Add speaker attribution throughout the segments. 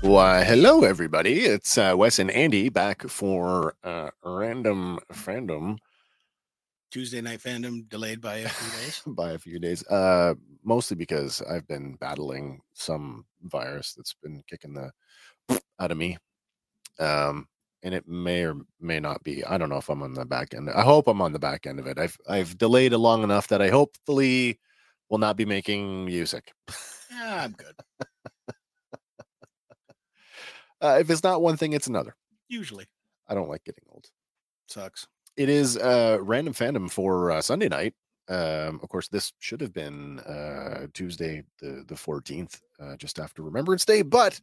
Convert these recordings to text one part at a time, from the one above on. Speaker 1: Why, hello, everybody. It's uh, Wes and Andy back for uh, Random Fandom
Speaker 2: Tuesday night fandom delayed by a few days.
Speaker 1: by a few days, uh, mostly because I've been battling some virus that's been kicking the out of me. Um, and it may or may not be. I don't know if I'm on the back end. I hope I'm on the back end of it. I've I've delayed it long enough that I hopefully will not be making music.
Speaker 2: Yeah, Ah, I'm good.
Speaker 1: Uh, if it's not one thing, it's another.
Speaker 2: Usually
Speaker 1: I don't like getting old.
Speaker 2: sucks.
Speaker 1: it is uh random fandom for uh, sunday night um of course this should have been uh tuesday the the 14th uh, just after remembrance day but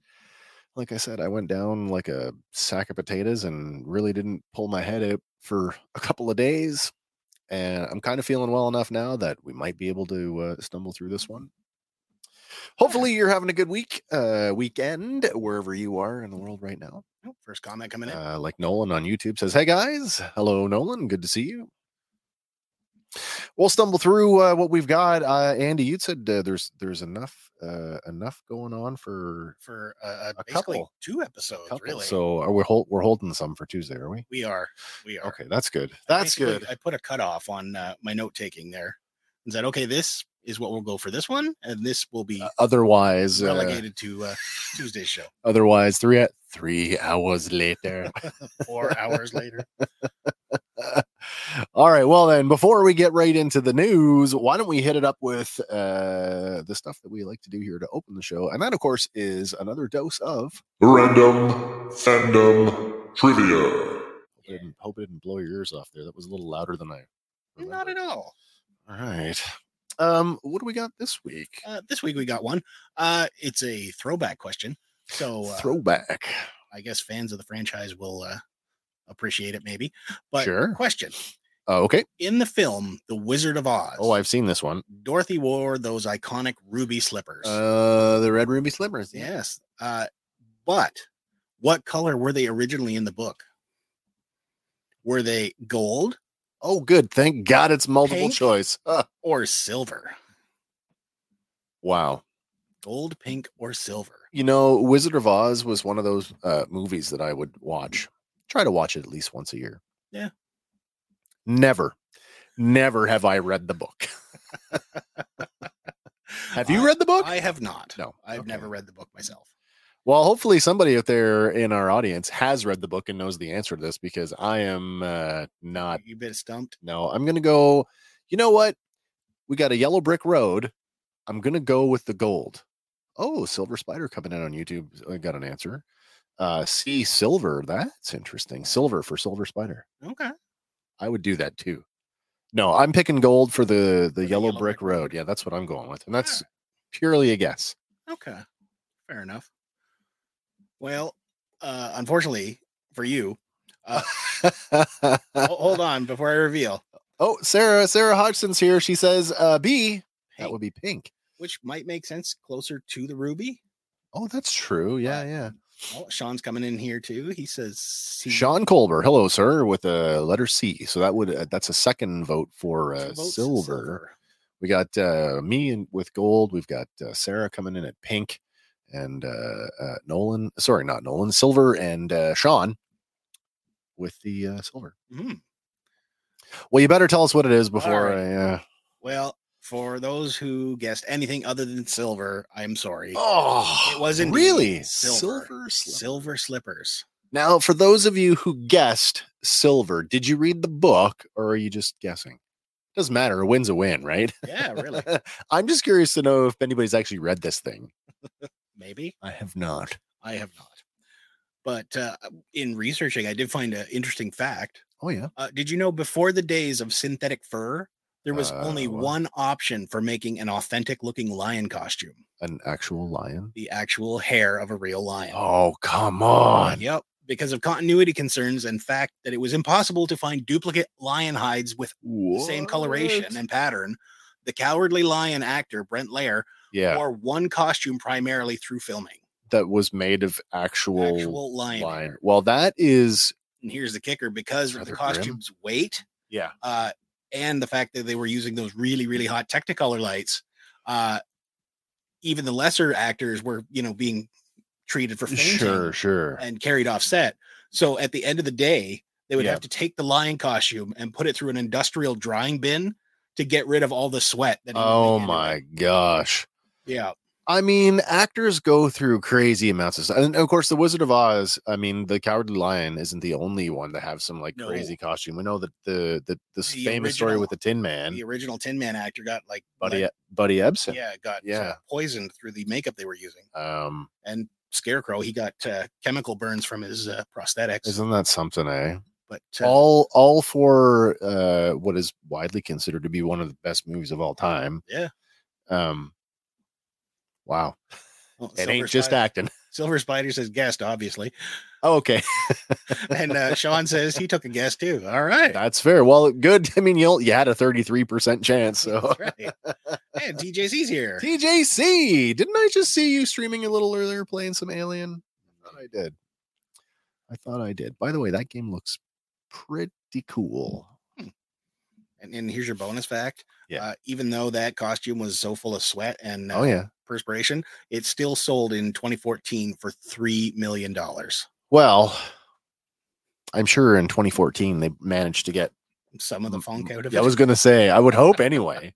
Speaker 1: like i said i went down like a sack of potatoes and really didn't pull my head out for a couple of days and i'm kind of feeling well enough now that we might be able to uh, stumble through this one hopefully you're having a good week uh weekend wherever you are in the world right now
Speaker 2: Nope, First comment coming in.
Speaker 1: uh, like Nolan on YouTube says, "Hey guys, hello Nolan, good to see you." We'll stumble through uh, what we've got. Uh, Andy, you said uh, there's there's enough uh, enough going on for
Speaker 2: for uh,
Speaker 1: a
Speaker 2: a basically
Speaker 1: couple-
Speaker 2: two episodes,
Speaker 1: couples.
Speaker 2: really.
Speaker 1: So are we hold, we're holding some for Tuesday, are we?
Speaker 2: we are, we are.
Speaker 1: Okay, that's good.
Speaker 2: I
Speaker 1: That's
Speaker 2: basically-
Speaker 1: good. Uh,
Speaker 2: I put a cutoff on uh, my note taking there and said, okay, this is what we'll go for this one, and this will be
Speaker 1: Uh, otherwise, uh,
Speaker 2: relegated to uh, Tuesday's show.
Speaker 1: otherwise three at three hours later.
Speaker 2: Four hours later.
Speaker 1: All right. Well, then, before we get right into the news, why don't we hit it up with uh, the stuff that we like to do here to open the show? And that, of course, is another dose of.
Speaker 3: Random Fandom Trivia.
Speaker 1: Hope, it didn't, hope it didn't blow your ears off there. That was a little louder than I.
Speaker 2: Not at
Speaker 1: remembered.
Speaker 2: all.
Speaker 1: All right. Um, what do we got this week?
Speaker 2: Uh, this week we got one. Uh, it's a throwback question, so uh,
Speaker 1: Throwback.
Speaker 2: I guess fans of the franchise will uh, appreciate it, maybe. But
Speaker 1: Sure.
Speaker 2: question:
Speaker 1: Oh, okay.
Speaker 2: in the film The Wizard of Oz,
Speaker 1: Oh, I've seen this one.
Speaker 2: Dorothy wore those iconic ruby slippers.
Speaker 1: Uh, the Red Ruby Slimmers.
Speaker 2: yes. Uh, but what color were they originally in the book? Were they gold
Speaker 1: Oh, good. Thank God it's multiple
Speaker 2: Pink?
Speaker 1: choice. Huh.
Speaker 2: or silver?
Speaker 1: wow.
Speaker 2: Gold, pink, or silver?
Speaker 1: you know, Wizard of Oz was one of those uh, movies that I would watch. Try to watch it at least once a year.
Speaker 2: Yeah.
Speaker 1: Never, never have I read the book. have you
Speaker 2: I-
Speaker 1: read the book?
Speaker 2: Uh, I have not.
Speaker 1: no,
Speaker 2: I've
Speaker 1: Okay.
Speaker 2: never read the book myself.
Speaker 1: Well, hopefully somebody out there in our audience has read the book and knows the answer to this because I am uh, not.
Speaker 2: You've been stumped.
Speaker 1: No, I'm gonna go. You know what? We got a yellow brick road. I'm gonna go with the gold. Oh, Silver Spider coming in on YouTube. I got an answer. Uh see silver. That's interesting. Silver for Silver Spider.
Speaker 2: Okay.
Speaker 1: I would do that too. No, I'm picking gold for the the
Speaker 2: the
Speaker 1: yellow,
Speaker 2: Yellow
Speaker 1: brick
Speaker 2: Brick Road.
Speaker 1: road. Yeah, that's what I'm going with. And that's purely a guess.
Speaker 2: Okay. Fair enough. Well, uh, unfortunately for you,
Speaker 1: Uh,
Speaker 2: ho- hold on before I reveal,
Speaker 1: oh, Sarah, Sarah Hodgson's here. She says uh B. That
Speaker 2: Pink.
Speaker 1: would be pink.
Speaker 2: which might make sense closer to the ruby.
Speaker 1: Oh, that's true. Yeah,
Speaker 2: Right.
Speaker 1: yeah.
Speaker 2: Oh, Sean's coming in here too. He says, "See,
Speaker 1: Sean Colbert, hello, sir, with a letter C. So that would uh, that's a second vote for uh,
Speaker 2: votes
Speaker 1: silver.
Speaker 2: is
Speaker 1: We got uh, me in, with gold. We've got uh, Sarah coming in at pink, and uh, uh, Nolan. Sorry, not Nolan. Silver and uh, Sean with the uh, silver.
Speaker 2: Mhm.
Speaker 1: Well, you better tell us what it is before
Speaker 2: right.
Speaker 1: I. Uh,
Speaker 2: Well, for those who guessed anything other than silver, I'm sorry.
Speaker 1: oh,
Speaker 2: It was indeed
Speaker 1: really
Speaker 2: silver.
Speaker 1: silver slip.
Speaker 2: Silver slippers.
Speaker 1: Now, for those of you who guessed silver, did you read the book or are you just guessing? Doesn't matter. A win's a win, right?
Speaker 2: Yeah, really.
Speaker 1: I'm just curious to know if anybody's actually read this thing.
Speaker 2: Maybe
Speaker 1: I have not.
Speaker 2: I have not. But uh, in researching, I did find an interesting fact
Speaker 1: Oh yeah.
Speaker 2: Uh, did you know before the days of synthetic fur, there was
Speaker 1: Uh,
Speaker 2: only
Speaker 1: wow.
Speaker 2: one option for making an authentic looking lion costume
Speaker 1: An actual lion.
Speaker 2: the actual hair of a real lion.
Speaker 1: Oh come on.
Speaker 2: Yep. Because of continuity concerns and fact that it was impossible to find duplicate lion hides with the same coloration
Speaker 1: What?
Speaker 2: and pattern, the cowardly lion actor Brent Lair
Speaker 1: yeah,
Speaker 2: wore one costume primarily through filming.
Speaker 1: that was made of actual,
Speaker 2: actual lion.
Speaker 1: lion.
Speaker 2: hair.
Speaker 1: Well, that is
Speaker 2: And here's the kicker because of
Speaker 1: Rather
Speaker 2: the
Speaker 1: grim.
Speaker 2: costume's weight
Speaker 1: yeah.
Speaker 2: uh, and the fact that they were using those really really hot technicolor lights uh, even the lesser actors were you know being treated for fainting
Speaker 1: Sure, sure.
Speaker 2: and carried off set so at the end of the day they would
Speaker 1: Yeah.
Speaker 2: have to take the lion costume and put it through an industrial drying bin to get rid of all the sweat that it was
Speaker 1: Oh
Speaker 2: making.
Speaker 1: my gosh.
Speaker 2: yeah
Speaker 1: I mean, actors go through crazy amounts of stuff. And of course, The Wizard of Oz, I mean, The Cowardly Lion isn't the only one to have some like
Speaker 2: No.
Speaker 1: crazy costume. We know that the the this
Speaker 2: The
Speaker 1: famous story
Speaker 2: original-
Speaker 1: with the Tin Man,
Speaker 2: the original tin man actor got like
Speaker 1: Buddy E,
Speaker 2: like-
Speaker 1: Buddy Ebsen.
Speaker 2: yeah got uh,
Speaker 1: Yeah.
Speaker 2: poisoned through the makeup they were using
Speaker 1: Um,
Speaker 2: and scarecrow he got uh, chemical burns from his uh, prosthetics
Speaker 1: isn't that something, eh?
Speaker 2: but uh,
Speaker 1: All all for uh what is widely considered to be one of the best movies of all time.
Speaker 2: Yeah.
Speaker 1: Um Wow.
Speaker 2: Well,
Speaker 1: It
Speaker 2: Silver
Speaker 1: ain't just
Speaker 2: Spider-
Speaker 1: acting.
Speaker 2: Silver Spider says guest, obviously,
Speaker 1: Oh, okay.
Speaker 2: and uh, Sean says he took a guess too. All right,
Speaker 1: That's fair. Well, good. I mean, you you had a 33% chance, so
Speaker 2: That's right. and TJC's here.
Speaker 1: TJC, didn't I just see you streaming a little earlier playing some Alien? I thought I did. I thought I did. By the way, that game looks pretty cool.
Speaker 2: And, and here's your bonus fact.
Speaker 1: Yeah.
Speaker 2: Uh, even though that costume was so full of sweat and uh,
Speaker 1: Oh yeah.
Speaker 2: perspiration, it still sold in 2014 for three million dollars.
Speaker 1: Well, I'm sure in 2014 they managed to get
Speaker 2: Some of the funk out of
Speaker 1: Yeah, I
Speaker 2: it.
Speaker 1: Mm, was gonna say. I would hope anyway.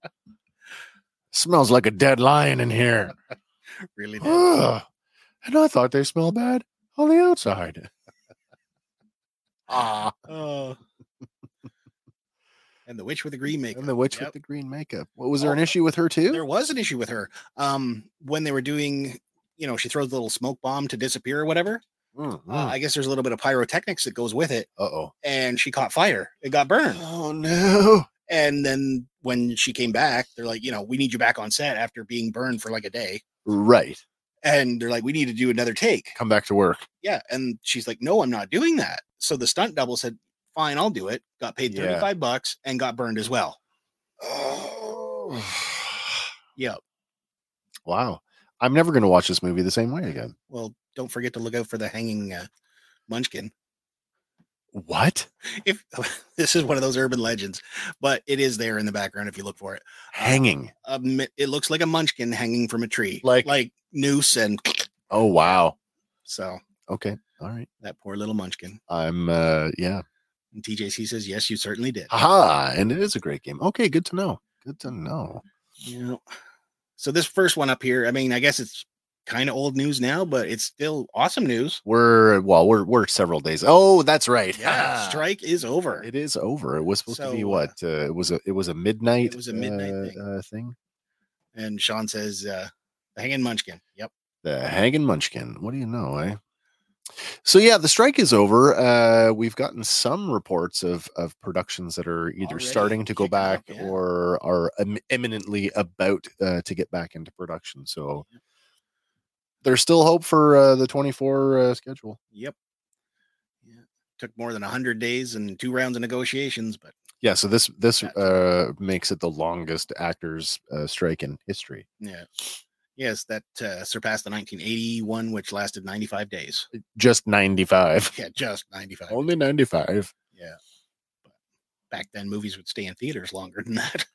Speaker 1: Smells like a dead lion in here.
Speaker 2: really did.
Speaker 1: Ugh. and I thought they smell bad on the outside. ah.
Speaker 2: Oh. and the witch with the green makeup.
Speaker 1: And the witch
Speaker 2: Yep.
Speaker 1: with the green makeup. What was there an
Speaker 2: Oh,
Speaker 1: issue with her too?
Speaker 2: there was an issue with her um when they were doing you know she throws the little smoke bomb to disappear or whatever
Speaker 1: Mm,
Speaker 2: uh, i guess there's a little bit of pyrotechnics that goes with it
Speaker 1: Uh oh.
Speaker 2: and she caught fire it got burned
Speaker 1: Oh no.
Speaker 2: and then when she came back they're like you know we need you back on set after being burned for like a day
Speaker 1: Right.
Speaker 2: and they're like we need to do another take
Speaker 1: Come back to work.
Speaker 2: yeah and she's like no i'm not doing that so the stunt double said fine i'll do it got paid
Speaker 1: Yeah.
Speaker 2: 35 bucks and got burned as well
Speaker 1: Oh.
Speaker 2: yeah
Speaker 1: Wow. I'm never going to watch this movie the same way again.
Speaker 2: well don't forget to look out for the hanging uh, munchkin
Speaker 1: What?
Speaker 2: if this is one of those urban legends, but it is there in the background if you look for it.
Speaker 1: Hanging.
Speaker 2: Um, it looks like a munchkin hanging from a tree,
Speaker 1: Like-
Speaker 2: like noose, and
Speaker 1: Oh wow.
Speaker 2: so
Speaker 1: Okay. All right.
Speaker 2: that poor little munchkin.
Speaker 1: I'm uh yeah.
Speaker 2: And TJC says, "Yes, you certainly did."
Speaker 1: Haha. And it is a great game. Okay, good to know. Good to know.
Speaker 2: Yeah. So this first one up here, I mean, I guess it's kind of old news now, but it's still awesome news.
Speaker 1: We're well, we're we're several days. Oh, that's right.
Speaker 2: Yeah,
Speaker 1: Ah.
Speaker 2: strike is over.
Speaker 1: It is over. It was supposed to be
Speaker 2: So, uh,
Speaker 1: what? Uh, it was a it was a midnight.
Speaker 2: was a midnight
Speaker 1: uh,
Speaker 2: thing.
Speaker 1: Uh, thing.
Speaker 2: And Sean says, uh, "The hanging munchkin." Yep.
Speaker 1: the Hagen Munchkin. What do you know, eh? So yeah, the strike is over. Uh, we've gotten some reports of of productions that are either
Speaker 2: Already
Speaker 1: starting to go
Speaker 2: kicking up,
Speaker 1: back
Speaker 2: yeah.
Speaker 1: or are em- imminently about uh, to get back into production. So there's still hope for uh, the 24 uh, schedule.
Speaker 2: Yep. Yeah. Took more than hundred days and two rounds of negotiations, but
Speaker 1: Yeah, so this this
Speaker 2: Gotcha.
Speaker 1: uh, makes it the longest actors uh, strike in history.
Speaker 2: Yeah. Yes, that uh, surpassed the 1981, which lasted 95 days.
Speaker 1: Just 95.
Speaker 2: Yeah, just 95.
Speaker 1: Only 95.
Speaker 2: Yeah. But back then, movies would stay in theaters longer than that.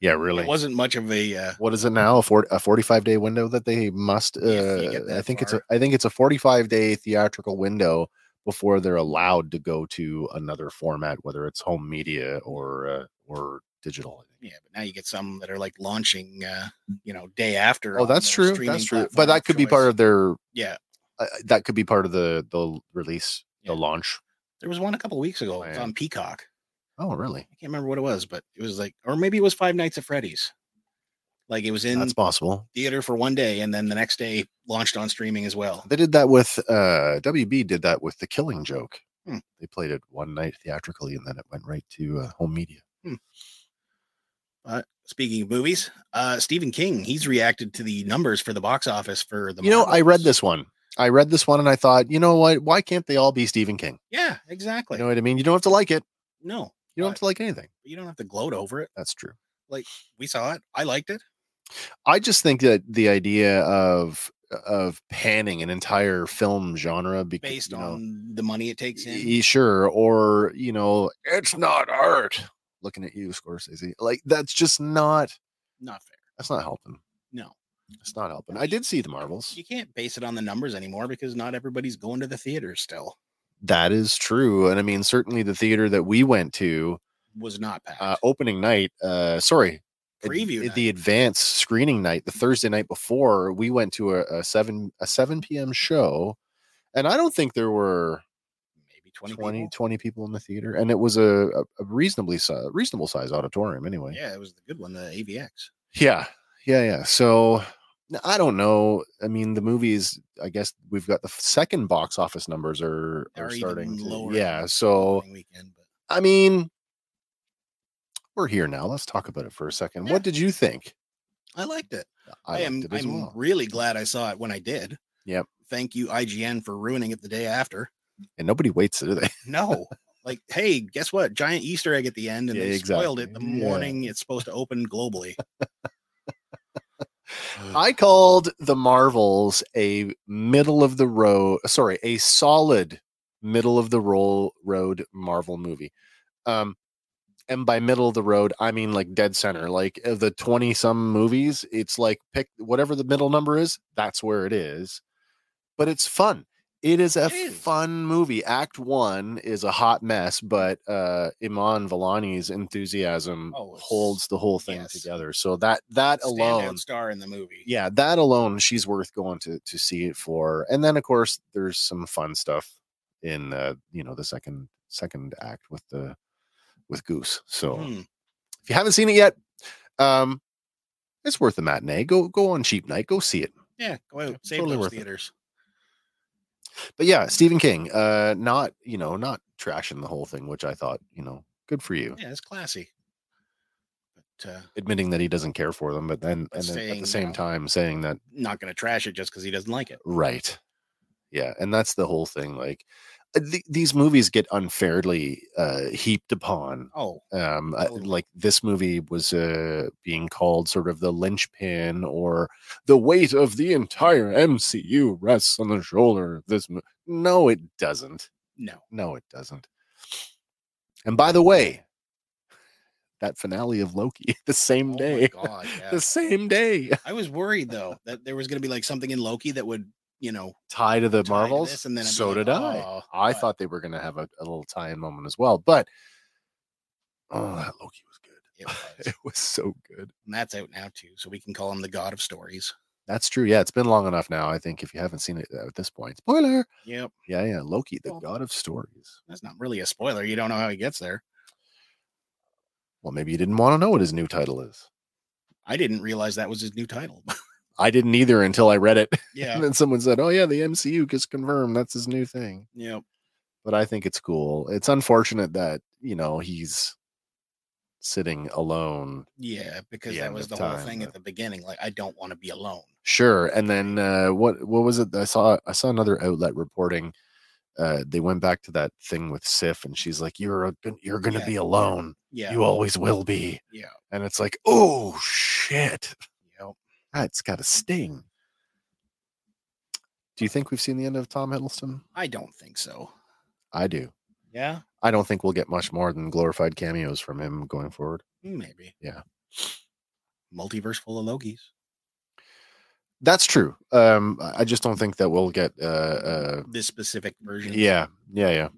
Speaker 1: Yeah, really.
Speaker 2: It wasn't much of a. Uh,
Speaker 1: what is it now? A, four, a 45 day window that they must.
Speaker 2: If you get
Speaker 1: Uh, I
Speaker 2: that
Speaker 1: think it's a.
Speaker 2: far.
Speaker 1: I think it's a 45 day theatrical window before they're allowed to go to another format, whether it's home media or uh, or digital.
Speaker 2: yeah, but now you get some that are like launching, uh, you know, day after.
Speaker 1: Oh,
Speaker 2: on
Speaker 1: that's
Speaker 2: their
Speaker 1: true.
Speaker 2: streaming
Speaker 1: That's true.
Speaker 2: platform
Speaker 1: But that could be part
Speaker 2: choice.
Speaker 1: of their.
Speaker 2: Yeah,
Speaker 1: Uh, that could be part of the the release, the
Speaker 2: Yeah.
Speaker 1: launch.
Speaker 2: there was one a couple weeks ago. It was
Speaker 1: Yeah.
Speaker 2: on Peacock.
Speaker 1: Oh, really?
Speaker 2: I can't remember what it was, but it was like, or maybe it was Five Nights at Freddy's. Like it was in
Speaker 1: That's possible.
Speaker 2: theater for one day, and then the next day launched on streaming as well.
Speaker 1: They did that with uh, WB. Did that with the Killing Joke.
Speaker 2: Hmm.
Speaker 1: They played it one night theatrically, and then it went right to uh, home media.
Speaker 2: But speaking of movies, uh, Stephen King, he's reacted to the numbers for the box office for the.
Speaker 1: you know, I
Speaker 2: Marvels.
Speaker 1: read this one. I read this one, and I thought, you know what? Why can't they all be Stephen King?
Speaker 2: Yeah,
Speaker 1: You
Speaker 2: exactly.
Speaker 1: know what I mean? You don't have to like it.
Speaker 2: no,
Speaker 1: You don't have to like anything.
Speaker 2: you don't have to gloat over it.
Speaker 1: That's true.
Speaker 2: We saw it. I liked it.
Speaker 1: I just think that the idea of of panning an entire film genre because,
Speaker 2: based
Speaker 1: you know,
Speaker 2: on the money it takes in.
Speaker 1: y- sure, or you know, it's not art. Looking at you, Scorsese. Like that's just not.
Speaker 2: Not fair.
Speaker 1: That's not helping.
Speaker 2: No,
Speaker 1: It's not helping. I did see the Marvels.
Speaker 2: you can't base it on the numbers anymore because not everybody's going to the theater. Still,
Speaker 1: That is true, and I mean, certainly the theater that we went to
Speaker 2: was not packed.
Speaker 1: uh, opening night. Uh, sorry, ad-
Speaker 2: Preview
Speaker 1: the,
Speaker 2: night.
Speaker 1: advanced screening night, the Thursday night before. We went to a, a seven a seven p.m. show, and I don't think there were
Speaker 2: Maybe
Speaker 1: 20,
Speaker 2: twenty.
Speaker 1: 20
Speaker 2: people.
Speaker 1: people, in the theater and it was a, a, a reasonably si- reasonable size auditorium anyway
Speaker 2: Yeah, it was the good one, the AVX.
Speaker 1: yeah yeah yeah so n- i don't know i mean the movies i guess we've got the f- second box office numbers are
Speaker 2: Or
Speaker 1: are
Speaker 2: even
Speaker 1: starting to-
Speaker 2: lower
Speaker 1: yeah
Speaker 2: than
Speaker 1: so
Speaker 2: opening weekend, but
Speaker 1: i mean we're here now let's talk about it for a second
Speaker 2: Yeah.
Speaker 1: what did you think
Speaker 2: I liked it. I,
Speaker 1: liked
Speaker 2: am.
Speaker 1: it as
Speaker 2: I'm
Speaker 1: well.
Speaker 2: really glad I saw it when I did.
Speaker 1: Yep.
Speaker 2: Thank you, IGN, for ruining it the day after.
Speaker 1: and nobody waits do they
Speaker 2: No. Like, hey, guess what? Giant Easter egg at the end, and
Speaker 1: Yeah,
Speaker 2: they spoiled it the
Speaker 1: exactly. Yeah.
Speaker 2: morning it's supposed to open globally.
Speaker 1: i called the marvels a middle of the road sorry a solid middle of the roll road marvel movie um and by middle of the road i mean like dead center like of the 20 some movies it's like pick whatever the middle number is that's where it is but it's fun it is a
Speaker 2: It is.
Speaker 1: fun movie act one is a hot mess but uh iman valani's enthusiasm
Speaker 2: Oh, it's-
Speaker 1: holds the whole thing
Speaker 2: yes.
Speaker 1: together so that that alone
Speaker 2: Standout star in the movie.
Speaker 1: yeah, that alone, she's worth going to to see it for. And then, of course, there's some fun stuff in uh, you know the second second act with the with Goose. So
Speaker 2: Hmm.
Speaker 1: if you haven't seen it yet, um, it's worth a matinee. Go go on cheap night. Go see it.
Speaker 2: Yeah, go out. Save
Speaker 1: totally
Speaker 2: those
Speaker 1: worth it.
Speaker 2: theaters.
Speaker 1: But yeah, Stephen King, uh, not you know not trashing the whole thing, which I thought you know good for you,
Speaker 2: Yeah, it's classy. But uh
Speaker 1: admitting that he doesn't care for them, but then
Speaker 2: But
Speaker 1: and then at
Speaker 2: saying,
Speaker 1: the same
Speaker 2: uh,
Speaker 1: time saying that
Speaker 2: not gonna trash it just because he doesn't like it.
Speaker 1: Right. Yeah, and that's the whole thing. Like uh, th- these movies get unfairly uh, heaped upon.
Speaker 2: Oh,
Speaker 1: Um, uh,
Speaker 2: Totally.
Speaker 1: like this movie was uh, being called sort of the linchpin, or the weight of the entire MCU rests on the shoulder of this. Mo- no, it doesn't.
Speaker 2: no.
Speaker 1: No, it doesn't. And by the way, that finale of Loki the same
Speaker 2: Oh my
Speaker 1: day,
Speaker 2: god. yeah.
Speaker 1: the same day,
Speaker 2: I was worried though that there was gonna be like something in Loki that would, you know,
Speaker 1: tie to the
Speaker 2: tie to
Speaker 1: Marvels.
Speaker 2: this, and then I'd be
Speaker 1: so
Speaker 2: like,
Speaker 1: did I.
Speaker 2: "Oh,"
Speaker 1: I
Speaker 2: but
Speaker 1: thought they were going to have a, a little tie-in moment as well, but oh, that Loki was good.
Speaker 2: it was.
Speaker 1: It was so good.
Speaker 2: and that's out now too, so we can call him the god of stories.
Speaker 1: That's true. Yeah, it's been long enough now. I think if you haven't seen it uh, at this point, spoiler.
Speaker 2: Yep.
Speaker 1: Yeah, yeah, Loki, the
Speaker 2: Well-
Speaker 1: god of stories.
Speaker 2: That's not really a spoiler. You don't know how he gets there.
Speaker 1: Well, maybe you didn't want to know what his new title is.
Speaker 2: I didn't realize that was his new title.
Speaker 1: I didn't either until I read it, and
Speaker 2: yeah.
Speaker 1: then someone said, "Oh yeah, the MCU just confirmed that's his new thing."
Speaker 2: Yep.
Speaker 1: But I think it's cool. It's unfortunate that you know he's sitting alone
Speaker 2: Yeah, because
Speaker 1: The
Speaker 2: that
Speaker 1: end
Speaker 2: was
Speaker 1: of
Speaker 2: the whole
Speaker 1: time,
Speaker 2: thing at
Speaker 1: but-
Speaker 2: the beginning. Like, I don't want to be alone.
Speaker 1: Sure. And then uh, what what was it? I saw I saw another outlet reporting. Uh, they went back to that thing with Sif, and she's like, "You're a, gon- you're gonna
Speaker 2: Yeah.
Speaker 1: be alone.
Speaker 2: Yeah.
Speaker 1: You always will be."
Speaker 2: Yeah.
Speaker 1: And it's like, oh shit,
Speaker 2: Yep.
Speaker 1: that's got a sting. Do you think we've seen the end of Tom Hiddleston?
Speaker 2: I don't think so.
Speaker 1: I do.
Speaker 2: Yeah.
Speaker 1: I don't think we'll get much more than glorified cameos from him going forward.
Speaker 2: Maybe.
Speaker 1: Yeah.
Speaker 2: Multiverse full of Logies.
Speaker 1: That's true. Um, I I just don't think that we'll get. Uh, uh,
Speaker 2: This specific version.
Speaker 1: yeah, yeah, yeah.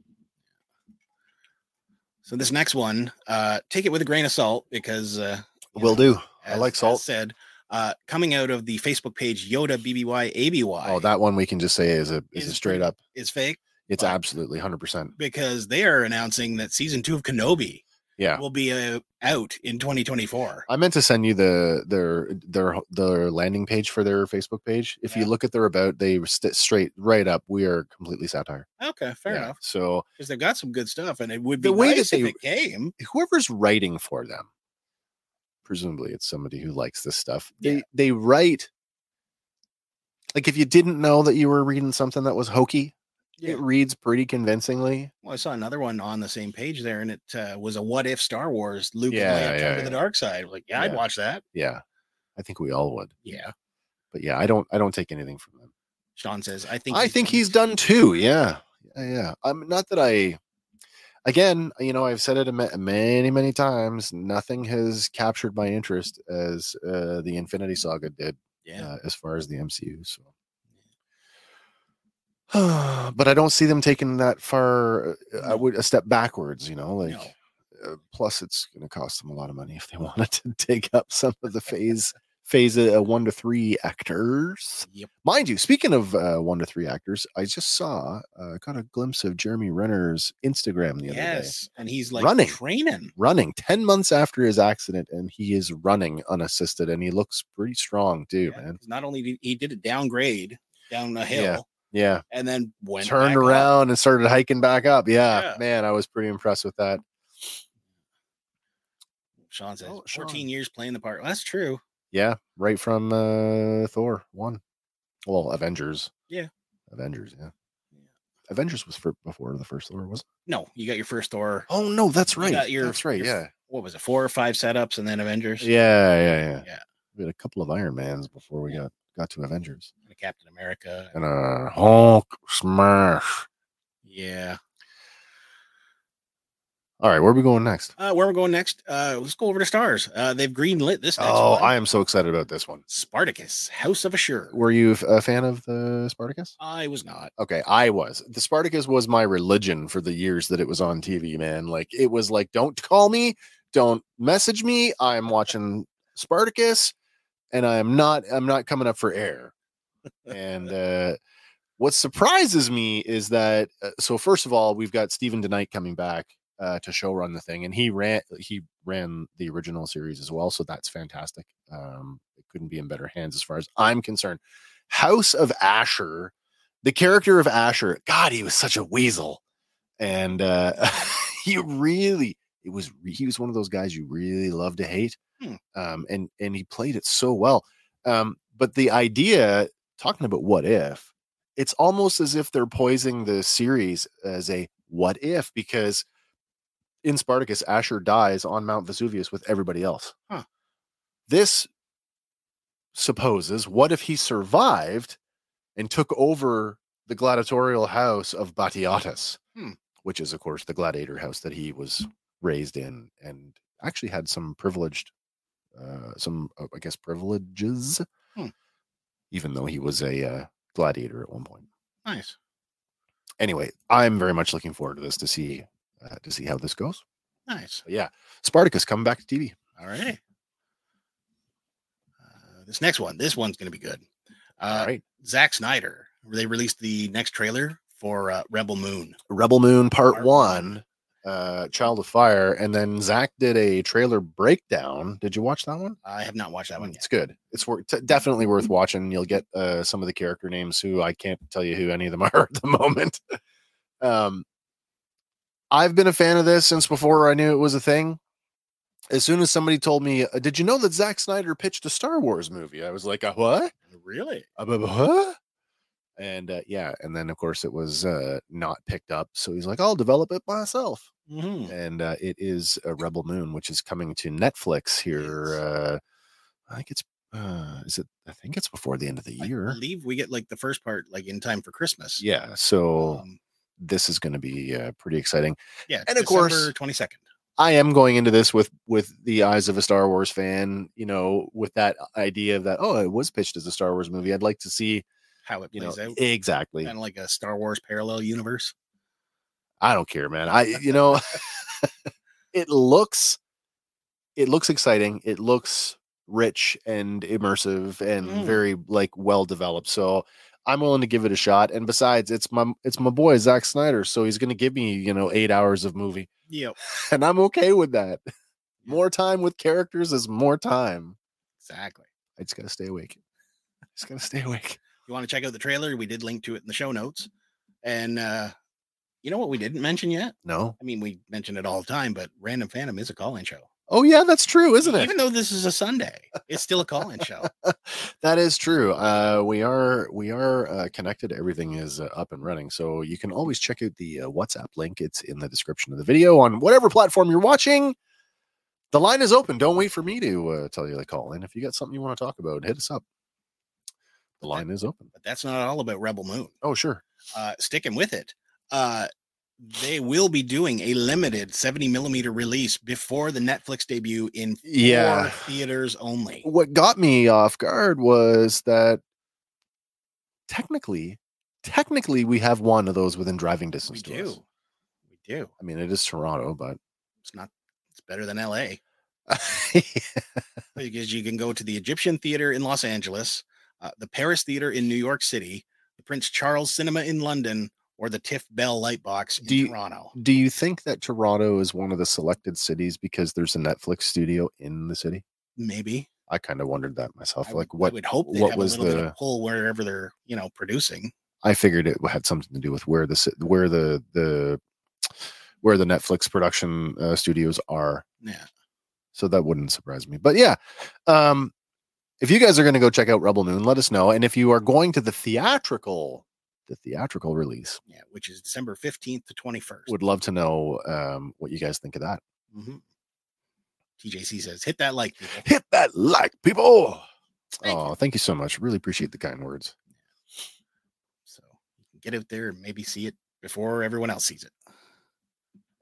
Speaker 2: So this next one, uh, take it with a grain of salt because uh, you
Speaker 1: Will
Speaker 2: know,
Speaker 1: do. I
Speaker 2: as-
Speaker 1: like
Speaker 2: as
Speaker 1: salt.
Speaker 2: said, uh, coming out of the Facebook page Yoda BBY ABY.
Speaker 1: Oh, that one we can just say is a is, a
Speaker 2: Is
Speaker 1: straight
Speaker 2: pretty-
Speaker 1: up.
Speaker 2: is fake
Speaker 1: It's
Speaker 2: fine.
Speaker 1: absolutely hundred percent.
Speaker 2: because they are announcing that season two of Kenobi
Speaker 1: Yeah. Uh,
Speaker 2: will be uh, out in 2024.
Speaker 1: I meant to send you the their their their landing page for their Facebook page. If you
Speaker 2: Yeah.
Speaker 1: look at their about, they st- straight right up. We are completely satire.
Speaker 2: Okay, fair
Speaker 1: Yeah.
Speaker 2: enough.
Speaker 1: So
Speaker 2: Because they've got some good stuff, and it would be
Speaker 1: The way that
Speaker 2: nice if
Speaker 1: they-
Speaker 2: it came.
Speaker 1: whoever's writing for them, presumably it's somebody who likes this stuff. They
Speaker 2: Yeah.
Speaker 1: they write like if you didn't know that you were reading something that was hokey, it reads pretty convincingly.
Speaker 2: Well, I saw another one on the same page there, and it uh, was a "What If Star Wars Luke
Speaker 1: Yeah,
Speaker 2: and Leia
Speaker 1: yeah,
Speaker 2: come to the
Speaker 1: yeah.
Speaker 2: dark side." Like, yeah, I'd
Speaker 1: Yeah.
Speaker 2: watch that.
Speaker 1: Yeah, I think we all would.
Speaker 2: Yeah,
Speaker 1: But yeah, I don't I don't take anything from them.
Speaker 2: Sean says, "I think
Speaker 1: I think he's done too. Yeah. Yeah. yeah. I'm not that I, again, you know, I've said it a ma- many, many times. Nothing has captured my interest as uh, the Infinity Saga did
Speaker 2: Yeah,
Speaker 1: uh, as far as the MCU. So, but I don't see them taking that far. uh, I
Speaker 2: No.
Speaker 1: would a step backwards, you know, like.
Speaker 2: No.
Speaker 1: Uh, plus, it's going to cost them a lot of money if they wanted to take up some of the phase phase uh, one to three actors
Speaker 2: yep,
Speaker 1: mind you speaking of uh, one to three actors i just saw uh, got a glimpse of jeremy renner's instagram the other day
Speaker 2: yes." And he's like
Speaker 1: Running.
Speaker 2: training.
Speaker 1: running 10 months after his accident and he is running unassisted and he looks pretty strong too
Speaker 2: Yeah,
Speaker 1: man
Speaker 2: 'cause Not only did he did a downgrade down a hill,
Speaker 1: Yeah. yeah
Speaker 2: and then went
Speaker 1: turned
Speaker 2: back up.
Speaker 1: around and started hiking back up yeah,
Speaker 2: Yeah.
Speaker 1: man i was pretty impressed with that
Speaker 2: Sean says,
Speaker 1: Oh,
Speaker 2: 14
Speaker 1: Sean.
Speaker 2: years playing the part. Well, that's true.
Speaker 1: yeah right from uh thor one well avengers
Speaker 2: Yeah.
Speaker 1: avengers yeah
Speaker 2: Yeah.
Speaker 1: avengers was for before the first thor was it?
Speaker 2: No, you got your first Thor.
Speaker 1: oh no that's
Speaker 2: You
Speaker 1: right
Speaker 2: got your-
Speaker 1: that's right
Speaker 2: your-
Speaker 1: yeah
Speaker 2: What was it? Four or five setups, and then Avengers.
Speaker 1: Yeah, yeah, yeah.
Speaker 2: Yeah.
Speaker 1: We had a couple of Iron Mans before we
Speaker 2: Yeah.
Speaker 1: got got to Avengers
Speaker 2: and Captain America.
Speaker 1: and a Hulk smash.
Speaker 2: Yeah.
Speaker 1: All right, where are we going next?
Speaker 2: Uh, where we're going next? Uh, let's go over to stars. Uh, they've green lit this. Next
Speaker 1: Oh,
Speaker 2: one.
Speaker 1: I am so excited about this one.
Speaker 2: Spartacus, House of Assure.
Speaker 1: Were you f- a fan of the Spartacus?
Speaker 2: I was not.
Speaker 1: Okay, I was. The Spartacus was my religion for the years that it was on TV, man. Like it was like don't call me, don't message me. I'm watching Spartacus and I am not I'm not coming up for air. And uh what surprises me is that uh, so first of all, we've got Stephen DeKnight coming back uh to show run the thing and he ran he ran the original series as well, so that's fantastic. Um it couldn't be in better hands as far as I'm concerned. House of Asher the character of Asher, God, he was such a weasel, and uh, he really it was re- he was one of those guys you really love to hate,
Speaker 2: Hmm.
Speaker 1: um, and and he played it so well. Um, but the idea, talking about what if, it's almost as if they're poising the series as a what if because in Spartacus, Asher dies on Mount Vesuvius with everybody else.
Speaker 2: Huh.
Speaker 1: This supposes what if he survived and took over the gladiatorial house of Batiatus,
Speaker 2: Hmm.
Speaker 1: which is, of course, the gladiator house that he was raised in and actually had some privileged, uh, some, uh, I guess, privileges,
Speaker 2: Hmm.
Speaker 1: even though he was a uh, gladiator at one point
Speaker 2: Nice.
Speaker 1: anyway, I'm very much looking forward to this to see uh, to see how this goes.
Speaker 2: Nice.
Speaker 1: But yeah, Spartacus coming back to TV.
Speaker 2: All right. Uh, this next one. This one's going to be good. Uh,
Speaker 1: All right,
Speaker 2: Zack Snyder. They released the next trailer for uh, Rebel Moon.
Speaker 1: Rebel Moon Part
Speaker 2: Part
Speaker 1: One, uh, Child of Fire, and then Zach did a trailer breakdown. Did you watch that one?
Speaker 2: I have not watched that one yet.
Speaker 1: It's good. It's wor- t- definitely worth watching. You'll get uh, some of the character names who I can't tell you who any of them are at the moment. um, I've been a fan of this since before I knew it was a thing. As soon as somebody told me, uh, "Did you know that Zack Snyder pitched a Star Wars movie?" I was like, "A what?"
Speaker 2: Really?
Speaker 1: Uh, buh, buh, huh? And uh, yeah, and then of course it was uh, not picked up. So he's like, I'll develop it myself.
Speaker 2: Mm-hmm.
Speaker 1: And uh, it is a Rebel Moon, which is coming to Netflix here.
Speaker 2: Yes.
Speaker 1: Uh, I think it's uh, is it? I think it's before the end of the
Speaker 2: I
Speaker 1: year.
Speaker 2: believe we get like the first part like in time for Christmas.
Speaker 1: Yeah. So
Speaker 2: Um,
Speaker 1: this is going to be uh, pretty exciting.
Speaker 2: yeah.
Speaker 1: and of course-
Speaker 2: twenty second.
Speaker 1: I am going into this with with the eyes of a Star Wars fan. You know, with that idea that oh, it was pitched as a Star Wars movie. I'd like to see
Speaker 2: How it
Speaker 1: you know
Speaker 2: plays out.
Speaker 1: exactly.
Speaker 2: Kind of like a Star Wars parallel universe.
Speaker 1: I don't care, man. I you know it looks it looks exciting. It looks rich and immersive and
Speaker 2: Mm.
Speaker 1: very like well developed. So I'm willing to give it a shot. And besides, it's my it's my boy Zack Snyder, so he's going to give me you know eight hours of movie,
Speaker 2: Yep.
Speaker 1: and I'm okay with that. More time with characters is more time.
Speaker 2: Exactly.
Speaker 1: I just got to stay awake. Just got to stay awake.
Speaker 2: You want to check out the trailer? We did link to it in the show notes. And uh you know what we didn't mention yet?
Speaker 1: No.
Speaker 2: I mean, we mention it all the time, but Random Phantom is a call-in show.
Speaker 1: Oh yeah, that's true, isn't it?
Speaker 2: Even though this is a Sunday, it's still a call-in show.
Speaker 1: that is true. Uh, we are we are uh, connected. Everything is uh, up and running, so you can always check out the uh, WhatsApp link. It's in the description of the video on whatever platform you're watching. The line is open. Don't wait for me to uh, tell you to call in. If you got something you want to talk about, hit us up. The line is open.
Speaker 2: But that's not all about Rebel Moon.
Speaker 1: Oh sure.
Speaker 2: uh, sticking with it, uh, they will be doing a limited 70 millimeter release before the Netflix debut in four
Speaker 1: Yeah.
Speaker 2: theaters only.
Speaker 1: What got me off guard was that technically, technically, we have one of those within driving
Speaker 2: We
Speaker 1: distance to us.
Speaker 2: do. We do.
Speaker 1: I mean, it is Toronto, but
Speaker 2: It's not, it's better than LA because you can go to the Egyptian Theater in Los Angeles, uh, the Paris Theater in New York City, the Prince Charles Cinema in London, or the Tiff Bell Lightbox in
Speaker 1: Do you-
Speaker 2: Toronto.
Speaker 1: Do you think that Toronto is one of the selected cities because there's a Netflix studio in the city?
Speaker 2: Maybe.
Speaker 1: I kind of wondered that myself.
Speaker 2: I
Speaker 1: like
Speaker 2: would, I
Speaker 1: what
Speaker 2: would hope they
Speaker 1: what
Speaker 2: have
Speaker 1: was
Speaker 2: a little bit
Speaker 1: the-
Speaker 2: of pull wherever they're, you know, producing.
Speaker 1: I figured it had something to do with where the ci- where the the where the Netflix production uh, studios are.
Speaker 2: Yeah.
Speaker 1: So that wouldn't surprise me. But yeah, um, if you guys are going to go check out Rebel Moon, let us know. And if you are going to the theatrical the theatrical release,
Speaker 2: Yeah. Which is December 15th to 21st.
Speaker 1: would love to know um, what you guys think of that.
Speaker 2: Mm-hmm. TJC says, hit that like. people."
Speaker 1: Hit that like, people.
Speaker 2: Thank
Speaker 1: oh, thank you so much. Really appreciate the kind words.
Speaker 2: So you can get out there and maybe see it before everyone else sees it.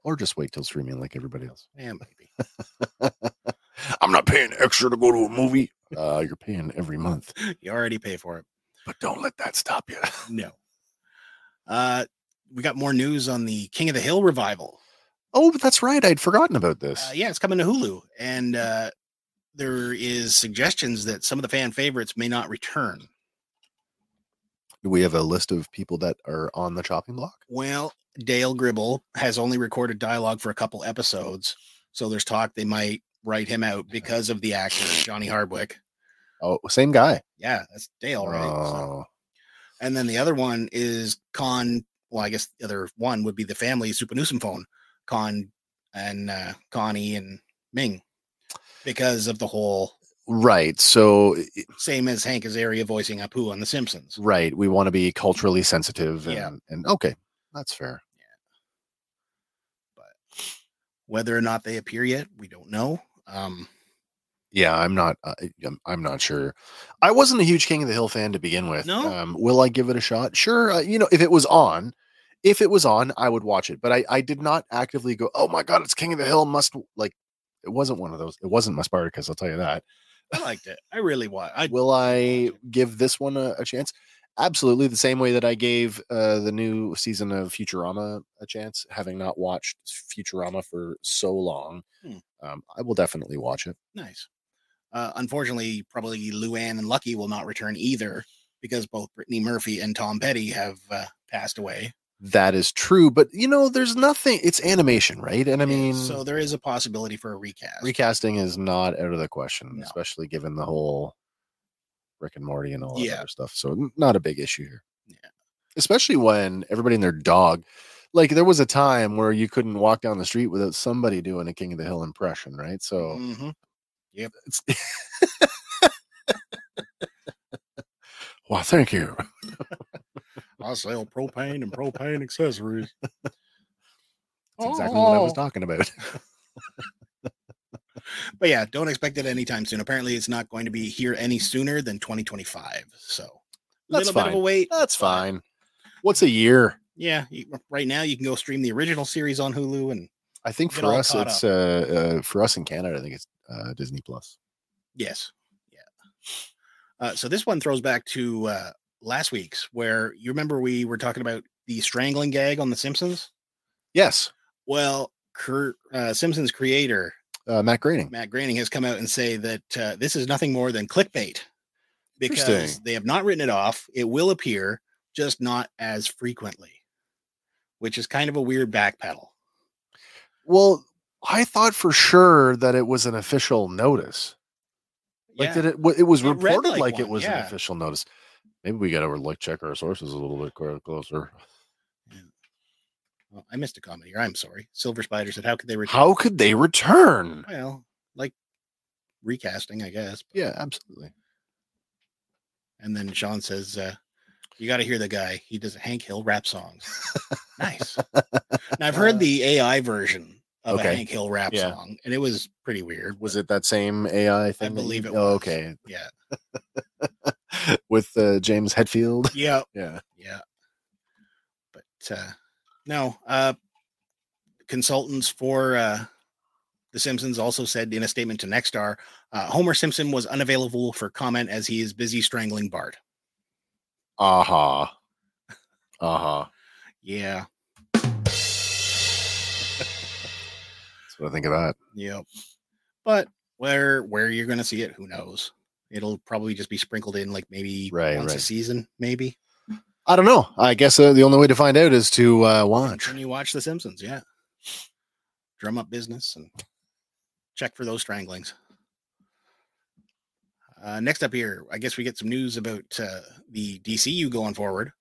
Speaker 1: or just wait till streaming like everybody else.
Speaker 2: Yeah, maybe.
Speaker 1: I'm not paying extra to go to a movie. Uh, you're paying every month,
Speaker 2: you already pay for it.
Speaker 1: but don't let that stop you.
Speaker 2: No. Uh, we got more news on the King of the Hill revival.
Speaker 1: Oh, but that's right. I'd forgotten about
Speaker 2: Uh,
Speaker 1: this.
Speaker 2: yeah, it's coming to Hulu, and uh, there is suggestions that some of the fan favorites may not return.
Speaker 1: Do we have a list of people that are on the chopping block?
Speaker 2: Well, Dale Gribble has only recorded dialogue for a couple episodes, so there's talk they might write him out because of the actor Johnny Hardwick.
Speaker 1: Oh, same guy.
Speaker 2: Yeah, that's Dale, right? So-
Speaker 1: Oh,
Speaker 2: And then the other one is Con. Well, I guess the other one would be the family Supanusum phone, Con and uh, Connie and Ming, because of the whole
Speaker 1: right. So, i- i-
Speaker 2: same as Hank Azaria voicing Apu on The Simpsons.
Speaker 1: right. We want to be culturally sensitive. And,
Speaker 2: Yeah.
Speaker 1: and okay, that's fair.
Speaker 2: Whether or not they appear yet, we don't know. Um,
Speaker 1: Yeah, I'm not. Uh, I'm, I'm not sure. I wasn't a huge King of the Hill fan to begin with.
Speaker 2: No?
Speaker 1: Um, will I give it a shot? Sure. Uh, you know, if it was on, if it was on, I would watch it. But I, I did not actively go. Oh my God, it's King of the Hill. Must like. It wasn't one of those. It wasn't my Spartacus. I'll tell you that.
Speaker 2: I liked it. I really was. I
Speaker 1: Will I give this one a, a chance? Absolutely. The same way that I gave uh, the new season of Futurama a chance, having not watched Futurama for so long.
Speaker 2: Hmm.
Speaker 1: Um, I will definitely watch it.
Speaker 2: nice. Uh, unfortunately, probably Luann and Lucky will not return either because both Brittany Murphy and Tom Petty have uh, passed away.
Speaker 1: That is true, but you know, there's nothing. It's animation, right? And I mean,
Speaker 2: so there is a possibility for a recast.
Speaker 1: recasting is not out of the question,
Speaker 2: No.
Speaker 1: especially given the whole Rick and Morty and all that
Speaker 2: Yeah.
Speaker 1: other stuff. So, n- not a big issue here.
Speaker 2: Yeah.
Speaker 1: Especially when everybody and their dog, like there was a time where you couldn't walk down the street without somebody doing a King of the Hill impression, right? So,
Speaker 2: Mhm.
Speaker 1: well, thank you.
Speaker 2: I sell propane and propane accessories.
Speaker 1: That's exactly what I
Speaker 2: Oh.
Speaker 1: was talking about.
Speaker 2: But yeah, don't expect it anytime soon. Apparently, it's not going to be here any sooner than 2025. So
Speaker 1: That's
Speaker 2: little bit of
Speaker 1: fine.
Speaker 2: a wait.
Speaker 1: That's fine. What's a year?
Speaker 2: Yeah, you, right now you can go stream the original series on Hulu, and
Speaker 1: I think
Speaker 2: Get
Speaker 1: for
Speaker 2: all
Speaker 1: us,
Speaker 2: caught
Speaker 1: it's uh, uh, for us in Canada. I think it's uh, Disney Plus.
Speaker 2: yes, yeah. Uh, so this one throws back to uh, last week's, where you remember we were talking about the strangling gag on The Simpsons.
Speaker 1: Yes,
Speaker 2: Well, Cur- uh, Simpsons creator
Speaker 1: uh, Matt Groening.
Speaker 2: Matt Groening has come out and say that uh, this is nothing more than clickbait. because
Speaker 1: Interesting.
Speaker 2: they have not written it off. It will appear, just not as frequently, which is kind of a weird backpedal.
Speaker 1: Well, I thought for sure that it was an official notice. Like
Speaker 2: Yeah.
Speaker 1: that it wa- it was
Speaker 2: It read
Speaker 1: reported
Speaker 2: like
Speaker 1: like, it
Speaker 2: one,
Speaker 1: was an
Speaker 2: yeah.
Speaker 1: official notice. Maybe we got to like check our sources a little bit clo- closer.
Speaker 2: Well, I missed a comment here. I'm sorry. Silver Spider said, "How could they return?"
Speaker 1: How could they return?
Speaker 2: Well, like recasting, I guess.
Speaker 1: Yeah, absolutely.
Speaker 2: And then Sean says, uh, "You got to hear the guy. He does Hank Hill rap songs. nice. Now I've heard the AI version of
Speaker 1: Uh, Okay.
Speaker 2: a Hank Hill rap
Speaker 1: Yeah.
Speaker 2: song, and it was pretty weird.
Speaker 1: Was it that same AI thing? that you-
Speaker 2: believe it
Speaker 1: Oh,
Speaker 2: was.
Speaker 1: okay,
Speaker 2: Yeah,
Speaker 1: with uh, James Hetfield.
Speaker 2: yeah,
Speaker 1: Yeah.
Speaker 2: yeah. But uh, no, uh, consultants for uh, The Simpsons also said in a statement to Nextstar, uh, Homer Simpson was unavailable for comment as he is busy strangling Bart.
Speaker 1: Aha. Uh-huh. Aha. Uh-huh.
Speaker 2: Yeah,
Speaker 1: That's what I think of that.
Speaker 2: Yep. But where where you're gonna see it, who knows? It'll probably just be sprinkled in like maybe
Speaker 1: Right,
Speaker 2: once a
Speaker 1: right.
Speaker 2: season, maybe.
Speaker 1: I don't know. I guess uh, the only way to find out is to uh, watch.
Speaker 2: When you watch The Simpsons, yeah. Drum up business and check for those stranglings. Uh, next up here, I guess we get some news about uh, the DCU going forward.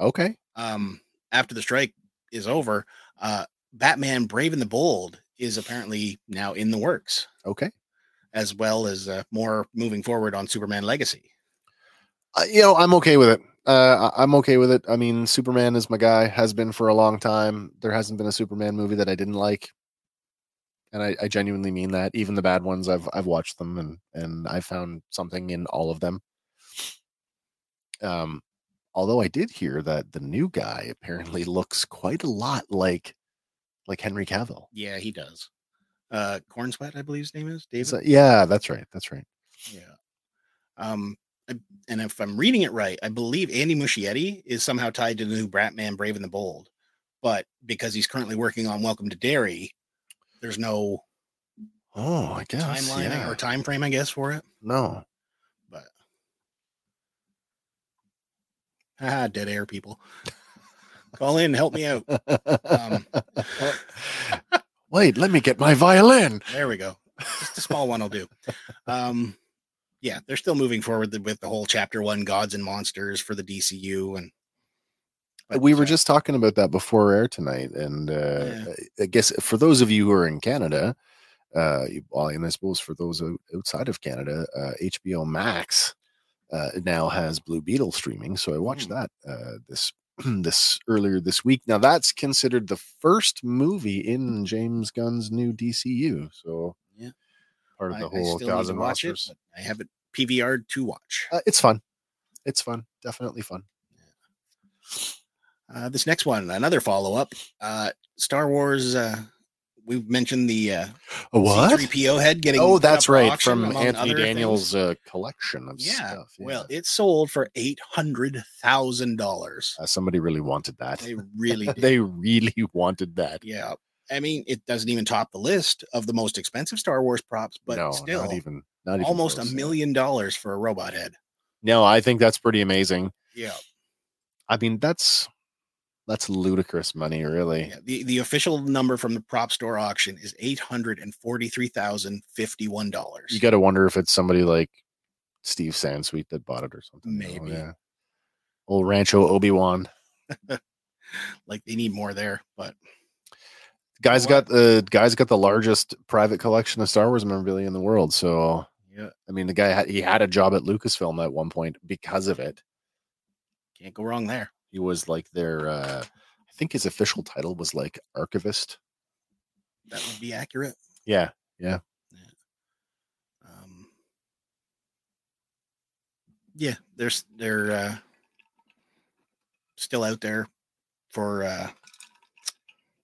Speaker 1: Okay.
Speaker 2: Um, after the strike is over, uh, Batman Brave and the Bold is apparently now in the works.
Speaker 1: Okay.
Speaker 2: as well as uh, more moving forward on Superman Legacy.
Speaker 1: Uh, you know, I'm okay with it. Uh, I- I'm okay with it. I mean, Superman is my guy. Has been for a long time. There hasn't been a Superman movie that I didn't like, and I, I genuinely mean that. Even the bad ones, I've I've watched them, and and I found something in all of them. Um, although I did hear that the new guy apparently looks quite a lot like like Henry Cavill.
Speaker 2: Yeah, he does. Uh, Corn Sweat, I believe his name is David.
Speaker 1: So- yeah, that's right. That's right.
Speaker 2: yeah. Um, I- and if I'm reading it right, I believe Andy Muschietti is somehow tied to the new Batman Brave and the Bold, but because he's currently working on Welcome to Derry, there's no
Speaker 1: Oh, I guess.
Speaker 2: timeline
Speaker 1: yeah.
Speaker 2: or time frame, I guess, for it.
Speaker 1: no.
Speaker 2: But ah, dead air people. Call in, help me out. Um,
Speaker 1: Wait, let me get my violin.
Speaker 2: There we go. Just a small one will do. Um, yeah, they're still moving forward th- with the whole chapter one gods and monsters for the DCU and but,
Speaker 1: we were
Speaker 2: uh,
Speaker 1: just talking about that before air tonight, and uh,
Speaker 2: Yeah.
Speaker 1: I I guess for those of you who are in Canada, uh, you- well, and I suppose for those out- outside of Canada, uh, HBO Max uh, now has Blue Beetle streaming. So I watched
Speaker 2: Hmm.
Speaker 1: that uh, this this earlier this week. Now that's considered the first movie in James Gunn's new DCU. So
Speaker 2: Yeah.
Speaker 1: part of
Speaker 2: I-
Speaker 1: the
Speaker 2: I
Speaker 1: whole
Speaker 2: still need to
Speaker 1: Gods and
Speaker 2: watch it,
Speaker 1: Monsters.
Speaker 2: but I have it PVR'd to watch.
Speaker 1: Uh, it's fun. It's fun. Definitely fun.
Speaker 2: Uh, this next one, another follow up. Uh, Star Wars. Uh, we've mentioned the uh, C3PO head getting.
Speaker 1: Oh,
Speaker 2: put up
Speaker 1: that's
Speaker 2: for
Speaker 1: right.
Speaker 2: auction,
Speaker 1: From
Speaker 2: among
Speaker 1: Anthony
Speaker 2: other
Speaker 1: Daniels'
Speaker 2: things.
Speaker 1: uh, collection of
Speaker 2: Yeah,
Speaker 1: stuff.
Speaker 2: Well, it sold for eight hundred thousand dollars.
Speaker 1: Uh, somebody really wanted that.
Speaker 2: They really did.
Speaker 1: they really wanted that.
Speaker 2: Yeah. I mean, it doesn't even top the list of the most expensive Star Wars props, but
Speaker 1: no,
Speaker 2: still
Speaker 1: not even, not even
Speaker 2: almost a
Speaker 1: close, yeah.
Speaker 2: million dollars for a robot head.
Speaker 1: No, I think that's pretty amazing.
Speaker 2: Yeah.
Speaker 1: I mean, that's that's ludicrous money, really.
Speaker 2: yeah. The the official number from the prop store auction is eight hundred and forty three thousand fifty one dollars.
Speaker 1: You got to wonder if it's somebody like Steve Sansweet that bought it or something. you know,
Speaker 2: Maybe.
Speaker 1: yeah. Old Rancho Obi Wan.
Speaker 2: Like they need more there, but
Speaker 1: Guys got
Speaker 2: what?
Speaker 1: the guys got the largest private collection of Star Wars memorabilia in the world. So
Speaker 2: yeah,
Speaker 1: I mean, the guy had, he had a job at Lucasfilm at one point because of it.
Speaker 2: can't go wrong there.
Speaker 1: He was like their, uh, I think his official title was like archivist.
Speaker 2: That would be accurate.
Speaker 1: Yeah,
Speaker 2: Um, yeah, they're s- they're uh, still out there for uh,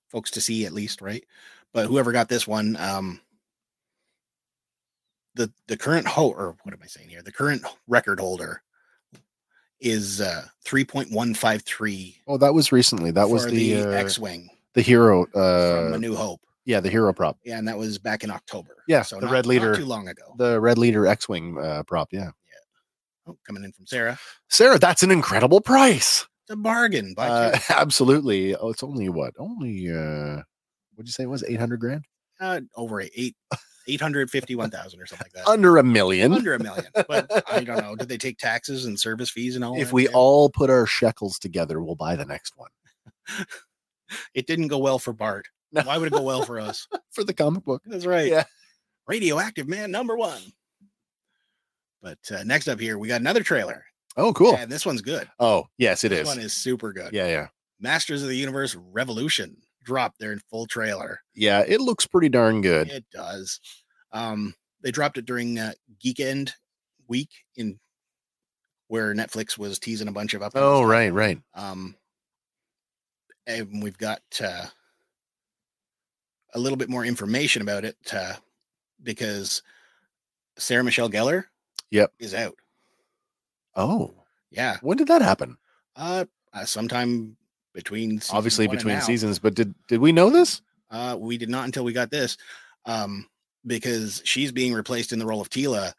Speaker 2: folks to see at least, right? But whoever got this one, um, the the current ho or what am I saying here? The current record holder is uh, three point one five three.
Speaker 1: Oh, that was recently. That was
Speaker 2: for
Speaker 1: the uh,
Speaker 2: X-wing
Speaker 1: the hero.
Speaker 2: from A
Speaker 1: Uh,
Speaker 2: New Hope,
Speaker 1: yeah, the hero prop.
Speaker 2: yeah, and that was back in October.
Speaker 1: Yeah, the Red Leader-
Speaker 2: too long ago.
Speaker 1: The Red Leader X Wing uh, prop. Yeah.
Speaker 2: Oh, coming in from Sarah.
Speaker 1: Sarah, that's an incredible price.
Speaker 2: It's a bargain. Buy
Speaker 1: Uh,
Speaker 2: two.
Speaker 1: absolutely. Oh, it's only what? Only uh what'd you say it was? 800 grand?
Speaker 2: Uh, over eight, eight hundred fifty-one thousand or something like that.
Speaker 1: Under a million.
Speaker 2: Under a million. But I don't know. Did they take taxes and service fees and all?
Speaker 1: If
Speaker 2: that
Speaker 1: we
Speaker 2: shit?
Speaker 1: all put our shekels together, we'll buy the next one
Speaker 2: it didn't go well for Bart.
Speaker 1: No.
Speaker 2: Why would it go well for us?
Speaker 1: for the comic book.
Speaker 2: That's right.
Speaker 1: Yeah.
Speaker 2: Radioactive man number one. But uh, next up here, we got another trailer.
Speaker 1: Oh, cool.
Speaker 2: And this one's good.
Speaker 1: Oh, yes, it
Speaker 2: this
Speaker 1: is.
Speaker 2: one is super good.
Speaker 1: Yeah, yeah.
Speaker 2: Masters of the Universe Revolution dropped their full trailer.
Speaker 1: Yeah, it looks pretty darn good.
Speaker 2: It does. Um, they dropped it during uh, Geekend week in where Netflix was teasing a bunch of up.
Speaker 1: Oh, right, right.
Speaker 2: Um, and we've got uh, a little bit more information about it uh, because Sarah Michelle Gellar,
Speaker 1: Yep.
Speaker 2: is out.
Speaker 1: Oh,
Speaker 2: Yeah,
Speaker 1: when did that happen?
Speaker 2: uh, uh sometime between season
Speaker 1: Obviously
Speaker 2: one and
Speaker 1: between
Speaker 2: now.
Speaker 1: seasons, but did did we know this?
Speaker 2: Uh, we did not until we got this, um, because she's being replaced in the role of Tila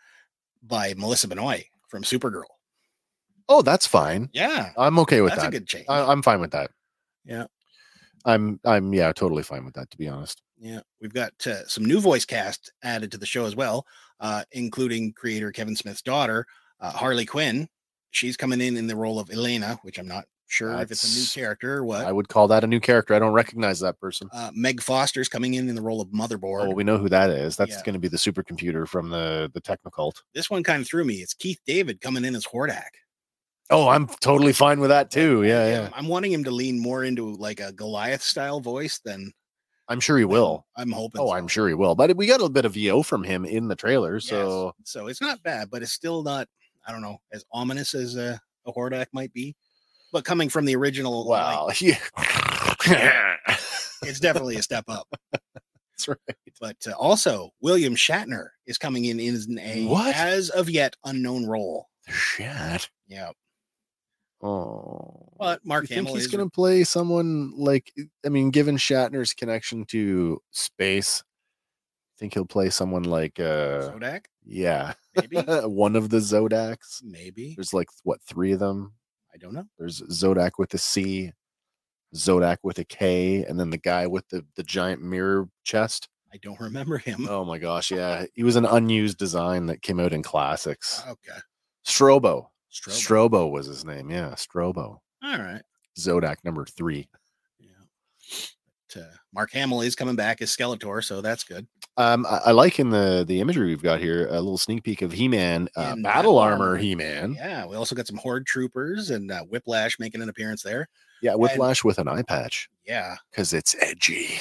Speaker 2: by Melissa Benoit from Supergirl.
Speaker 1: Oh, that's fine.
Speaker 2: Yeah,
Speaker 1: I'm okay with
Speaker 2: that's a
Speaker 1: that.
Speaker 2: good change.
Speaker 1: I, I'm fine with that.
Speaker 2: Yeah.
Speaker 1: I'm I'm yeah, totally fine with that to be honest.
Speaker 2: yeah, we've got uh, some new voice cast added to the show as well, uh, including creator Kevin Smith's daughter, uh, Harley Quinn. She's coming in in the role of Elena, which I'm not sure if
Speaker 1: That's-
Speaker 2: it's a new character or what.
Speaker 1: I would call that a new character. I don't recognize that person.
Speaker 2: uh, Meg Foster's coming in in the role of Motherboard.
Speaker 1: Oh, well, we know who that is. That's
Speaker 2: Yeah.
Speaker 1: going to be the supercomputer from the the Technicult.
Speaker 2: this one kind of threw me. It's Keith David coming in as Hordak.
Speaker 1: Oh, I'm totally fine with that too. Yeah, yeah.
Speaker 2: I'm wanting him to lean more into like a Goliath style voice than
Speaker 1: I'm sure he will.
Speaker 2: I'm hoping.
Speaker 1: Oh,
Speaker 2: so.
Speaker 1: I'm sure he will. But we got a bit of VO from him in the trailer,
Speaker 2: Yes.
Speaker 1: so
Speaker 2: so it's not bad, but it's still not. I don't know as ominous as a, a Hordak might be, but coming from the original, like,
Speaker 1: wow. Yeah. That's
Speaker 2: it's definitely a step up.
Speaker 1: right.
Speaker 2: But uh, also, William Shatner is coming in in a
Speaker 1: What?
Speaker 2: as of yet unknown role.
Speaker 1: Shit.
Speaker 2: Yeah,
Speaker 1: Oh.
Speaker 2: but Mark
Speaker 1: you think
Speaker 2: Hamill
Speaker 1: he's
Speaker 2: is
Speaker 1: going to play someone like eh, I mean, given Shatner's connection to space, I think he'll play someone like uh
Speaker 2: Hordak.
Speaker 1: yeah,
Speaker 2: Maybe,
Speaker 1: one of the Zodaks.
Speaker 2: maybe
Speaker 1: There's like what three of them?
Speaker 2: I don't know.
Speaker 1: There's Zodak with a C, Zodak with a K, and then the guy with the the giant mirror chest.
Speaker 2: I don't remember him.
Speaker 1: Oh my gosh, yeah, he was an unused design that came out in classics.
Speaker 2: Okay,
Speaker 1: Strobo.
Speaker 2: Ah. Strobo.
Speaker 1: Strobo, was his name. Yeah, Strobo.
Speaker 2: All right.
Speaker 1: Zodak number three.
Speaker 2: Yeah. But, uh, Mark Hamill is coming back as Skeletor, so that's good.
Speaker 1: Um, I, I like in the the imagery we've got here a little sneak peek of He Man, uh, battle
Speaker 2: And Battle
Speaker 1: armor
Speaker 2: Armor.
Speaker 1: He Man. Yeah.
Speaker 2: Yeah, we also got some Horde Troopers and uh, Whiplash making an appearance there.
Speaker 1: Whiplash with an eye patch
Speaker 2: Yeah,
Speaker 1: because it's edgy.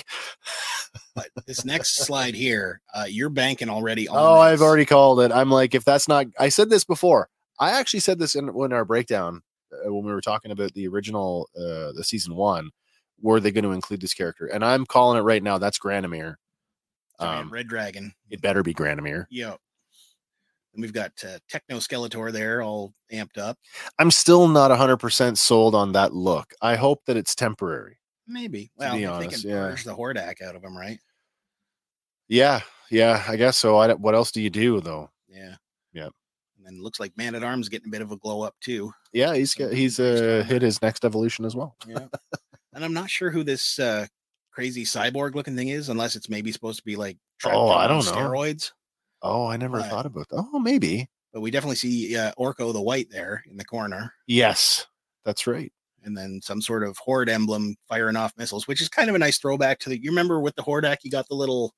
Speaker 2: but this next slide here, uh, you're banking already. On
Speaker 1: Oh, I've
Speaker 2: this.
Speaker 1: already called it. I'm like, if that's not, I said this before. I actually said this in when our breakdown uh, when we were talking about the original, uh, the season one. Were they going to include this character? And I'm calling it right now. That's Granomir.
Speaker 2: Sorry,
Speaker 1: Um,
Speaker 2: Red Dragon.
Speaker 1: it better be Granomir.
Speaker 2: Yep. And we've got uh, Techno Skeletor there, all amped up.
Speaker 1: I'm still not 100% sold on that look. I hope that it's temporary.
Speaker 2: Maybe. Well,
Speaker 1: be
Speaker 2: if
Speaker 1: honest,
Speaker 2: they
Speaker 1: yeah.
Speaker 2: can purge the Hordak out of him, right?
Speaker 1: Yeah, yeah, I guess so. I, don't- what else do you do though?
Speaker 2: Yeah.
Speaker 1: Yep.
Speaker 2: And then it looks like Man at Arms getting a bit of a glow up too.
Speaker 1: Yeah, he's got, he's uh, hit his next evolution as well.
Speaker 2: Yeah. and I'm not sure who this uh, crazy cyborg looking thing is, unless it's maybe supposed to be like trapped
Speaker 1: Oh,
Speaker 2: up
Speaker 1: I
Speaker 2: on
Speaker 1: don't know.
Speaker 2: steroids.
Speaker 1: Oh, I never
Speaker 2: Right.
Speaker 1: thought about that. Oh, maybe.
Speaker 2: But we definitely see uh, Orko the White there in the corner,
Speaker 1: Yes, that's right.
Speaker 2: and then some sort of horde emblem firing off missiles, which is kind of a nice throwback to the. You remember with the Hordak, you got the little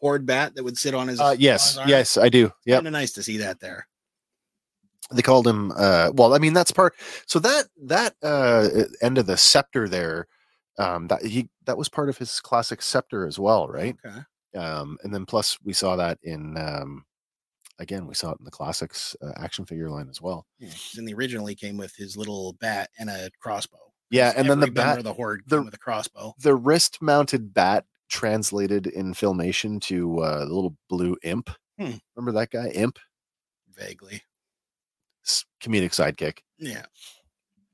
Speaker 2: horde bat that would sit on his.
Speaker 1: Uh,
Speaker 2: on his
Speaker 1: yes,
Speaker 2: arm?
Speaker 1: yes, I do. Yep.
Speaker 2: Kind of nice to see that there.
Speaker 1: they called him uh well i mean that's part so that that uh end of the scepter there um that he that was part of his classic scepter as well right
Speaker 2: Okay.
Speaker 1: um and then plus we saw that in um again we saw it in the classics uh, action figure line as well
Speaker 2: Yeah, 'cause in the original, he came with his little bat and a crossbow.
Speaker 1: yeah
Speaker 2: 'Cause
Speaker 1: and then the
Speaker 2: every member
Speaker 1: bat
Speaker 2: of the horde,
Speaker 1: the-
Speaker 2: came with a crossbow.
Speaker 1: the wrist mounted bat translated in filmation to uh the little blue imp
Speaker 2: Hmm.
Speaker 1: remember that guy imp
Speaker 2: Vaguely.
Speaker 1: S- comedic sidekick
Speaker 2: Yeah.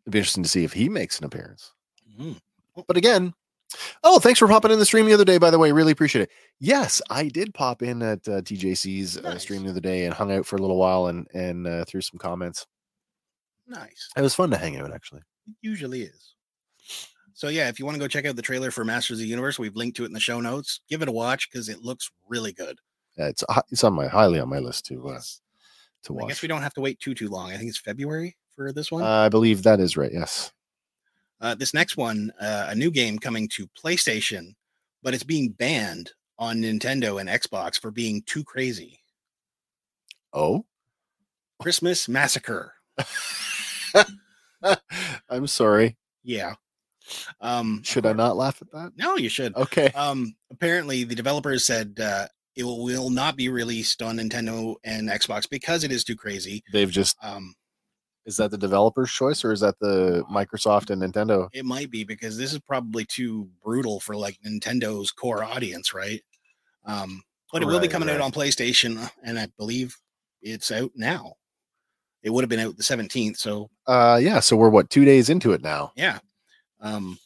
Speaker 1: it'd be interesting to see if he makes an appearance
Speaker 2: Mhm.
Speaker 1: But again, oh, thanks for popping in the stream the other day. By the way, really appreciate it. Yes, I did pop in at uh, TJC's uh,
Speaker 2: Nice.
Speaker 1: stream the other day and hung out for a little while and and uh, threw some comments.
Speaker 2: Nice.
Speaker 1: It was fun to hang out actually.
Speaker 2: It usually is. So yeah, if you want to go check out the trailer for Masters of the Universe, we've linked to it in the show notes. Give it a watch because it looks really good.
Speaker 1: Yeah, it's hi- it's on my highly on my list to uh,
Speaker 2: Yes.
Speaker 1: to
Speaker 2: I guess
Speaker 1: watch. Uh
Speaker 2: we don't have to wait too too long. I think it's February for this one.
Speaker 1: I believe that is right. Yes.
Speaker 2: Uh, this next one, uh, a new game coming to PlayStation, but it's being banned on Nintendo and Xbox for being too crazy.
Speaker 1: Oh,
Speaker 2: Christmas Massacre.
Speaker 1: I'm sorry.
Speaker 2: Yeah. Um,
Speaker 1: Should I not laugh at that?
Speaker 2: No, you should.
Speaker 1: Okay.
Speaker 2: Um, apparently, the developers said uh, it will, will not be released on Nintendo and Xbox because it is too crazy.
Speaker 1: They've just
Speaker 2: Um,
Speaker 1: is that the developer's choice or is that the Microsoft and Nintendo?
Speaker 2: it might be because this is probably too brutal for like Nintendo's core audience, right? Um, but it will be
Speaker 1: Right,
Speaker 2: coming
Speaker 1: right.
Speaker 2: out on PlayStation, uh, and I believe it's out now. It would have been out the 17th, so
Speaker 1: Uh yeah, so we're what 2 days into it now.
Speaker 2: yeah. Um,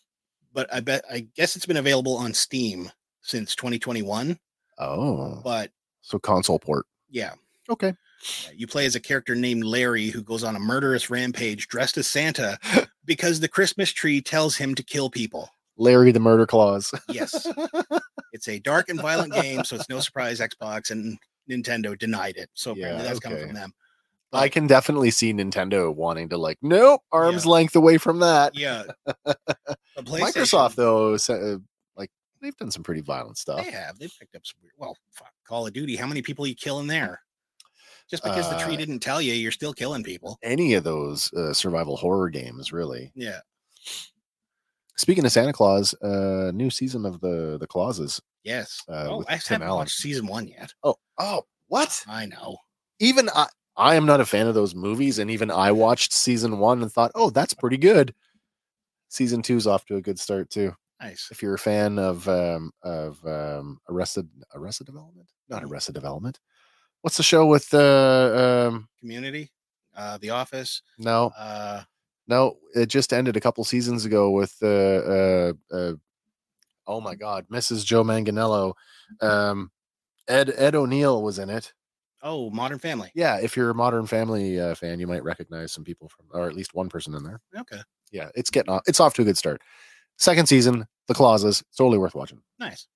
Speaker 2: but I bet I guess it's been available on Steam since 2021.
Speaker 1: Oh.
Speaker 2: But
Speaker 1: So console port.
Speaker 2: yeah,
Speaker 1: Okay.
Speaker 2: you play as a character named Larry who goes on a murderous rampage dressed as Santa because the Christmas tree tells him to kill people.
Speaker 1: Larry the Murder Claws.
Speaker 2: Yes. it's a dark and violent game, so it's no surprise Xbox and Nintendo denied it. So apparently
Speaker 1: Yeah,
Speaker 2: that's coming
Speaker 1: okay.
Speaker 2: from them.
Speaker 1: I
Speaker 2: Like-
Speaker 1: can definitely see Nintendo wanting to like nope, arms length away from that.
Speaker 2: Yeah. But
Speaker 1: Microsoft
Speaker 2: PlayStation,
Speaker 1: though sa- uh, like they've done some pretty violent stuff.
Speaker 2: they have they picked up some weird. Well, fuck, Call of Duty. How many people you killing there? Just because the tree
Speaker 1: Uh,
Speaker 2: didn't tell you, you're still killing people.
Speaker 1: Any of those uh, survival horror games really.
Speaker 2: Yeah.
Speaker 1: Speaking of Santa Claus, uh new season of the the clauses.
Speaker 2: Yes.
Speaker 1: Uh,
Speaker 2: oh,
Speaker 1: with
Speaker 2: I
Speaker 1: Tim
Speaker 2: haven't
Speaker 1: Allen.
Speaker 2: watched season one yet.
Speaker 1: Oh, oh, what?
Speaker 2: I know.
Speaker 1: Even I I am not a fan of those movies and even I watched season 1 and thought, "Oh, that's pretty good." Season two's off to a good start too.
Speaker 2: Nice.
Speaker 1: if you're a fan of um of um arrested arrested development not
Speaker 2: Mhm.
Speaker 1: arrested development what's the show with uh um
Speaker 2: Community, uh, The Office.
Speaker 1: no
Speaker 2: Uh,
Speaker 1: no it just ended a couple seasons ago with uh uh, uh oh my god mrs joe manganello um ed ed o'neill was in it
Speaker 2: oh, Modern Family.
Speaker 1: yeah if you're a modern family uh, fan you might recognize some people from or at least one person in there
Speaker 2: Okay.
Speaker 1: yeah it's getting off it's off to a good start second season the clauses totally worth watching
Speaker 2: Nice.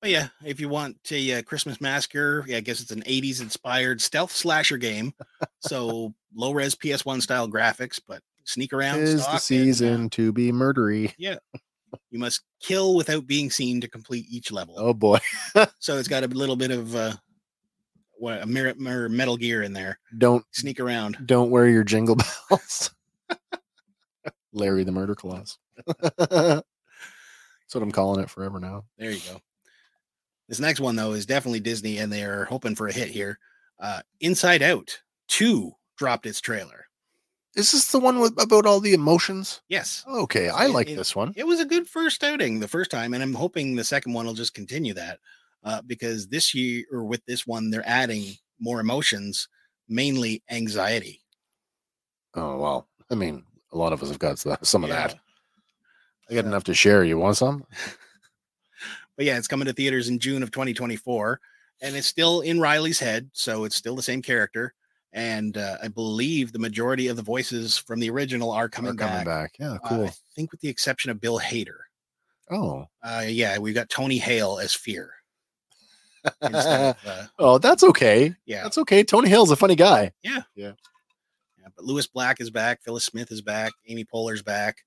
Speaker 2: But yeah, if you want a uh, Christmas Massacre, yeah, I guess it's an 80s inspired stealth slasher game. So low res PS1 style graphics, but sneak around.
Speaker 1: is
Speaker 2: stalk,
Speaker 1: the
Speaker 2: and, uh,
Speaker 1: season to be murdery
Speaker 2: you must kill without being seen to complete each level.
Speaker 1: oh boy
Speaker 2: So it's got a little bit of uh, what a mirror, mirror Metal Gear in there.
Speaker 1: don't
Speaker 2: Sneak around.
Speaker 1: don't wear your jingle bells larry the murder clause that's what i'm calling it forever now
Speaker 2: There you go. This next one though is definitely Disney, and they are hoping for a hit here. Uh, Inside Out 2 dropped its trailer.
Speaker 1: is this the one with about all the emotions
Speaker 2: Yes.
Speaker 1: okay i
Speaker 2: It-
Speaker 1: like
Speaker 2: it-
Speaker 1: this one
Speaker 2: it was a good first outing the first time, and I'm hoping the second one will just continue that uh, because this year or with this one they're adding more emotions, mainly anxiety.
Speaker 1: oh well i mean a lot of us have got s- some of
Speaker 2: Yeah.
Speaker 1: that i got enough to share you want some
Speaker 2: But yeah, it's coming to theaters in June of 2024, and it's still in Riley's head, so it's still the same character. And uh, I believe the majority of the voices from the original are coming,
Speaker 1: We're coming
Speaker 2: back.
Speaker 1: back, yeah
Speaker 2: Uh,
Speaker 1: cool
Speaker 2: I think with the exception of Bill Hader.
Speaker 1: oh
Speaker 2: Uh, yeah, we've got Tony Hale as Fear. instead of, uh,
Speaker 1: oh that's okay
Speaker 2: yeah,
Speaker 1: that's okay tony hill's a funny guy
Speaker 2: Yeah, but Lewis Black is back, Phyllis Smith is back, Amy Poehler's back,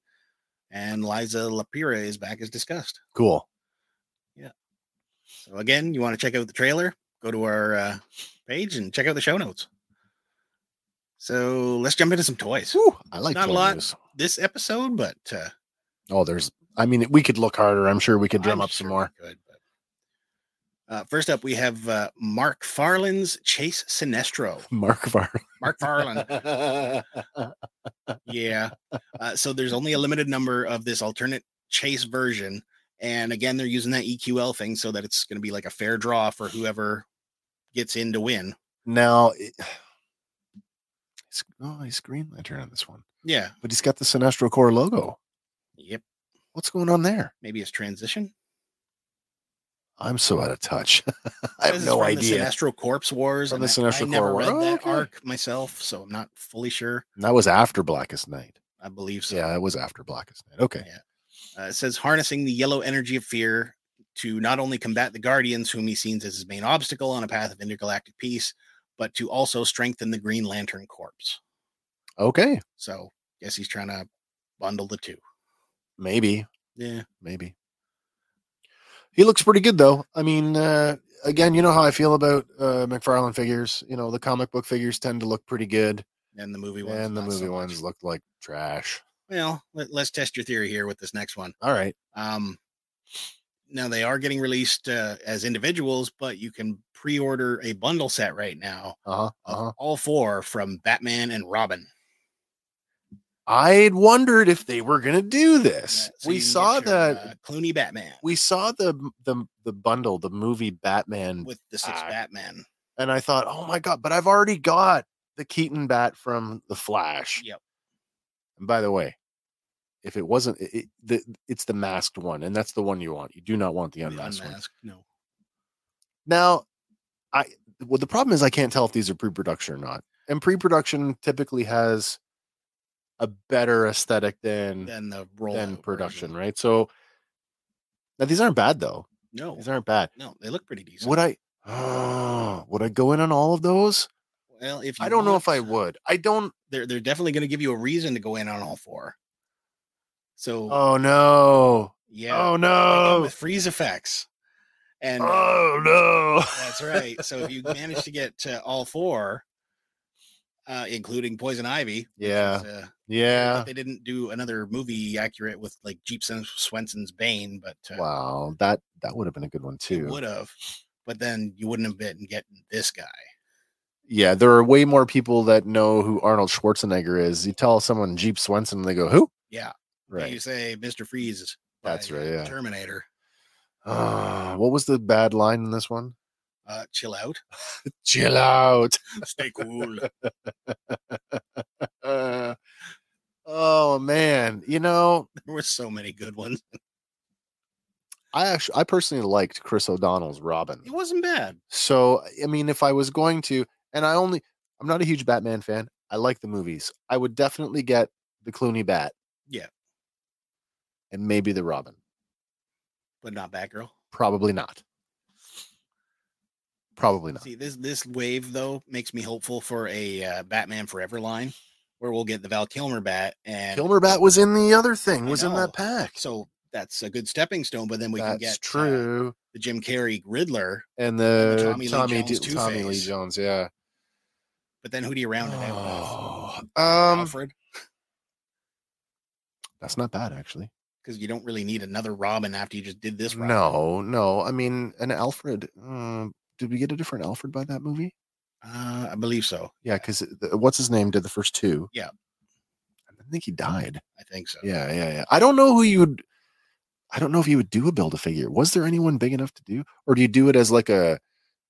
Speaker 2: and Liza Lapira is back as discussed.
Speaker 1: cool
Speaker 2: So again, you want to check out the trailer? Go to our uh, page and check out the show notes. So let's jump into some toys
Speaker 1: Whew, i like
Speaker 2: Not a
Speaker 1: toy
Speaker 2: lot.
Speaker 1: news.
Speaker 2: this episode, but uh,
Speaker 1: oh there's i mean we could look harder i'm sure we could drum
Speaker 2: I'm
Speaker 1: up some
Speaker 2: sure
Speaker 1: more
Speaker 2: we could, but- Uh, first up, we have uh, Mark Farland's Chase Sinestro.
Speaker 1: mark
Speaker 2: Mark Farland.
Speaker 1: var
Speaker 2: yeah. Uh, so there's only a limited number of this alternate chase version. And again, they're using that EQL thing so that it's going to be like a fair draw for whoever gets in to win.
Speaker 1: Now, it, it's, oh, he's Green Lantern on this one,
Speaker 2: Yeah.
Speaker 1: but he's got the Sinestro Corps logo.
Speaker 2: Yep.
Speaker 1: What's going on there?
Speaker 2: Maybe it's transition.
Speaker 1: I'm so out of touch. I
Speaker 2: This
Speaker 1: have
Speaker 2: is
Speaker 1: no
Speaker 2: from The
Speaker 1: idea.
Speaker 2: Sinestro Corpse Wars.
Speaker 1: From
Speaker 2: and
Speaker 1: the
Speaker 2: I-
Speaker 1: Sinestro
Speaker 2: I never
Speaker 1: Corps War.
Speaker 2: read
Speaker 1: Oh,
Speaker 2: that
Speaker 1: okay.
Speaker 2: arc myself, so I'm not fully sure.
Speaker 1: And that was after Blackest Night.
Speaker 2: I believe so.
Speaker 1: Yeah, it was after Blackest Night. Okay.
Speaker 2: Uh, it says harnessing the yellow energy of fear to not only combat the guardians, whom he sees as his main obstacle on a path of intergalactic peace, but to also strengthen the Green Lantern Corps.
Speaker 1: Okay.
Speaker 2: So, guess he's trying to bundle the two.
Speaker 1: Maybe.
Speaker 2: Yeah,
Speaker 1: maybe. He looks pretty good though. I mean, uh, again, you know how I feel about uh, McFarlane figures. You know, the comic book figures tend to look pretty good,
Speaker 2: and the movie ones.
Speaker 1: and the
Speaker 2: not so
Speaker 1: movie
Speaker 2: much.
Speaker 1: ones look like trash.
Speaker 2: Well, let, let's test your theory here with this next one.
Speaker 1: All right,
Speaker 2: Um, now they are getting released uh, as individuals, but you can pre-order a bundle set right now
Speaker 1: uh huh,
Speaker 2: of
Speaker 1: uh huh.
Speaker 2: all four from Batman and Robin.
Speaker 1: I wondered if they were gonna do this.
Speaker 2: Uh, so
Speaker 1: we
Speaker 2: you can get
Speaker 1: saw
Speaker 2: your,
Speaker 1: that.
Speaker 2: uh, Clooney Batman
Speaker 1: we saw the the the bundle, the movie Batman,
Speaker 2: with the six
Speaker 1: uh,
Speaker 2: Batman.
Speaker 1: and I thought, oh my god! But I've already got the Keaton bat from the Flash.
Speaker 2: Yep.
Speaker 1: And by the way, if it wasn't, it, it- the, it's the masked one, and that's the one you want. You do not want the
Speaker 2: the
Speaker 1: unmasked one.
Speaker 2: unmasked, No.
Speaker 1: Now, I well, the problem is I can't tell if these are pre-production or not, and pre-production typically has a better aesthetic than
Speaker 2: Then the roll
Speaker 1: than Mm. production, right? So now these aren't bad though.
Speaker 2: No.
Speaker 1: These aren't bad.
Speaker 2: No, they look pretty decent.
Speaker 1: Would I? Oh, would I go in on all of those?
Speaker 2: well, if
Speaker 1: I
Speaker 2: you
Speaker 1: don't know
Speaker 2: want,
Speaker 1: if I
Speaker 2: uh,
Speaker 1: would. I don't.
Speaker 2: They're they're definitely going to give you a reason to go in on all four. So
Speaker 1: Oh no!
Speaker 2: yeah,
Speaker 1: Oh
Speaker 2: they come
Speaker 1: no!
Speaker 2: with freeze effects, and uh,
Speaker 1: Oh
Speaker 2: That's right. So if you manage to get uh, all four, uh, including Poison Ivy,
Speaker 1: no! Yeah,
Speaker 2: is, uh,
Speaker 1: yeah.
Speaker 2: they didn't do another movie accurate with like Jeep Swen- Swenson's Bane, but uh,
Speaker 1: Wow, that that would have been a good one too.
Speaker 2: would have. But then you wouldn't have been getting this guy.
Speaker 1: yeah, there are way more people that know who Arnold Schwarzenegger is. You tell someone Jeep Swenson, they go, "Who?"
Speaker 2: Yeah. You
Speaker 1: right.
Speaker 2: say Mr. Freeze. is
Speaker 1: That's
Speaker 2: by,
Speaker 1: right,
Speaker 2: uh,
Speaker 1: yeah.
Speaker 2: Terminator.
Speaker 1: Ah, what was the bad line in this one?
Speaker 2: Uh, chill out.
Speaker 1: Chill out.
Speaker 2: Stay cool.
Speaker 1: Uh, oh man, you know,
Speaker 2: there were so many good ones.
Speaker 1: I actually, I personally liked Chris O'Donnell's Robin.
Speaker 2: It wasn't bad.
Speaker 1: So, I mean, if I was going to, and I only, I'm not a huge Batman fan. I like the movies. I would definitely get the Clooney Bat.
Speaker 2: Yeah.
Speaker 1: And maybe the Robin.
Speaker 2: But not Batgirl.
Speaker 1: Probably not. Probably not.
Speaker 2: See this this wave though makes me hopeful for a uh, Batman Forever line, where we'll get the Val Kilmer bat and
Speaker 1: Kilmer Bat was in the other thing,
Speaker 2: I
Speaker 1: was in
Speaker 2: know.
Speaker 1: that pack.
Speaker 2: so that's a good stepping stone. But then we
Speaker 1: That's
Speaker 2: can get uh,
Speaker 1: true.
Speaker 2: the Jim Carrey Riddler.
Speaker 1: and
Speaker 2: the
Speaker 1: the
Speaker 2: Tommy
Speaker 1: Tommy,
Speaker 2: Lee
Speaker 1: Tommy,
Speaker 2: Jones
Speaker 1: D- Tommy Lee
Speaker 2: Two-Face.
Speaker 1: Jones, yeah.
Speaker 2: But then who do you round it out with?
Speaker 1: Oh, um,
Speaker 2: Alfred,
Speaker 1: that's not bad actually.
Speaker 2: because you don't really need another Robin after you just did this. Robin.
Speaker 1: No, no. I mean, an Alfred. mm, did we get a different Alfred by that movie?
Speaker 2: uh, I believe so.
Speaker 1: Yeah, because what's his name did the first two.
Speaker 2: Yeah.
Speaker 1: I think he died.
Speaker 2: I think so.
Speaker 1: Yeah, yeah, yeah. I don't know who you would. I don't know if you would do a build a figure. Was there anyone big enough to do, or do you do it as like a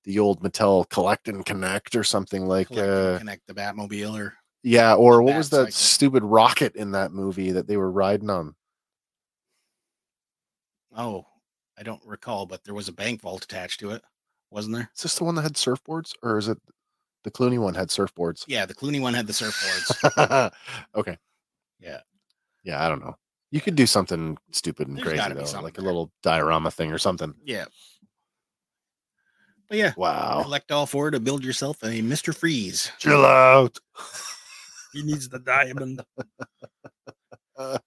Speaker 1: the old Mattel collect and connect or something like?
Speaker 2: Collect and
Speaker 1: uh
Speaker 2: connect the Batmobile or
Speaker 1: Yeah, or what
Speaker 2: bat
Speaker 1: was that
Speaker 2: cycle.
Speaker 1: stupid rocket in that movie that they were riding on?
Speaker 2: oh, I don't recall, but there was a bank vault attached to it, wasn't there?
Speaker 1: Is this the one that had surfboards, or is it the Clooney one had surfboards?
Speaker 2: Yeah, the Clooney one had the surfboards.
Speaker 1: okay.
Speaker 2: Yeah.
Speaker 1: Yeah, I don't know. You could do something stupid and
Speaker 2: There's
Speaker 1: crazy
Speaker 2: gotta be
Speaker 1: though,
Speaker 2: something
Speaker 1: like a
Speaker 2: there.
Speaker 1: little diorama thing or something.
Speaker 2: yeah. But yeah,
Speaker 1: Wow.
Speaker 2: collect all four to build yourself a Mr. Freeze.
Speaker 1: Chill out.
Speaker 2: He needs the diamond.
Speaker 1: Uh.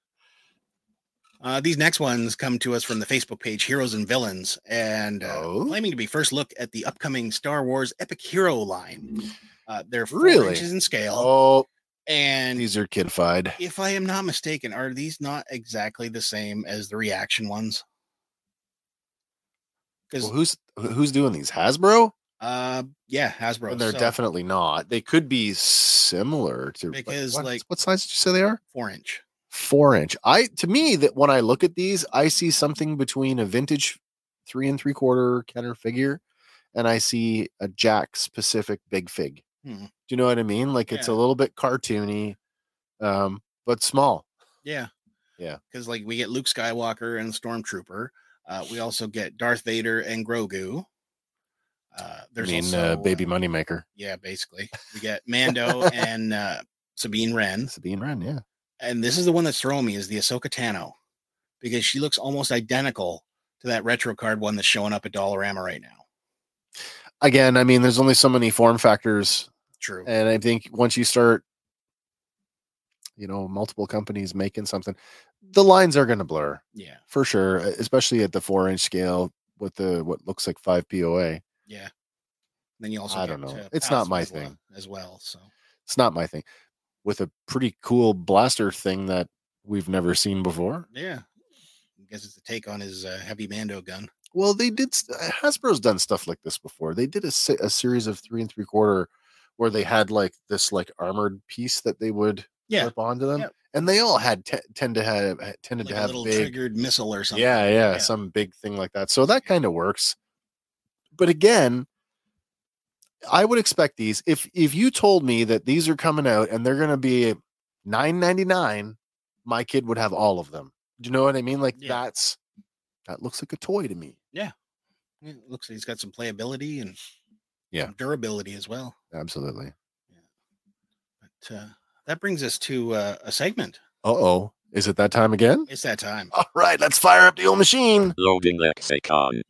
Speaker 2: Uh, these next ones come to us from the Facebook page Heroes and Villains and uh,
Speaker 1: Oh.
Speaker 2: claiming to be first look at the upcoming Star Wars Epic Hero line. Uh, they're four
Speaker 1: Really?
Speaker 2: inches in scale.
Speaker 1: Oh,
Speaker 2: and
Speaker 1: these are kidified.
Speaker 2: if I am not mistaken, are these not exactly the same as the reaction ones? Because,
Speaker 1: Well, who's who's doing these? Hasbro?
Speaker 2: uh, yeah, Hasbro.
Speaker 1: And they're
Speaker 2: so
Speaker 1: definitely not. They could be similar to like,
Speaker 2: Because,
Speaker 1: what-
Speaker 2: like-
Speaker 1: what size did you say they are?
Speaker 2: four inch.
Speaker 1: four inch. I to me that when I look at these, I see something between a vintage three and three quarter Kenner figure, and I see a Jack specific big fig.
Speaker 2: Hmm.
Speaker 1: Do you know what I mean? Like it's a
Speaker 2: Yeah.
Speaker 1: little bit cartoony, um, but small.
Speaker 2: Yeah.
Speaker 1: Yeah.
Speaker 2: Because like we get Luke Skywalker and Stormtrooper. Uh, we also get Darth Vader and Grogu. Uh,
Speaker 1: I
Speaker 2: there's
Speaker 1: mean,
Speaker 2: also,
Speaker 1: uh, Baby Moneymaker,
Speaker 2: yeah, basically, we get Mando and uh, Sabine Wren.
Speaker 1: Sabine Wren. Yeah,
Speaker 2: and this is the one that's throwing me is the Ahsoka Tano because she looks almost identical to that retro card one that's showing up at Dollarama right now.
Speaker 1: again, I mean, there's only so many form factors
Speaker 2: True.
Speaker 1: and i think once you start you know multiple companies making something the lines are going to blur
Speaker 2: Yeah.
Speaker 1: for sure e- especially at the four inch scale with the what looks like five poa
Speaker 2: Yeah. Then you also
Speaker 1: I
Speaker 2: get,
Speaker 1: don't know.
Speaker 2: uh,
Speaker 1: It's not
Speaker 2: Paz
Speaker 1: my
Speaker 2: Vizsla
Speaker 1: thing.
Speaker 2: as well. So
Speaker 1: it's not my thing with a pretty cool blaster thing that we've never seen before
Speaker 2: yeah, I guess it's a take on his uh, heavy Mando gun.
Speaker 1: well they did s- uh, hasbro's done stuff like this before they did a, se- a series of three and three quarter where they had like this like armored piece that they would
Speaker 2: Yeah,
Speaker 1: clip onto them
Speaker 2: yeah.
Speaker 1: and they all had te- tend to have eh, tended
Speaker 2: like
Speaker 1: to
Speaker 2: a
Speaker 1: have
Speaker 2: little
Speaker 1: big
Speaker 2: triggered missile or something.
Speaker 1: Yeah, yeah,
Speaker 2: Yeah.
Speaker 1: some big thing like that. So that kind of works. But again, I would expect these if if you told me that these are coming out and they're going to be 9.99, my kid would have all of them. Do you know what I mean? Like
Speaker 2: Yeah.
Speaker 1: that's that looks like a toy to me.
Speaker 2: Yeah, it looks like he's got some playability and
Speaker 1: Yeah.
Speaker 2: some durability as well.
Speaker 1: Absolutely.
Speaker 2: But uh, that brings us to uh, a segment.
Speaker 1: Uh-oh. Is it that time again?
Speaker 2: It's that time.
Speaker 1: All right, let's fire up the old machine.
Speaker 4: Loading lexicon.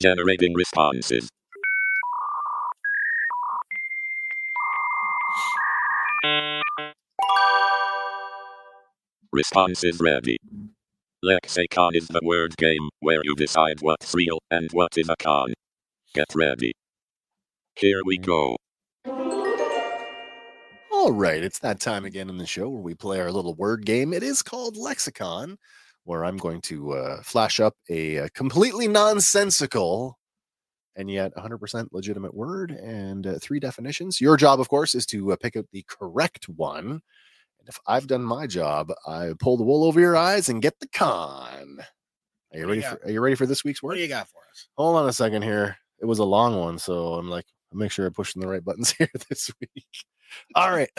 Speaker 4: Generating responses. Response is ready. Lexicon is the word game where you decide what's real and what is a con. Get ready. Here we go.
Speaker 1: All right, it's that time again in the show where we play our little word game. It is called Lexicon, where I'm going to uh, flash up a, uh completely nonsensical and yet 100% legitimate word and uh, three definitions. Your job, of course, is to uh, pick out the correct one. And if I've done my job, I pull the wool over your eyes and get the con. Are you
Speaker 2: What
Speaker 1: ready?
Speaker 2: do you
Speaker 1: For, are you ready for this week's
Speaker 2: What
Speaker 1: word?
Speaker 2: do you got for us?
Speaker 1: Hold on a second here. It was a long one, so I'm like, make sure I'm pushing the right buttons here this week. All right.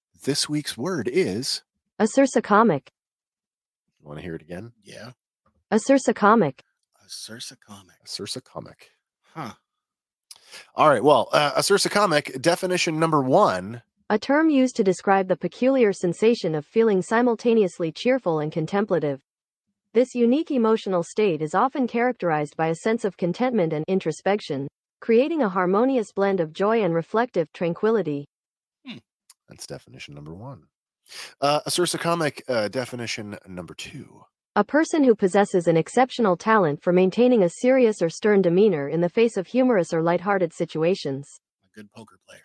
Speaker 1: this week's word is.
Speaker 5: A Sursa comic.
Speaker 1: You want to hear it again?
Speaker 2: Yeah,
Speaker 5: A Sursa comic.
Speaker 2: a Sursa comic.
Speaker 1: A Sursa comic.
Speaker 2: Huh.
Speaker 1: All right. Well, uh, a Sursa comic definition number one.
Speaker 5: A term used to describe the peculiar sensation of feeling simultaneously cheerful and contemplative. This unique emotional state is often characterized by a sense of contentment and introspection, creating a harmonious blend of joy and reflective tranquility.
Speaker 1: That's definition number one. Uh, a Sursa comic uh, definition number two.
Speaker 5: A person who possesses an exceptional talent for maintaining a serious or stern demeanor in the face of humorous or lighthearted situations.
Speaker 2: a good poker player.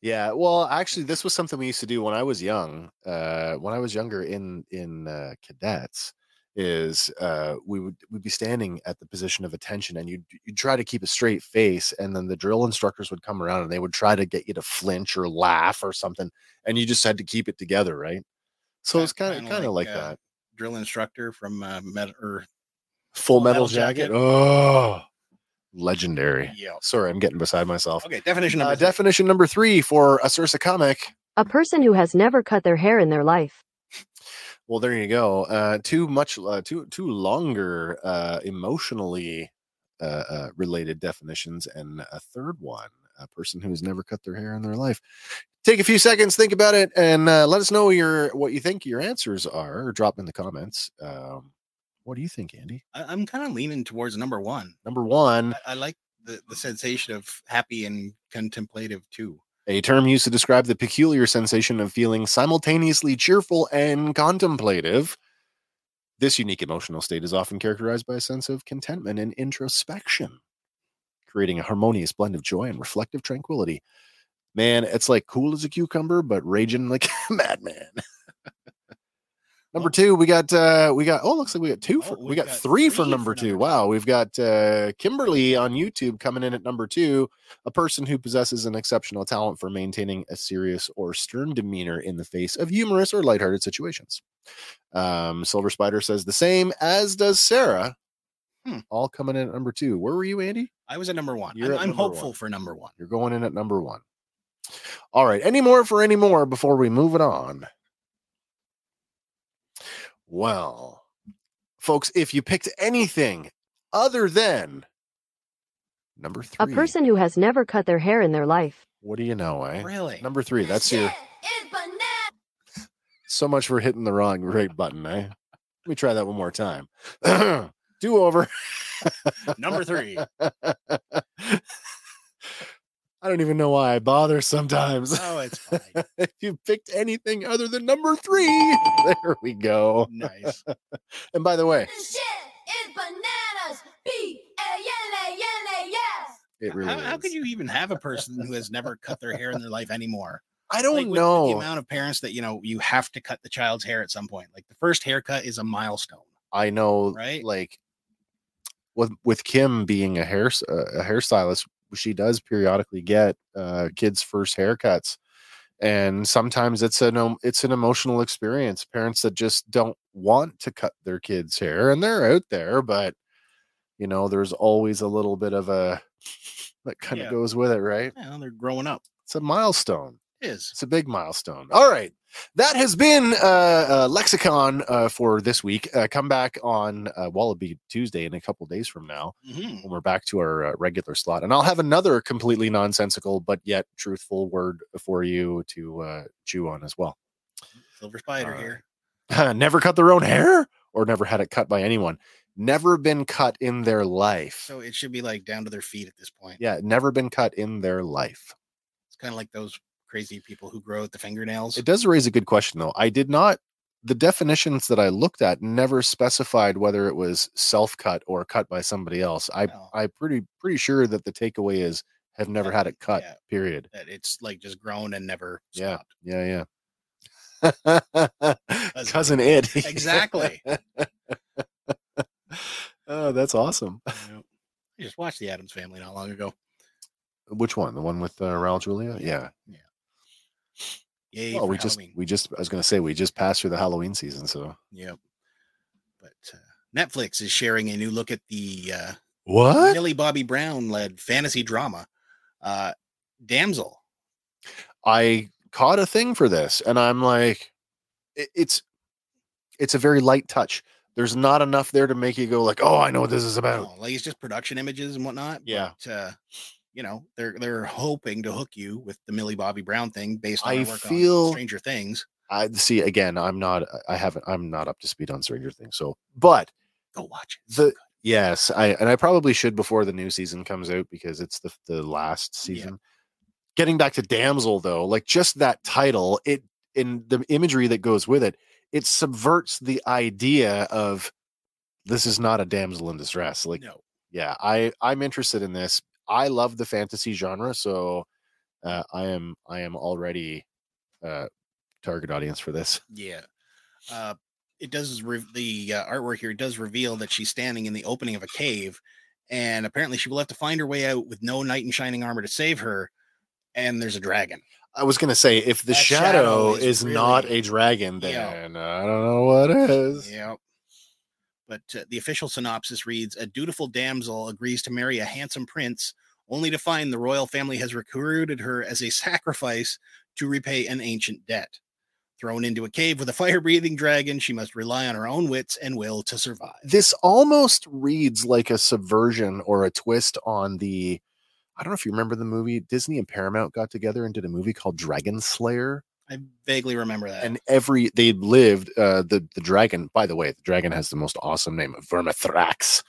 Speaker 1: Yeah, well, actually, this was something we used to do when I was young. Uh, when I was younger in in uh, cadets, is uh, we would we'd be standing at the position of attention, and you'd you'd try to keep a straight face, and then the drill instructors would come around, and they would try to get you to flinch or laugh or something, and you just had to keep it together, right? So
Speaker 2: Ki-
Speaker 1: it's kind of
Speaker 2: kinda
Speaker 1: kind of
Speaker 2: like,
Speaker 1: like,
Speaker 2: uh,
Speaker 1: that.
Speaker 2: Drill instructor from uh, Met or
Speaker 1: Full Metal,
Speaker 2: Metal
Speaker 1: jacket.
Speaker 2: Jacket.
Speaker 1: oh, legendary.
Speaker 2: yeah.
Speaker 1: Sorry, I'm getting beside myself.
Speaker 2: Okay, definition
Speaker 1: Uh,
Speaker 2: number three.
Speaker 1: definition number three for a Sursa comic.
Speaker 5: A person who has never cut their hair in their life.
Speaker 1: Well, there you go. Uh, too much, uh, too too longer, uh, emotionally uh, uh, related definitions, and a third one: a person who has never cut their hair in their life. Take a few seconds, think about it, and uh, let us know your what you think your answers are. Drop in the comments. Um, what do you think, Andy?
Speaker 2: I, I'm kind of leaning towards number one.
Speaker 1: Number one,
Speaker 2: I, I like the, the sensation of happy and contemplative too.
Speaker 1: a term used to describe the peculiar sensation of feeling simultaneously cheerful and contemplative. This unique emotional state is often characterized by a sense of contentment and introspection, creating a harmonious blend of joy and reflective tranquility. Man, it's like cool as a cucumber, but raging like a madman. number two, we got uh we got oh looks like we got two
Speaker 2: Oh,
Speaker 1: for we
Speaker 2: we've
Speaker 1: got,
Speaker 2: got
Speaker 1: three, for
Speaker 2: three
Speaker 1: number
Speaker 2: for
Speaker 1: two.
Speaker 2: number two.
Speaker 1: Wow, we've got uh Kimberly on YouTube coming in at number two, a person who possesses an exceptional talent for maintaining a serious or stern demeanor in the face of humorous or lighthearted situations. Um, Silver Spider says the same, as does Sarah.
Speaker 2: Hmm.
Speaker 1: All coming in at number two. Where were you, Andy?
Speaker 2: I was at number one.
Speaker 1: You're
Speaker 2: I'm,
Speaker 1: at
Speaker 2: I'm
Speaker 1: number
Speaker 2: hopeful
Speaker 1: one.
Speaker 2: for number one.
Speaker 1: You're going in at number one. All right. Any more for any more before we move it on? Well, folks, if you picked anything other than number
Speaker 5: A
Speaker 1: three,
Speaker 5: person who has never cut their hair in their life.
Speaker 1: what do you know, eh?
Speaker 2: Really?
Speaker 1: Number three, that's your so much for hitting the wrong right button, eh? Let me try that one more time. do over.
Speaker 2: Number three.
Speaker 1: I don't even know why I bother sometimes.
Speaker 2: Oh, it's fine.
Speaker 1: if you picked anything other than number three, there we go.
Speaker 2: Nice.
Speaker 1: And by the way,
Speaker 6: This shit is bananas. B A N A N A S.
Speaker 1: it really
Speaker 2: how, how
Speaker 1: is.
Speaker 2: could you even have a person who has never cut their hair in their life anymore?
Speaker 1: I don't
Speaker 2: Like, with- with the
Speaker 1: know.
Speaker 2: amount of parents that you know you have to cut the child's hair at some point. Like the first haircut is a milestone.
Speaker 1: I know,
Speaker 2: Right?
Speaker 1: Like with with Kim being a hair a hairstylist, she does periodically get uh, kids' first haircuts, and sometimes it's an em- it's an emotional experience. Parents that just don't want to cut their kids' hair, and they're out there, but you know, there's always a little bit of a that kind of
Speaker 2: Yeah.
Speaker 1: goes with it, right?
Speaker 2: You know, they're growing up.
Speaker 1: It's a milestone.
Speaker 2: It is
Speaker 1: It's a big milestone. All right. That has been uh, uh, Lexicon uh, for this week. Uh, come back on uh, Wallaby Tuesday in a couple days from now
Speaker 2: Mhm.
Speaker 1: when we're back to our uh, regular slot. And I'll have another completely nonsensical but yet truthful word for you to uh, chew on as well.
Speaker 2: silver spider
Speaker 1: All right.
Speaker 2: here.
Speaker 1: never cut their own hair or never had it cut by anyone. Never been cut in their life.
Speaker 2: So it should be like down to their feet at this point.
Speaker 1: Yeah, never been cut in their life.
Speaker 2: It's kind of like those crazy people who grow at the fingernails.
Speaker 1: It does raise a good question, though. I did not, the definitions that I looked at never specified whether it was self cut or cut by somebody else. I,
Speaker 2: No.
Speaker 1: I pretty, pretty sure that the takeaway is have never had it cut,
Speaker 2: Yeah.
Speaker 1: period.
Speaker 2: that it's like just grown and never
Speaker 1: Yeah.
Speaker 2: stopped.
Speaker 1: Yeah. Yeah. Cousin Ed.
Speaker 2: Exactly.
Speaker 1: oh, that's awesome.
Speaker 2: You know, I just watched the Adams Family not long ago.
Speaker 1: Which one? The one with uh, Raul Julia? Yeah.
Speaker 2: Yay!
Speaker 1: Well,
Speaker 2: for
Speaker 1: we just,
Speaker 2: Halloween.
Speaker 1: we just, I was going to say, we just passed through the Halloween season. So,
Speaker 2: Yep. But uh, Netflix is sharing a new look at the uh,
Speaker 1: what?
Speaker 2: Millie Bobby Brown led fantasy drama, uh, Damsel.
Speaker 1: I caught a thing for this, and I'm like, it- it's it's a very light touch. There's not enough there to make you go like, oh, I know what this is
Speaker 2: You
Speaker 1: about.
Speaker 2: know, like it's just production images and whatnot.
Speaker 1: Yeah.
Speaker 2: But, uh, you know, they're they're hoping to hook you with the Millie Bobby Brown thing based on
Speaker 1: I
Speaker 2: her work
Speaker 1: feel-
Speaker 2: on Stranger Things.
Speaker 1: I see. Again, I'm not. I- I haven't. I'm not up to speed on Stranger Things. So, but
Speaker 2: Go watch it.
Speaker 1: the yes, I and I probably should before the new season comes out because it's the the last
Speaker 2: Yeah.
Speaker 1: season. Getting back to damsel though, like just that title, it in the imagery that goes with it, it subverts the idea of this is not a damsel in distress. Like
Speaker 2: no.
Speaker 1: yeah i i'm interested in this i love the fantasy genre so uh, i am i am already uh target audience for this
Speaker 2: Yeah. Uh, it does re- the uh, artwork here does reveal that she's standing in the opening of a cave, and apparently she will have to find her way out with no knight in shining armor to save her. And there's a dragon.
Speaker 1: i was gonna say if the
Speaker 2: That
Speaker 1: shadow,
Speaker 2: shadow
Speaker 1: is,
Speaker 2: is
Speaker 1: not
Speaker 2: really-
Speaker 1: a dragon
Speaker 2: Yeah.
Speaker 1: then i don't know what is
Speaker 2: Yeah. But uh, the official synopsis reads A dutiful damsel agrees to marry a handsome prince, only to find the royal family has recruited her as a sacrifice to repay an ancient debt. Thrown into a cave with a fire breathing dragon, she must rely on her own wits and will to survive.
Speaker 1: Uh, this almost reads like a subversion or a twist on the i don't know if you remember the movie disney and paramount got together and did a movie called dragon slayer
Speaker 2: I vaguely remember that.
Speaker 1: and every they lived uh the the dragon by the way the dragon has the most awesome name vermithrax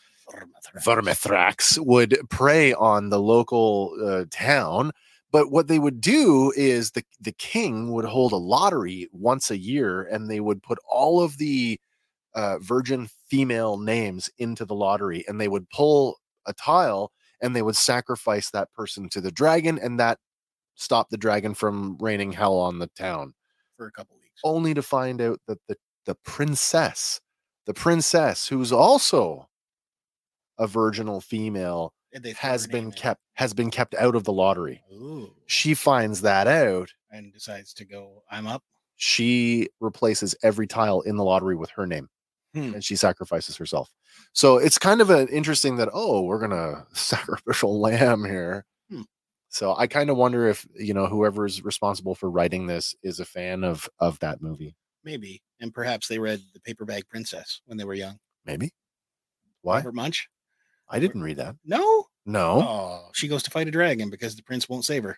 Speaker 1: vermithrax would prey on the local uh, town but what they would do is the the king would hold a lottery once a year and they would put all of the uh, virgin female names into the lottery and they would pull a tile and they would sacrifice that person to the dragon and that stopped the dragon from raining hell on the town
Speaker 2: for a couple weeks.
Speaker 1: only to find out that the, the princess, the princess who's also a virginal female,
Speaker 2: And they threw
Speaker 1: has
Speaker 2: her
Speaker 1: been
Speaker 2: name in.
Speaker 1: kept has been kept out of the lottery.
Speaker 2: Ooh.
Speaker 1: She finds that out.
Speaker 2: and decides to go, I'm up.
Speaker 1: She replaces every tile in the lottery with her name,
Speaker 2: Hmm.
Speaker 1: and she sacrifices herself. So it's kind of an interesting that oh, we're gonna sacrificial lamb here.
Speaker 2: Hmm.
Speaker 1: So I kind of wonder if you know whoever's responsible for writing this is a fan of of that movie.
Speaker 2: Maybe. And perhaps they read The Paperback Princess when they were young.
Speaker 1: Maybe. Why?
Speaker 2: Robert Munch?
Speaker 1: I didn't read that.
Speaker 2: No.
Speaker 1: No.
Speaker 2: Oh, she goes to fight a dragon because the prince won't save her.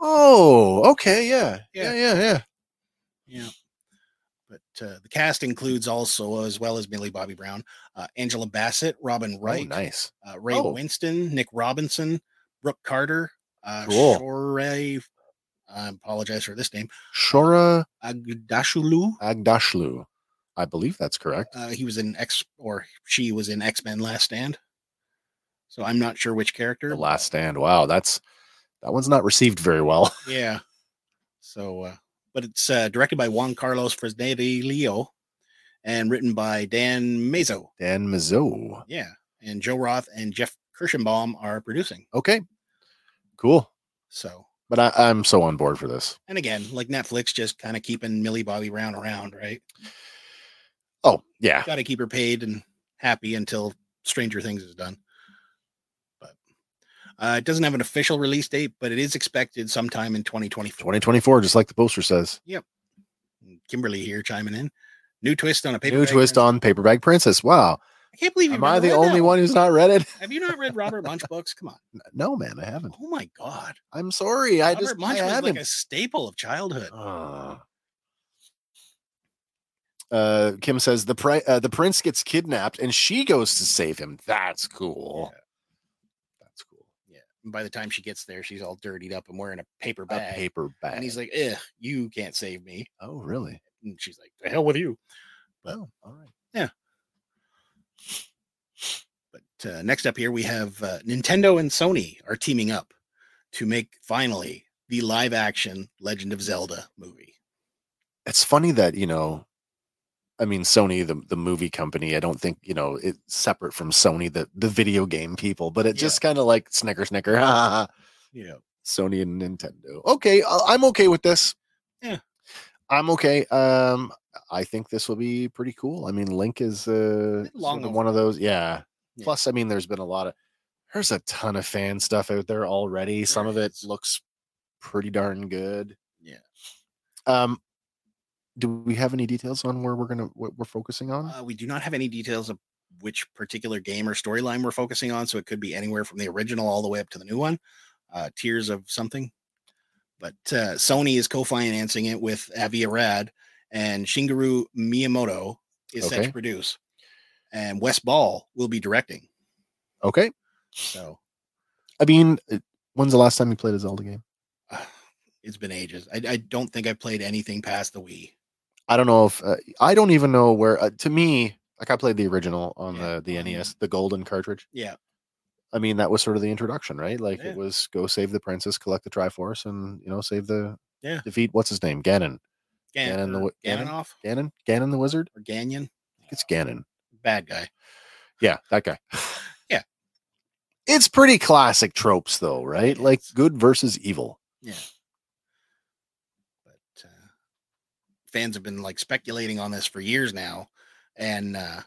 Speaker 1: Oh, okay. Yeah. Yeah.
Speaker 2: Yeah.
Speaker 1: Yeah. Yeah. Oh,
Speaker 2: Yeah. But uh, the cast includes also, as well as Millie Bobby Brown, uh, Angela Bassett, Robin Wright,
Speaker 1: Oh, nice.
Speaker 2: uh, Ray
Speaker 1: Oh.
Speaker 2: Winston, Nick Robinson, Brooke Carter, uh,
Speaker 1: Cool.
Speaker 2: Shoray. I apologize for this name.
Speaker 1: Shora
Speaker 2: Agdashulu.
Speaker 1: Agdashlu. I believe that's correct.
Speaker 2: Uh, he was in X, or she was in X Men Last Stand. So I'm not sure which character.
Speaker 1: The Last Stand. Wow, that's that one's not received very well.
Speaker 2: Yeah. So, uh, but it's uh, directed by Juan Carlos Fresneda Leo and written by Dan Mazo.
Speaker 1: Dan Mizzo.
Speaker 2: Yeah. And Joe Roth and Jeff Kirschenbaum are producing.
Speaker 1: Okay, cool.
Speaker 2: So,
Speaker 1: But I, I'm so on board for this.
Speaker 2: and again, like Netflix, just kind of keeping Millie Bobby Brown around, right?
Speaker 1: Oh yeah,
Speaker 2: Got to keep her paid and happy until Stranger Things is done. But uh, it doesn't have an official release date, but it is expected sometime in 2024.
Speaker 1: 2024, just like the poster says.
Speaker 2: Kimberly here chiming in. New twist on a paper.
Speaker 1: New twist on Paper Bag Princess. Wow,
Speaker 2: I can't believe you.
Speaker 1: am I
Speaker 2: never
Speaker 1: the
Speaker 2: read
Speaker 1: only
Speaker 2: that
Speaker 1: one who's not read it?
Speaker 2: Have you not read Robert Munch books? Come on.
Speaker 1: No, man, I haven't.
Speaker 2: Oh my God.
Speaker 1: I'm sorry, I
Speaker 2: Robert
Speaker 1: just
Speaker 2: Munch
Speaker 1: I
Speaker 2: was
Speaker 1: haven't.
Speaker 2: like a staple of childhood.
Speaker 1: Ah. Uh, Kim says the pri- uh, the prince gets kidnapped and she goes to save him. That's cool. That's cool.
Speaker 2: And by the time she gets there, she's all dirtied up and wearing a paper
Speaker 1: A
Speaker 2: bag.
Speaker 1: paper bag.
Speaker 2: And he's like, "Eh, you can't save me."
Speaker 1: oh, really?
Speaker 2: And she's like, "The hell with you."
Speaker 1: Well, Oh, all right.
Speaker 2: But uh, next up here, we have uh, Nintendo and Sony are teaming up to make finally the live-action Legend of Zelda movie.
Speaker 1: It's funny that you know, I mean, Sony, the the movie company. I don't think you know it's separate from Sony, the the video game people. But it
Speaker 2: Yeah.
Speaker 1: just kind of like snicker snicker. Ha, ha, ha.
Speaker 2: You know,
Speaker 1: Sony and Nintendo. Okay, I- I'm okay with this.
Speaker 2: Yeah.
Speaker 1: I'm okay. Um, I think this will be pretty cool. I mean, Link is uh,
Speaker 2: Bit long
Speaker 1: sort of one of those. Yeah.
Speaker 2: Yeah.
Speaker 1: Plus, I mean, there's been a lot of there's a ton of fan stuff out there already. Some
Speaker 2: There
Speaker 1: of it
Speaker 2: is.
Speaker 1: looks pretty darn good.
Speaker 2: Yeah.
Speaker 1: Um, do we have any details on where we're gonna what we're focusing on?
Speaker 2: uh, we do not have any details of which particular game or storyline we're focusing on, so it could be anywhere from the original all the way up to the new one. Uh, Tears of something. But uh, Sony is co-financing it with Avi Arad and Shigeru Miyamoto is set
Speaker 1: Okay.
Speaker 2: to produce, and Wes Ball will be directing.
Speaker 1: okay.
Speaker 2: So
Speaker 1: I mean, uh, when's the last time you played a Zelda game?
Speaker 2: uh, it's been ages. I, I don't think I played anything past the Wii.
Speaker 1: I don't know if uh, I don't even know where. Uh, to me, like I played the original on
Speaker 2: Yeah,
Speaker 1: the the
Speaker 2: um,
Speaker 1: NES, the golden cartridge.
Speaker 2: Yeah,
Speaker 1: I mean, that was sort of the introduction, right? Like
Speaker 2: Yeah.
Speaker 1: it was go save the princess, collect the Triforce, and you know save the
Speaker 2: Yeah.
Speaker 1: defeat what's his name, Ganon,
Speaker 2: Gan-
Speaker 1: Ganon the Wi-
Speaker 2: or
Speaker 1: Ganon?
Speaker 2: Ganonoff
Speaker 1: Ganon, Ganon the wizard.
Speaker 2: or Ganyon,
Speaker 1: I think it's Ganon.
Speaker 2: bad guy.
Speaker 1: Yeah, that guy.
Speaker 2: Yeah.
Speaker 1: it's pretty classic tropes, though, right?
Speaker 2: It
Speaker 1: Like
Speaker 2: is.
Speaker 1: good versus evil.
Speaker 2: but uh, fans have been like speculating on this for years now and uh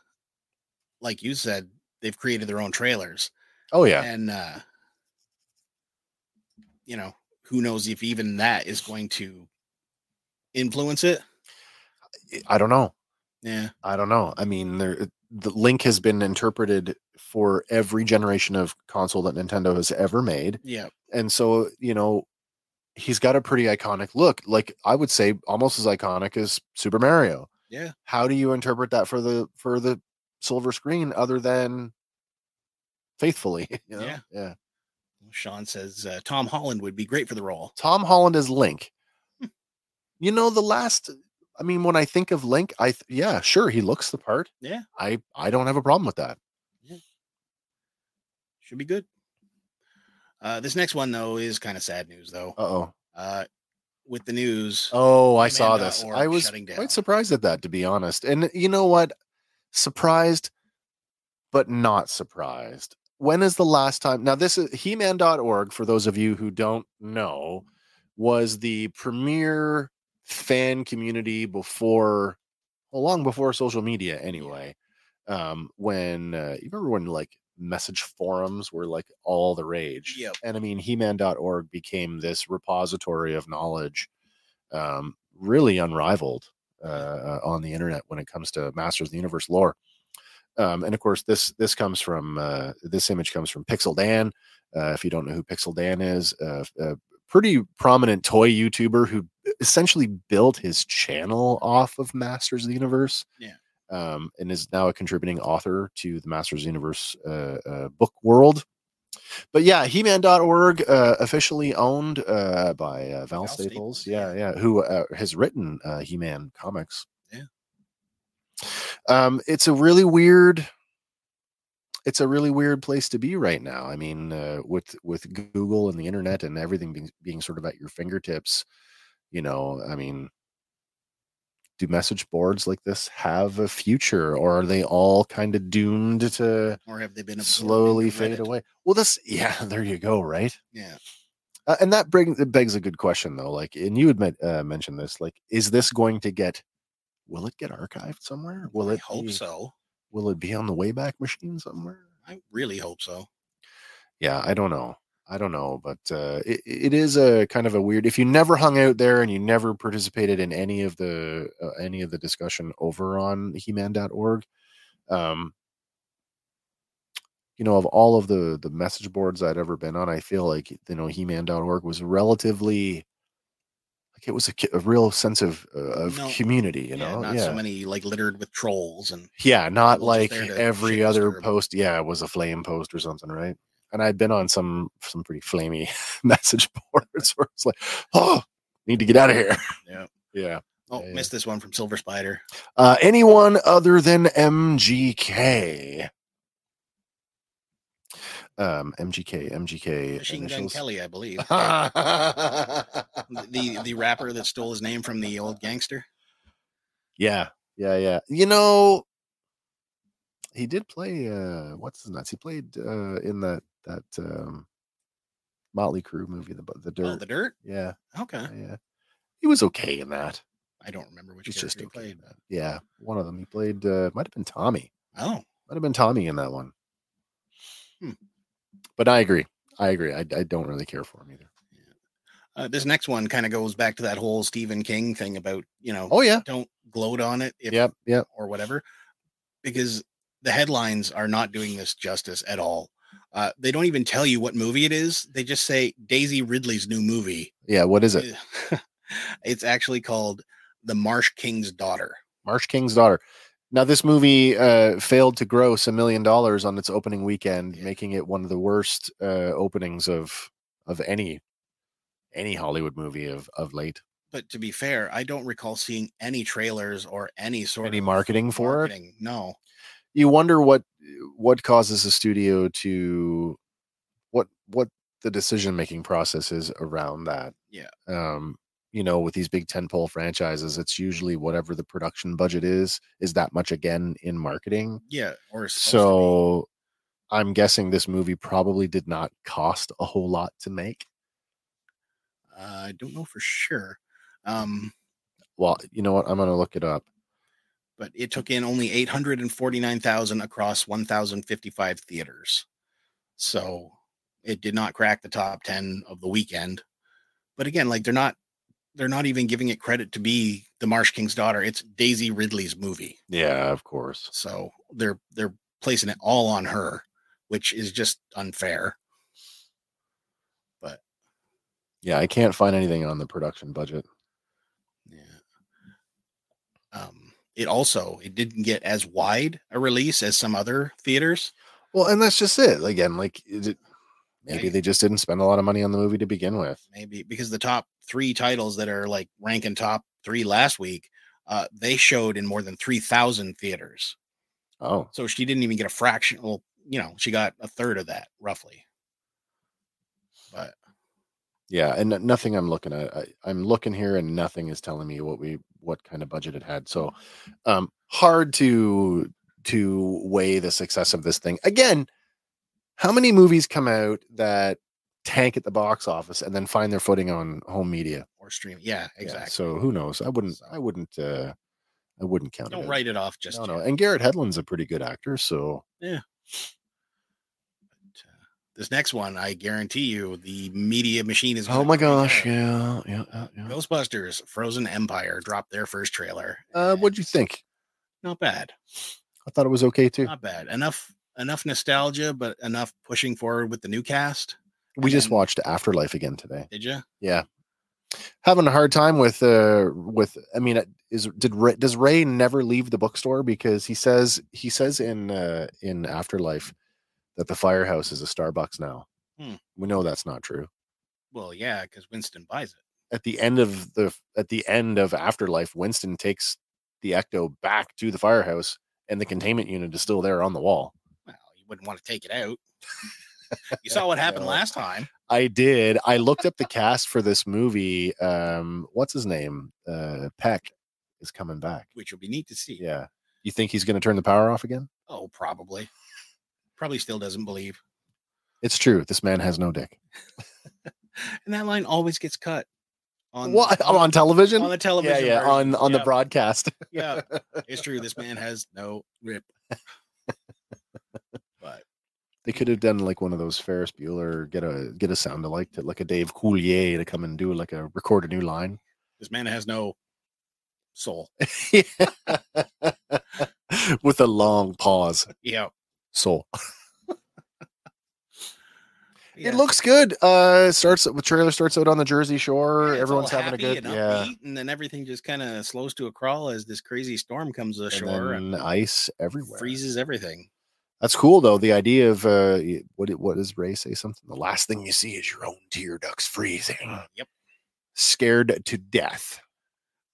Speaker 2: like you said they've created their own trailers
Speaker 1: Oh yeah,
Speaker 2: and uh you know who knows if even that is going to influence it
Speaker 1: I don't know.
Speaker 2: yeah
Speaker 1: I don't know. I mean, there the link has been interpreted for every generation of console that Nintendo has ever made.
Speaker 2: yeah
Speaker 1: And so, you know, he's got a pretty iconic look. Like I would say almost as iconic as Super Mario.
Speaker 2: Yeah.
Speaker 1: How do you interpret that for the for the silver screen other than faithfully? you know?
Speaker 2: Yeah.
Speaker 1: Yeah.
Speaker 2: sean says uh, tom holland would be great for the role
Speaker 1: Tom Holland is Link.
Speaker 2: Hmm.
Speaker 1: you know, the last I mean, when I think of Link, I th- yeah, sure, he looks the part.
Speaker 2: Yeah.
Speaker 1: I I don't have a problem with that.
Speaker 2: should be good uh this next one though is kind of sad news though
Speaker 1: Uh-oh.
Speaker 2: uh with the news
Speaker 1: Oh, I
Speaker 2: Batman
Speaker 1: saw
Speaker 2: dot
Speaker 1: this.
Speaker 2: org
Speaker 1: I was
Speaker 2: shutting down.
Speaker 1: quite surprised at that, to be honest. And you know what? Surprised, but not surprised. When is the last time? Now, this is He-Man.org, for those of you who don't know, was the premier fan community before, well, long before social media, anyway. Um, when uh, you remember when like message forums were like all the rage.
Speaker 2: Yep.
Speaker 1: And I mean, He-Man.org became this repository of knowledge um, really unrivaled uh, uh, on the internet when it comes to Masters of the Universe lore. Um, and of course, this this comes from uh, this image comes from Pixel Dan. Uh, if you don't know who Pixel Dan is, uh, a pretty prominent toy YouTuber who essentially built his channel off of Masters of the Universe.
Speaker 2: Yeah.
Speaker 1: Um, and is now a contributing author to the Masters of the Universe uh, uh, book world. But yeah, He-Man.org uh, officially owned uh, by uh, Val,
Speaker 2: Val
Speaker 1: Staples.
Speaker 2: Staples,
Speaker 1: Yeah, yeah, who uh, has written uh, He-Man comics.
Speaker 2: Yeah.
Speaker 1: Um, it's a really weird. It's a really weird place to be right now. I mean, uh, with with Google and the internet and everything being, being sort of at your fingertips, you know. I mean, do message boards like this have a future, or are they all kind of doomed to?
Speaker 2: or have they been absorbed
Speaker 1: slowly
Speaker 2: into
Speaker 1: fade
Speaker 2: Reddit?
Speaker 1: away. Well, this, yeah, there you go, right?
Speaker 2: Yeah,
Speaker 1: Uh, and that brings it begs a good question though. Like, and you had men- uh, mentioned this. Like, is this going to get? Will it get archived somewhere? Will
Speaker 2: I
Speaker 1: it?
Speaker 2: hope
Speaker 1: be-
Speaker 2: so.
Speaker 1: Will it be on the Wayback Machine somewhere?
Speaker 2: I really hope so.
Speaker 1: Yeah, I don't know. I don't know, but uh, it, it is a kind of a weird. If you never hung out there and you never participated in any of the uh, any of the discussion over on He-Man.org, um, you know, of all of the the message boards I'd ever been on, I feel like you know He-Man.org was relatively like it was a, ki- a real sense of uh, of
Speaker 2: No.
Speaker 1: community. You
Speaker 2: yeah,
Speaker 1: know,
Speaker 2: not so many like littered with trolls and
Speaker 1: yeah, not
Speaker 2: People just
Speaker 1: like
Speaker 2: there to
Speaker 1: every
Speaker 2: shit
Speaker 1: other
Speaker 2: disturb.
Speaker 1: post. Yeah, it was a flame post or something, right? And I'd been on some some pretty flamey message boards where it's like, oh, need to get out of here.
Speaker 2: Yeah.
Speaker 1: Yeah.
Speaker 2: oh,
Speaker 1: Yeah, yeah.
Speaker 2: missed this one from Silver Spider.
Speaker 1: Uh, anyone other than MGK. Um, MGK, MGK
Speaker 2: Machine Gun
Speaker 1: initials.
Speaker 2: Kelly, I believe, the
Speaker 1: the
Speaker 2: the rapper that stole his name from the old gangster.
Speaker 1: Yeah, yeah, yeah. You know, he did play. uh What's his nuts? He played uh in that that um Motley Crue movie, the Bu- the dirt.
Speaker 2: Oh, the dirt.
Speaker 1: yeah,
Speaker 2: Okay,
Speaker 1: yeah, yeah. He was okay in that.
Speaker 2: I don't remember which
Speaker 1: He's
Speaker 2: character
Speaker 1: just
Speaker 2: he
Speaker 1: okay.
Speaker 2: played.
Speaker 1: in that. Yeah, one of them. He played. uh Might have been Tommy.
Speaker 2: Oh,
Speaker 1: Might have been Tommy in that one.
Speaker 2: Hmm.
Speaker 1: But I agree. I agree. I, I don't really care for him either.
Speaker 2: uh, this next one kind of goes back to that whole Stephen King thing about you know
Speaker 1: Oh yeah.
Speaker 2: don't gloat on it if
Speaker 1: Yep. Yep.
Speaker 2: or whatever, because the headlines are not doing this justice at all. Uh, they don't even tell you what movie it is. They just say Daisy Ridley's new movie. Eh,
Speaker 1: Yeah. What is it?
Speaker 2: it's actually called The Marsh King's Daughter.
Speaker 1: Marsh King's Daughter. Now, this movie uh, failed to gross a million dollars on its opening weekend,
Speaker 2: Yeah.
Speaker 1: making it one of the worst uh, openings of of any any Hollywood movie of of late.
Speaker 2: But to be fair, I don't recall seeing any trailers or any sort
Speaker 1: Any
Speaker 2: of
Speaker 1: marketing for it?
Speaker 2: marketing. No,
Speaker 1: You wonder what what causes a studio to what what the decision making process is around that.
Speaker 2: Yeah.
Speaker 1: Um, you know, with these big tentpole franchises, it's usually whatever the production budget is is that much again in marketing.
Speaker 2: yeah, or it's supposed to be.
Speaker 1: so i'm guessing this movie probably did not cost a whole lot to make
Speaker 2: Uh, I don't know for sure. Um,
Speaker 1: well you know what i'm gonna look it up
Speaker 2: but it took in only 849,000 across 1,055 theaters. So it did not crack the top 10 of the weekend. But again, like they're not they're not even giving it credit to be the Marsh King's daughter. It's Daisy Ridley's movie.
Speaker 1: yeah of course
Speaker 2: So they're they're placing it all on her, which is just unfair.
Speaker 1: yeah i can't find anything on the production budget
Speaker 2: Yeah. Um it also it didn't get as wide a release as some other theaters.
Speaker 1: well and that's just it again like is it, maybe
Speaker 2: Yeah.
Speaker 1: they just didn't spend a lot of money on the movie to begin with
Speaker 2: maybe because the top three titles that are like ranking top three last week, uh, they showed in more than 3,000 theaters.
Speaker 1: oh
Speaker 2: So she didn't even get a fraction. Well, you know, she got a third of that roughly. But
Speaker 1: yeah and n- nothing i'm looking at I, i'm looking here and nothing is telling me what we what kind of budget it had so um hard to to weigh the success of this thing again how many movies come out that tank at the box office and then find their footing on home media
Speaker 2: or stream, yeah,
Speaker 1: Yeah,
Speaker 2: exactly.
Speaker 1: so who knows i wouldn't
Speaker 2: So-
Speaker 1: i wouldn't uh i wouldn't count it
Speaker 2: don't
Speaker 1: out.
Speaker 2: write it off just
Speaker 1: no, eh no.
Speaker 2: yet.
Speaker 1: and garrett hedlund's a pretty good actor so
Speaker 2: But, uh, This next one, I guarantee you, the media machine is.
Speaker 1: oh
Speaker 2: gonna
Speaker 1: my
Speaker 2: bring it
Speaker 1: gosh
Speaker 2: up.
Speaker 1: yeah yeah, yeah, yeah.
Speaker 2: Ghostbusters Frozen Empire dropped their first trailer.
Speaker 1: uh
Speaker 2: and
Speaker 1: what'd you think
Speaker 2: Not bad.
Speaker 1: I thought it was okay too.
Speaker 2: Not bad. Enough enough nostalgia, but enough pushing forward with the new cast.
Speaker 1: We just
Speaker 2: and-
Speaker 1: watched Afterlife again today.
Speaker 2: Did you?
Speaker 1: Yeah, having a hard time with uh with I mean is did Ray, does Ray never leave the bookstore because he says he says in uh in Afterlife that the firehouse is a Starbucks now.
Speaker 2: Hmm.
Speaker 1: We know that's not true.
Speaker 2: Well, yeah, because Winston buys it.
Speaker 1: At the end of the at the end of Afterlife, Winston takes the Ecto back to the firehouse, and the containment unit is still there on the wall.
Speaker 2: Well, you wouldn't want to take it out. you saw what happened
Speaker 1: No.
Speaker 2: last time.
Speaker 1: I did. I looked up the cast for this movie. Um, what's his name? Uh, Peck is coming back.
Speaker 2: which will be neat to see.
Speaker 1: Yeah. You think he's going to turn the power off again?
Speaker 2: Oh, probably. Probably still doesn't believe.
Speaker 1: It's true. This man has no dick.
Speaker 2: And that line always gets cut on
Speaker 1: what
Speaker 2: on,
Speaker 1: on television?
Speaker 2: on the television.
Speaker 1: yeah, yeah. On
Speaker 2: version.
Speaker 1: on
Speaker 2: Yeah,
Speaker 1: the broadcast.
Speaker 2: yeah, it's true. This man has no rip. but
Speaker 1: They could have done like one of those Ferris Bueller get a get a sound alike to like a Dave Coulier to come and do like a record a new line.
Speaker 2: this man has no soul.
Speaker 1: With a long pause.
Speaker 2: Yeah.
Speaker 1: So
Speaker 2: yeah.
Speaker 1: it looks good. Uh starts the trailer starts out on the Jersey
Speaker 2: Yeah,
Speaker 1: Shore.
Speaker 2: it's all
Speaker 1: Everyone's having a
Speaker 2: happy
Speaker 1: good
Speaker 2: and
Speaker 1: yeah.
Speaker 2: upbeat, and then everything just kind of slows to a crawl as this crazy storm comes ashore and,
Speaker 1: and then ice everywhere.
Speaker 2: freezes everything.
Speaker 1: That's cool though. The idea of uh, y- what did- what does Ray say? Something. The last thing you see is your own tear ducts freezing,
Speaker 2: Mm, Yep.
Speaker 1: scared to death.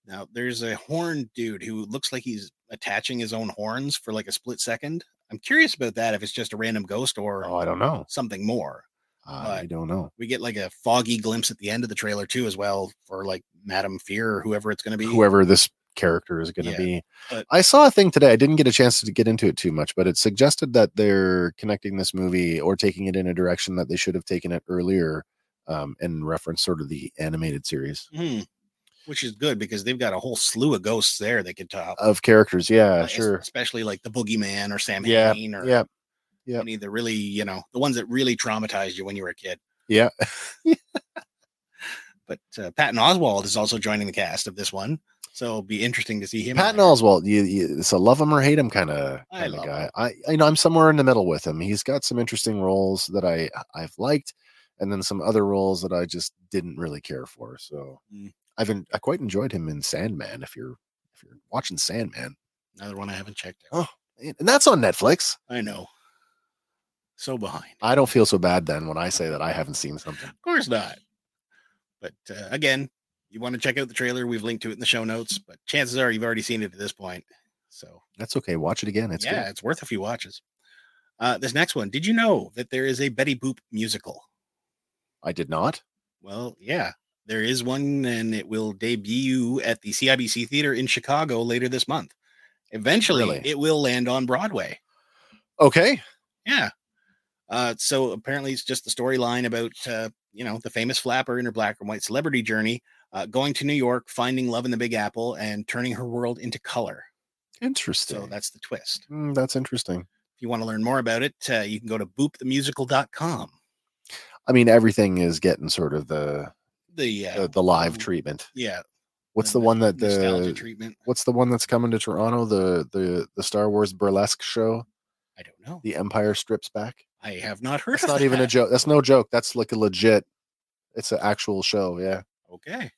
Speaker 2: Now there's a horn dude who looks like he's attaching his own horns for like a split second. I'm curious about that if it's just a random ghost or
Speaker 1: Oh, I don't know.
Speaker 2: something more.
Speaker 1: I
Speaker 2: Right.
Speaker 1: don't know.
Speaker 2: We get like a foggy glimpse at the end of the trailer too, as well, for like Madame Fear or whoever it's going to be.
Speaker 1: Whoever this character is going to
Speaker 2: Yeah,
Speaker 1: be.
Speaker 2: but-
Speaker 1: I saw a thing today. I didn't get a chance to get into it too much, but it suggested that they're connecting this movie or taking it in a direction that they should have taken it earlier, um, in reference sort of the animated series
Speaker 2: Hmm. Which is good because they've got a whole slew of ghosts there they could top.
Speaker 1: of characters. Yeah,
Speaker 2: Uh, es-
Speaker 1: sure.
Speaker 2: Especially like the Boogeyman or Sam
Speaker 1: Yeah,
Speaker 2: Hain or
Speaker 1: Yeah, yeah.
Speaker 2: any of the really, you know, the ones that really traumatized you when you were a kid.
Speaker 1: yeah.
Speaker 2: But uh, Patton Oswald is also joining the cast of this one. So it'll be interesting to see him. in
Speaker 1: Patton
Speaker 2: there.
Speaker 1: Oswald, you, you, it's a love him or hate him kind of
Speaker 2: I
Speaker 1: kind of
Speaker 2: love
Speaker 1: guy.
Speaker 2: him.
Speaker 1: I, I know I'm somewhere in the middle with him. He's got some interesting roles that I I've liked, and then some other roles that I just didn't really care for. So
Speaker 2: Mm.
Speaker 1: I've en- I quite enjoyed him in Sandman. If you're if you're watching Sandman,
Speaker 2: Another one I haven't checked out.
Speaker 1: Oh. and that's on Netflix.
Speaker 2: I know. So behind.
Speaker 1: I don't feel so bad then when I say that I haven't seen something.
Speaker 2: Of course not. But uh, again, you want to check out the trailer. We've linked to it in the show notes, but chances are you've already seen it at this point. So
Speaker 1: That's okay. Watch it again. It's
Speaker 2: yeah,
Speaker 1: good.
Speaker 2: it's worth a few watches. Uh, this next one. Did you know that there is a Betty Boop musical?
Speaker 1: I did not.
Speaker 2: Well, yeah, there is one, and it will debut at the CIBC Theater in Chicago later this month. Eventually,
Speaker 1: Really?
Speaker 2: it will land on Broadway.
Speaker 1: Okay.
Speaker 2: Yeah. Uh, so apparently, it's just the storyline about uh, you know the famous flapper in her black and white celebrity journey, uh, going to New York, finding love in the Big Apple, and turning her world into color.
Speaker 1: Interesting.
Speaker 2: So that's the twist.
Speaker 1: Mm, that's interesting.
Speaker 2: If you want to learn more about it, uh, you can go to boopthemusical.com.
Speaker 1: I mean, everything is getting sort of the
Speaker 2: The uh,
Speaker 1: the, the live
Speaker 2: Mm.
Speaker 1: treatment.
Speaker 2: yeah,
Speaker 1: What's the one that
Speaker 2: nostalgia
Speaker 1: the
Speaker 2: treatment?
Speaker 1: what's the one that's coming to Toronto? The the the Star Wars burlesque show.
Speaker 2: I don't know.
Speaker 1: The Empire strips back.
Speaker 2: I have not heard.
Speaker 1: That's
Speaker 2: of
Speaker 1: not even a
Speaker 2: that.
Speaker 1: joke. That's no joke. That's like a legit. It's an actual show. Yeah.
Speaker 2: Okay.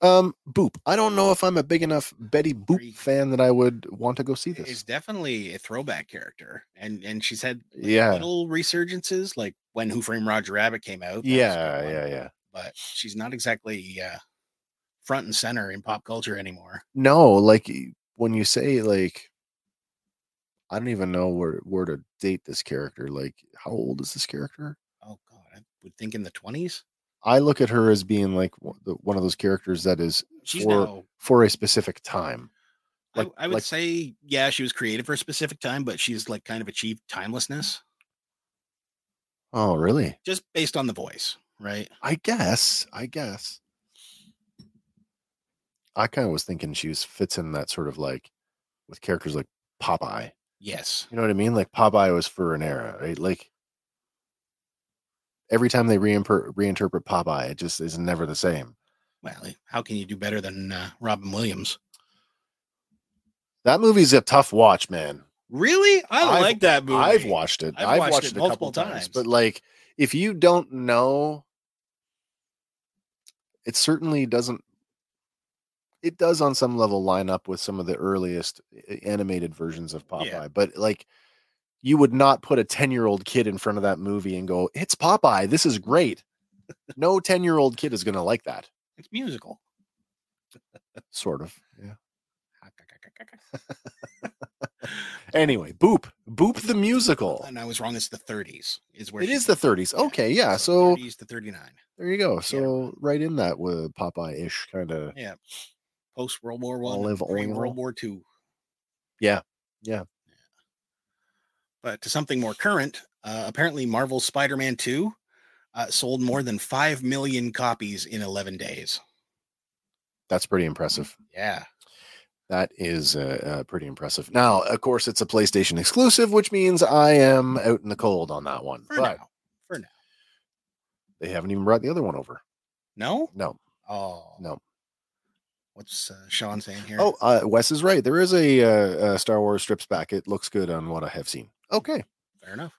Speaker 1: Um, Boop. I don't know if I'm a big enough Betty
Speaker 2: Free.
Speaker 1: Boop fan that I would want to go see
Speaker 2: It's
Speaker 1: this.
Speaker 2: definitely a throwback character, and and she's had like,
Speaker 1: Yeah.
Speaker 2: little resurgences, like when Who Framed Roger Rabbit came out. that was a good
Speaker 1: Yeah,
Speaker 2: one.
Speaker 1: yeah, yeah.
Speaker 2: but she's not exactly uh, front and center in pop culture anymore.
Speaker 1: No, like y- when you say like, I don't even know where where to date this character. Like, how old is this character?
Speaker 2: Oh God, I would think in the twenties.
Speaker 1: I look at her as being like one the- one of those characters that is
Speaker 2: She's
Speaker 1: for
Speaker 2: now.
Speaker 1: for a specific time.
Speaker 2: I-
Speaker 1: like-
Speaker 2: I, would
Speaker 1: like-
Speaker 2: say, yeah, she was created for a specific time, but she's like kind of achieved timelessness
Speaker 1: Oh, really?
Speaker 2: just based on the voice, right?
Speaker 1: I guess. I guess. I kind of was thinking she was fits in that sort of like with characters like Popeye.
Speaker 2: Yes,
Speaker 1: You know what I mean? Like Popeye was for an era, right? Like every time they reinter- reinterpret Popeye, it just is never the same.
Speaker 2: eh, well, how can you do better than uh, Robin Williams?
Speaker 1: That movie's a tough watch, man.
Speaker 2: Really? I
Speaker 1: I've-
Speaker 2: like that movie.
Speaker 1: I've watched it.
Speaker 2: I've
Speaker 1: I've,
Speaker 2: watched
Speaker 1: watched,
Speaker 2: it
Speaker 1: it, a
Speaker 2: multiple
Speaker 1: couple times.
Speaker 2: times.
Speaker 1: But like, if you don't know, it certainly doesn't. It does on some level line up with some of the earliest uh, animated versions of Popeye,
Speaker 2: Yeah.
Speaker 1: but like, you would not put a ten-year-old kid in front of that movie and go, "It's Popeye. This is great." no ten-year-old kid is going to like that.
Speaker 2: It's musical.
Speaker 1: Sort of. Yeah. Ah, Anyway, Boop, Boop the musical.
Speaker 2: And I was wrong. It's the 30s. Is where
Speaker 1: It
Speaker 2: she-
Speaker 1: is the 30s.
Speaker 2: Yeah,
Speaker 1: Okay, yeah. So
Speaker 2: 30s to 39,
Speaker 1: There you go. So right in that with Popeye ish kind of.
Speaker 2: post World War One,
Speaker 1: Olive
Speaker 2: pre-
Speaker 1: oil.
Speaker 2: World War Two.
Speaker 1: Yeah, yeah.
Speaker 2: But to something more current, uh, apparently Marvel's Spider-Man 2 uh, sold more than five million copies in 11 days.
Speaker 1: That's pretty impressive.
Speaker 2: Yeah,
Speaker 1: That is uh, uh, pretty impressive. Now, of course, it's a PlayStation exclusive, which means I am out in the cold on that one.
Speaker 2: for
Speaker 1: but
Speaker 2: now. For now.
Speaker 1: they haven't even brought the other one over.
Speaker 2: No.
Speaker 1: No.
Speaker 2: Oh
Speaker 1: No.
Speaker 2: What's uh, Sean saying here?
Speaker 1: Oh, uh, Wes is right. There is a uh, uh, Star Wars strips back. It looks good on what I have seen. Okay.
Speaker 2: fair enough.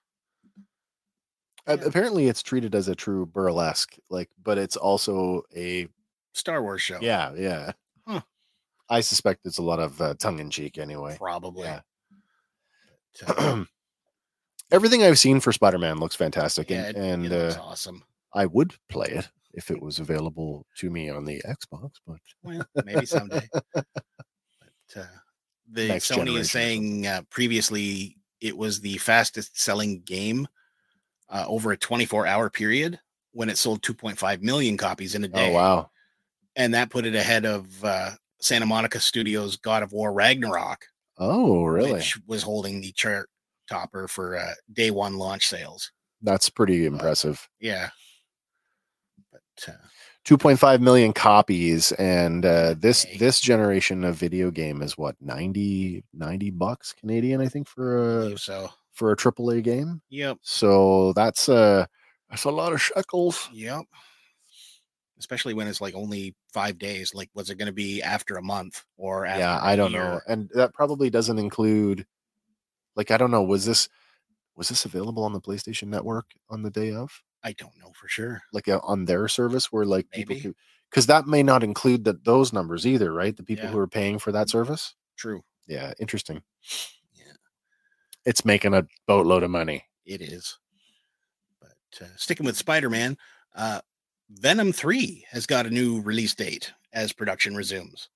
Speaker 1: Uh,
Speaker 2: Yeah.
Speaker 1: apparently, it's treated as a true burlesque, like, but it's also a
Speaker 2: Star Wars show.
Speaker 1: yeah, yeah.
Speaker 2: Oh. Huh.
Speaker 1: I suspect it's a lot of uh, tongue in cheek, anyway.
Speaker 2: probably.
Speaker 1: Yeah.
Speaker 2: But, uh,
Speaker 1: everything I've seen for Spider Man looks fantastic,
Speaker 2: yeah,
Speaker 1: and,
Speaker 2: it-
Speaker 1: and
Speaker 2: it looks
Speaker 1: uh,
Speaker 2: awesome.
Speaker 1: I would play it if it was available to me on the Xbox. But
Speaker 2: Well, maybe someday. but uh, the
Speaker 1: Next
Speaker 2: Sony is
Speaker 1: generation
Speaker 2: saying uh, previously it was the fastest selling game uh, over a 24 hour period when it sold 2.5 million copies in a day.
Speaker 1: oh wow,
Speaker 2: And that put it ahead of uh, Santa Monica Studios' God of War Ragnarok,
Speaker 1: oh really?
Speaker 2: which was holding the chart topper for uh, day one launch sales.
Speaker 1: That's pretty
Speaker 2: uh,
Speaker 1: impressive.
Speaker 2: Yeah. But uh,
Speaker 1: Two point five million copies, and uh, this
Speaker 2: Hey.
Speaker 1: this generation of video game is what 90, 90 bucks Canadian, I think, for a
Speaker 2: believe so,
Speaker 1: for a AAA game.
Speaker 2: yep.
Speaker 1: So that's uh that's a lot of shekels.
Speaker 2: Yep. Especially when it's like only five days. Like, was it going to be after a month or after
Speaker 1: yeah
Speaker 2: a
Speaker 1: i don't know
Speaker 2: year?
Speaker 1: and that probably doesn't include like i don't know was this was this available on the playstation network on the day of
Speaker 2: I don't know for sure.
Speaker 1: like uh, on their service where like
Speaker 2: Maybe.
Speaker 1: people because that may not include that those numbers either right the people
Speaker 2: Yeah.
Speaker 1: who are paying for that service
Speaker 2: True.
Speaker 1: yeah interesting
Speaker 2: Yeah.
Speaker 1: it's making a boatload of money
Speaker 2: It is. But uh, sticking with Spider Man, uh, Venom 3 has got a new release date as production resumes.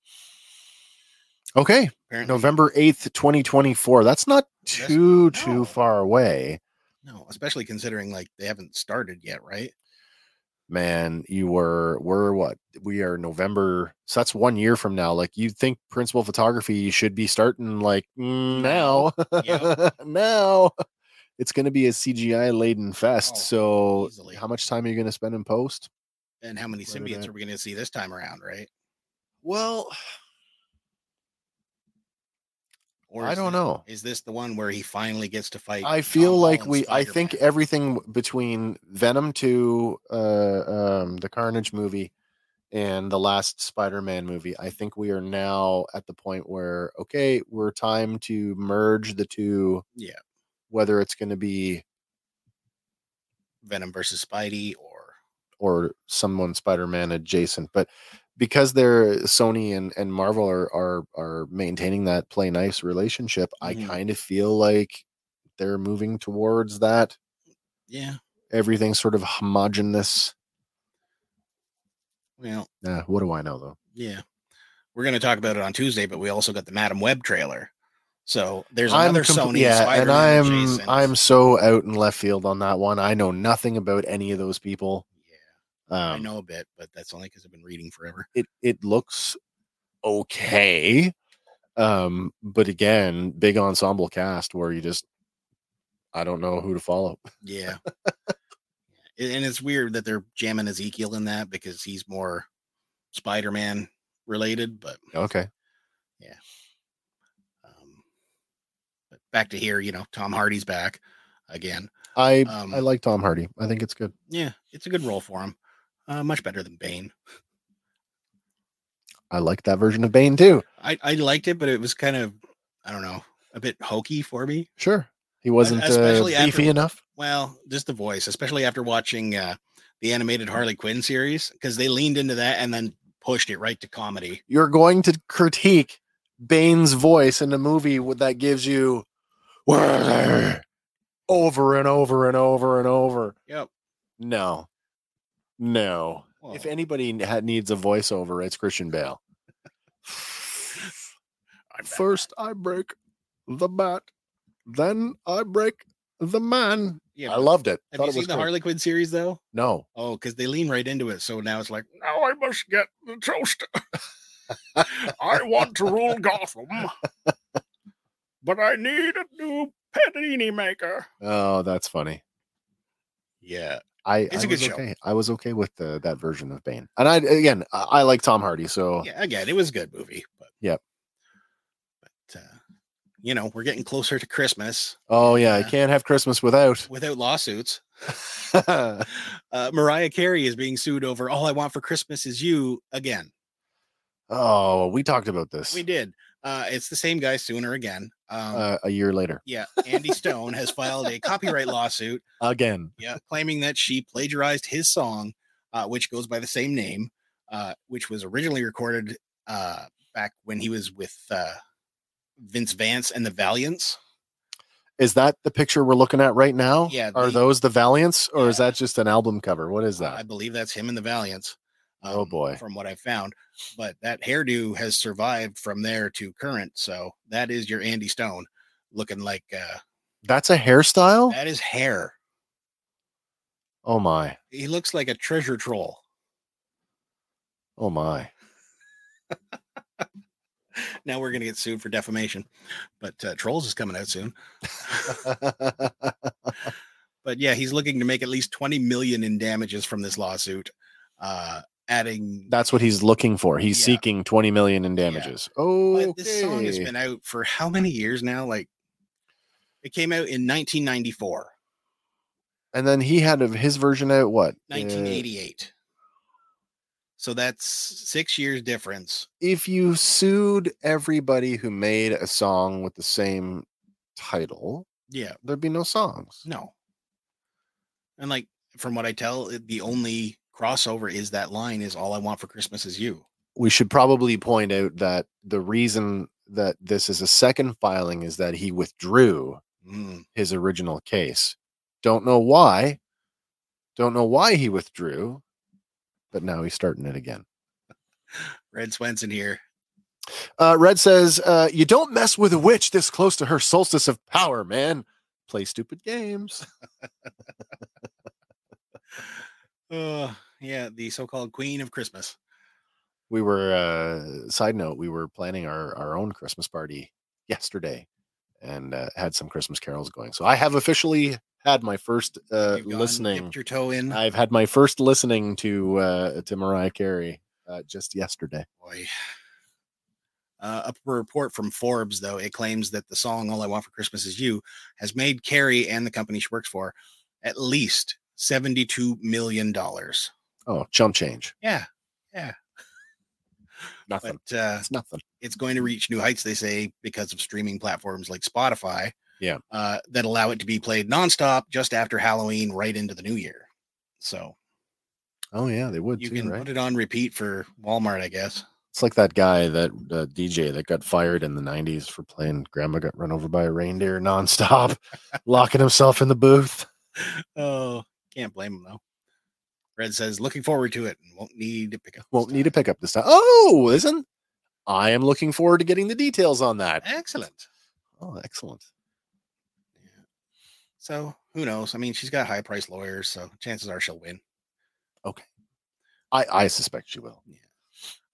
Speaker 1: okay
Speaker 2: Apparently,
Speaker 1: november 8th 2024 that's not
Speaker 2: That's-
Speaker 1: too
Speaker 2: no.
Speaker 1: too far away
Speaker 2: No, especially considering like they haven't started yet, right?
Speaker 1: man you were we're what we are november so that's one year from now like you think principal photography should be starting like mm, now
Speaker 2: Yep.
Speaker 1: now it's going to be a cgi laden fest
Speaker 2: Oh,
Speaker 1: so
Speaker 2: easily.
Speaker 1: how much time are you going to spend in post
Speaker 2: And how many
Speaker 1: Right
Speaker 2: symbiotes
Speaker 1: about.
Speaker 2: are we going to see this time around, right?
Speaker 1: well
Speaker 2: Or
Speaker 1: I
Speaker 2: is
Speaker 1: don't
Speaker 2: thi-
Speaker 1: know.
Speaker 2: Is this the one where he finally gets to fight?
Speaker 1: i
Speaker 2: Tom
Speaker 1: feel like
Speaker 2: Holland's
Speaker 1: we i think
Speaker 2: Spider-Man?
Speaker 1: everything w- between venom 2 uh um the carnage movie and the last spider-man movie i think we are now at the point where okay we're time to merge the two
Speaker 2: Yeah.
Speaker 1: whether it's going to be
Speaker 2: Venom versus Spidey or
Speaker 1: or someone spider-man adjacent but because they're sony and, and marvel are, are are maintaining that play nice relationship
Speaker 2: Mhm.
Speaker 1: i kind of feel like they're moving towards that
Speaker 2: yeah,
Speaker 1: everything sort of homogenous
Speaker 2: well,
Speaker 1: Nah, what do i know though
Speaker 2: yeah. We're going to talk about it on Tuesday, but we also got the Madam Web trailer. So there's
Speaker 1: I'm
Speaker 2: another
Speaker 1: compl-
Speaker 2: Sony
Speaker 1: yeah,
Speaker 2: Spider-Man
Speaker 1: and I'm
Speaker 2: adjacent.
Speaker 1: I'm so out in left field on that one. I know nothing about any of those people.
Speaker 2: yeah,
Speaker 1: Um,
Speaker 2: I know a bit, but that's only because I've been reading forever.
Speaker 1: it it looks okay, um, but again, big ensemble cast where you just I don't know who to follow.
Speaker 2: Yeah, and and it's weird that they're jamming Ezekiel in that because he's more Spider-Man related. But
Speaker 1: Okay,
Speaker 2: um, but back to here, you know, Tom Hardy's back again.
Speaker 1: I
Speaker 2: Um,
Speaker 1: I like Tom Hardy. I think it's good.
Speaker 2: Yeah, it's a good role for him. Uh, much better than Bane.
Speaker 1: I like that version of Bane too.
Speaker 2: I, I liked it, but it was kind of I don't know, a bit hokey for me.
Speaker 1: Sure. He wasn't uh,
Speaker 2: especially
Speaker 1: beefy
Speaker 2: after-
Speaker 1: enough.
Speaker 2: Well, just the voice, especially after watching uh, the animated Harley Quinn series, because they leaned into that and then pushed it right to comedy.
Speaker 1: You're going to critique Bane's voice in a movie with- that gives you over and over and over and over.
Speaker 2: Yep.
Speaker 1: No. No.
Speaker 2: Well,
Speaker 1: If anybody had, needs a voiceover, it's Christian Bale.
Speaker 2: I'm back.
Speaker 1: First, I break the bat, then I break the man.
Speaker 2: yeah,
Speaker 1: I loved it.
Speaker 2: have
Speaker 1: Thought
Speaker 2: you
Speaker 1: it was
Speaker 2: seen the
Speaker 1: great.
Speaker 2: Harley Quinn series though?
Speaker 1: No,
Speaker 2: Oh, because they lean right into it. So now it's like, now I must get the toast. I want to rule Gotham, but I need a new panini maker.
Speaker 1: oh, that's funny.
Speaker 2: Yeah,
Speaker 1: I,
Speaker 2: It's
Speaker 1: I
Speaker 2: a good
Speaker 1: was
Speaker 2: show.
Speaker 1: okay. I was okay with the, that version of Bane, and I again, I, I like Tom Hardy, so
Speaker 2: yeah. Again, it was a good movie, but
Speaker 1: Yep.
Speaker 2: But uh, you know, we're getting closer to Christmas
Speaker 1: oh yeah, I
Speaker 2: Yeah.
Speaker 1: can't have Christmas without.
Speaker 2: without lawsuits. Uh, Mariah Carey is being sued over "All I Want for Christmas Is You" again.
Speaker 1: oh, we talked about this
Speaker 2: We did. Uh, it's the same guy sooner again. Um,
Speaker 1: uh, a year later
Speaker 2: yeah, Andy Stone has filed a copyright lawsuit
Speaker 1: again.
Speaker 2: yeah, claiming that she plagiarized his song, uh, which goes by the same name, uh, which was originally recorded uh, back when he was with uh, Vince Vance and the Valiants.
Speaker 1: Is that the picture we're looking at right now?
Speaker 2: Yeah,
Speaker 1: Are
Speaker 2: the-
Speaker 1: those the Valiants, or is
Speaker 2: Yeah. Uh,
Speaker 1: that just an album cover? What is
Speaker 2: I
Speaker 1: that?
Speaker 2: believe that's him and the Valiants. um,
Speaker 1: Oh, boy.
Speaker 2: from what I found, but that hairdo has survived from there to current. So that is your Andy Stone looking like uh,
Speaker 1: That's a hairstyle.
Speaker 2: that is hair.
Speaker 1: Oh my.
Speaker 2: He looks like a treasure troll.
Speaker 1: Oh my.
Speaker 2: Now we're gonna get sued for defamation, but uh, trolls is coming out soon. but yeah, he's looking to make at least 20 million in damages from this lawsuit. Uh adding
Speaker 1: That's what he's looking for. He's
Speaker 2: Yeah.
Speaker 1: seeking 20 million in damages. Oh,
Speaker 2: but this song has been out for how many years now? Like it came out in 1994,
Speaker 1: and then he had of his version out what? Uh,
Speaker 2: 1988. So that's 6 years difference.
Speaker 1: if you sued everybody who made a song with the same title,
Speaker 2: Yeah,
Speaker 1: there'd be no songs.
Speaker 2: no. And like from what I tell, it- the only crossover is that line is all I want for Christmas is you.
Speaker 1: We should probably point out that the reason that this is a second filing is that he withdrew
Speaker 2: Mm,
Speaker 1: his original case. Don't know why. Don't know why he withdrew, but now he's starting it again.
Speaker 2: Red Swenson here.
Speaker 1: Uh, Red says, uh, "You don't mess with a witch this close to her solstice of power, man. Play stupid games."
Speaker 2: Uh, yeah, the so-called Queen of Christmas.
Speaker 1: We were uh, side note. We were planning our our own Christmas party yesterday, and uh, had some Christmas carols going. So I have officially had my first uh,
Speaker 2: You've gone,
Speaker 1: listening.
Speaker 2: dipped your toe in.
Speaker 1: I've had my first listening to uh, to Mariah Carey uh, just yesterday.
Speaker 2: Boy. Uh, a report from Forbes, though, it claims that the song "All I Want for Christmas Is You" has made Carrie and the company she works for at least seventy-two million dollars.
Speaker 1: Oh, chump change.
Speaker 2: Yeah,
Speaker 1: Nothing.
Speaker 2: but uh,
Speaker 1: That's nothing.
Speaker 2: it's going to reach new heights, they say, because of streaming platforms like Spotify.
Speaker 1: Yeah.
Speaker 2: uh, that allow it to be played nonstop just after Halloween, right into the new year. So
Speaker 1: Oh yeah, they would
Speaker 2: you
Speaker 1: too,
Speaker 2: can
Speaker 1: right?
Speaker 2: put it on repeat for Walmart, I guess.
Speaker 1: It's like that guy, that uh, DJ that got fired in the 90s for playing Grandma Got Run Over by a Reindeer nonstop, locking himself in the booth.
Speaker 2: Oh, can't blame him though. Red says looking forward to it and won't need to pick up.
Speaker 1: Won't need a pickup this time. Oh, isn't? I am looking forward to getting the details on
Speaker 2: Eh.
Speaker 1: that.
Speaker 2: Excellent.
Speaker 1: Oh, excellent.
Speaker 2: So who knows? I mean, she's got high price lawyers, so chances are she'll win.
Speaker 1: I, I suspect she will.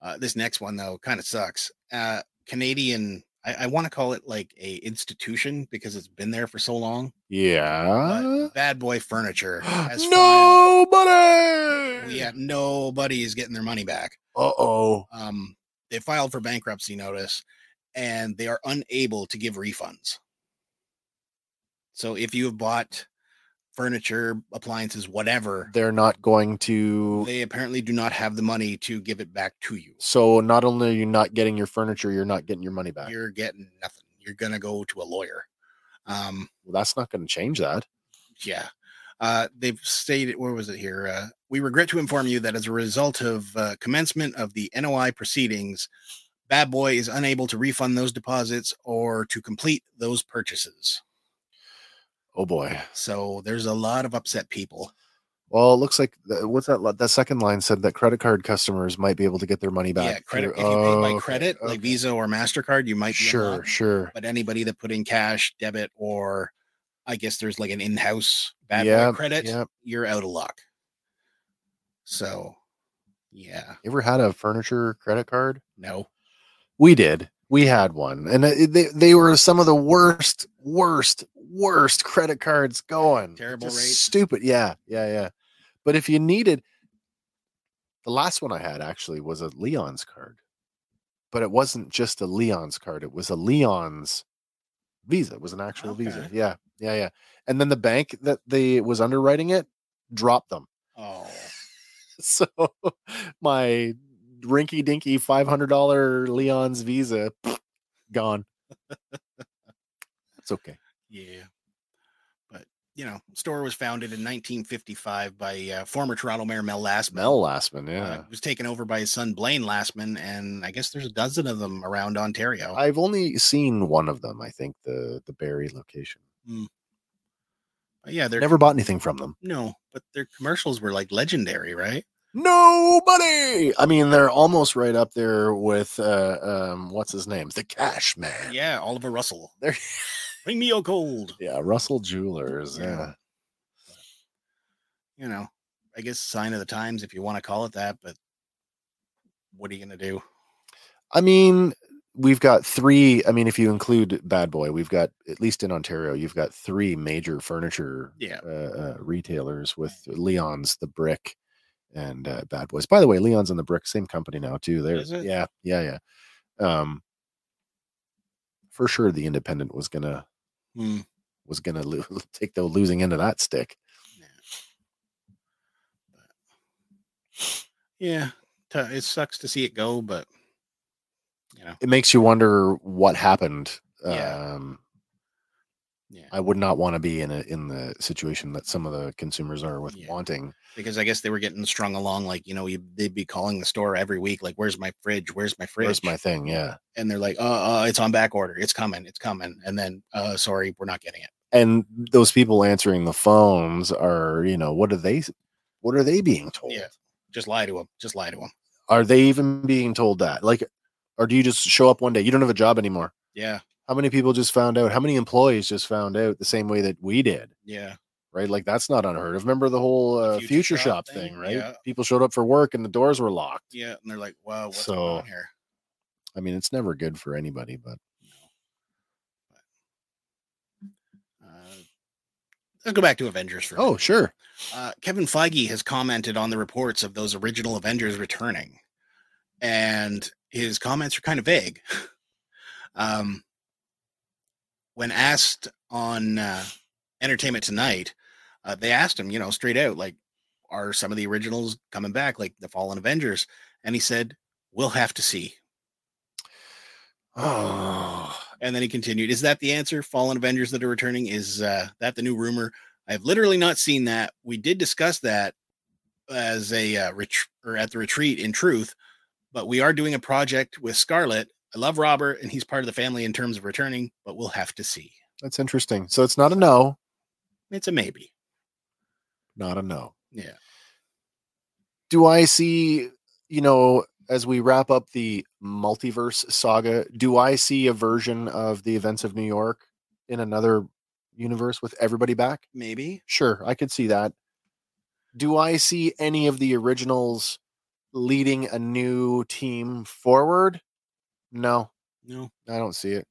Speaker 2: Uh, this next one though kind of sucks. Uh, Canadian, I, I want to call it like a institution because it's been there for so long.
Speaker 1: Yeah.
Speaker 2: But Bad Boy Furniture has filed-
Speaker 1: Nobody.
Speaker 2: Yeah, nobody is getting their money back.
Speaker 1: Uh oh.
Speaker 2: Um, they filed for bankruptcy notice and they are unable to give refunds. So if you have bought furniture, appliances, whatever,
Speaker 1: They're not going to.
Speaker 2: they apparently do not have the money to give it back to you.
Speaker 1: So not only are you not getting your furniture, you're not getting your money back.
Speaker 2: You're getting nothing. you're gonna go to a lawyer. Um,
Speaker 1: Well, that's not going to change that.
Speaker 2: yeah. Uh, they've stated, where was it here? Uh, we regret to inform you that as a result of uh, commencement of the NOI proceedings, Bad Boy is unable to refund those deposits or to complete those purchases.
Speaker 1: Oh boy.
Speaker 2: So there's a lot of upset people.
Speaker 1: Well, it looks like th- what's that? li- That second line said that credit card customers might be able to get their money back.
Speaker 2: yeah, credit. If
Speaker 1: through-
Speaker 2: you pay by
Speaker 1: okay,
Speaker 2: credit, like
Speaker 1: okay.
Speaker 2: Visa or Mastercard, you might be
Speaker 1: Sure,
Speaker 2: unlocked.
Speaker 1: sure.
Speaker 2: But anybody that put in cash, debit, or I guess there's like an in-house Bad
Speaker 1: Yeah,
Speaker 2: Boy credit,
Speaker 1: yeah.
Speaker 2: you're out of luck. So, yeah,
Speaker 1: You ever had a furniture credit card?
Speaker 2: no.
Speaker 1: We did. We had one, and it- they they were some of the worst, worst, worst credit cards going.
Speaker 2: Terrible
Speaker 1: Just
Speaker 2: rates.
Speaker 1: Stupid. Yeah, yeah, yeah. But if you needed, the last one I had actually was a Leon's card, but it wasn't just a Leon's card. It was a Leon's Visa. It was an actual Visa.
Speaker 2: Okay.
Speaker 1: Yeah, yeah, yeah. And then the bank that they was underwriting it dropped them.
Speaker 2: Oh,
Speaker 1: So my rinky dinky five hundred dollar Leon's Visa gone. it's okay.
Speaker 2: yeah. But you know, store was founded in 1955 by uh, former Toronto Mayor Mel Lastman.
Speaker 1: Mel Lastman,
Speaker 2: uh,
Speaker 1: yeah. Oh.
Speaker 2: it was taken over by his son Blaine Lastman, and I guess there's a dozen of them around Ontario.
Speaker 1: I've only seen one of them. I think the the Barry location.
Speaker 2: But yeah, they're
Speaker 1: Never bought anything from them.
Speaker 2: no, but their commercials were like legendary, right?
Speaker 1: Nobody. I mean, they're almost right up there with uh, um, what's his name, the Cash Man.
Speaker 2: Yeah, Oliver Russell.
Speaker 1: There-
Speaker 2: Bring me your gold.
Speaker 1: Yeah, Russell Jewelers.
Speaker 2: Yeah.
Speaker 1: Yeah.
Speaker 2: You know, I guess sign of the times if you want to call it that, but what are you gonna do?
Speaker 1: I mean, we've got three. I mean, if you include Bad Boy, we've got at least in Ontario, you've got three major furniture
Speaker 2: Yeah.
Speaker 1: uh, uh, retailers with Leon's, The Brick, and uh, Bad Boys. By the way, Leon's and The Brick, same company now too. There,
Speaker 2: Is it?
Speaker 1: yeah, yeah, yeah. Um, for sure, the Independent was gonna
Speaker 2: Hmm.
Speaker 1: was gonna lo- take the losing end of that stick.
Speaker 2: Yeah, t- it sucks to see it go, but you know,
Speaker 1: It makes you wonder what happened.
Speaker 2: Yeah.
Speaker 1: Um,
Speaker 2: yeah,
Speaker 1: I would not want to be in a, in the situation that some of the consumers are with
Speaker 2: Yeah.
Speaker 1: wanting
Speaker 2: because I guess they were getting strung along, like you know, you, they'd be calling the store every week, like, "Where's my fridge? Where's my fridge?"
Speaker 1: Where's my thing? Yeah.
Speaker 2: and they're like, "Uh, uh, it's on back order. It's coming. It's coming." And then, uh, sorry, we're not getting it.
Speaker 1: And those people answering the phones are, you know, what are they what are they being told?
Speaker 2: Yeah. Just lie to them. Just lie to them.
Speaker 1: Are they even being told that? Like or do you just show up one day? You don't have a job anymore.
Speaker 2: Yeah,
Speaker 1: How many people just found out? How many employees just found out the same way that we did?
Speaker 2: yeah,
Speaker 1: Right? Like that's not unheard of. Remember the whole uh,
Speaker 2: Future
Speaker 1: future, shop,
Speaker 2: Shop thing?
Speaker 1: thing, right?
Speaker 2: Yeah.
Speaker 1: People showed up for work and the doors were locked.
Speaker 2: yeah. And they're like, "Wow, what's
Speaker 1: So-
Speaker 2: going on here?"
Speaker 1: I mean, it's never good for anybody, but
Speaker 2: Uh, let's go back to Avengers for. a
Speaker 1: oh,
Speaker 2: minute.
Speaker 1: sure.
Speaker 2: Uh, Kevin Feige has commented on the reports of those original Avengers returning, and his comments are kind of vague. um, when asked on uh, Entertainment Tonight, uh, they asked him, you know, straight out, like, are some of the originals coming back, like the Fallen Avengers? And he said, "We'll have to see."
Speaker 1: Oh,
Speaker 2: And then he continued, "Is that the answer? Fallen Avengers that are returning? Is uh, that the new rumor? I've literally not seen that. We did discuss that as a uh, ret- or at the retreat in truth, but we are doing a project with Scarlet. I love Robert, and he's part of the family in terms of returning, but we'll have to see.
Speaker 1: that's interesting. So it's not a no,
Speaker 2: It's a maybe.
Speaker 1: not a no.
Speaker 2: Yeah,
Speaker 1: do I see, you know, as we wrap up the multiverse saga, do I see a version of the events of New York in another universe with everybody back?
Speaker 2: maybe.
Speaker 1: Sure, I could see that. Do I see any of the originals leading a new team forward? No,
Speaker 2: No,
Speaker 1: I don't see it.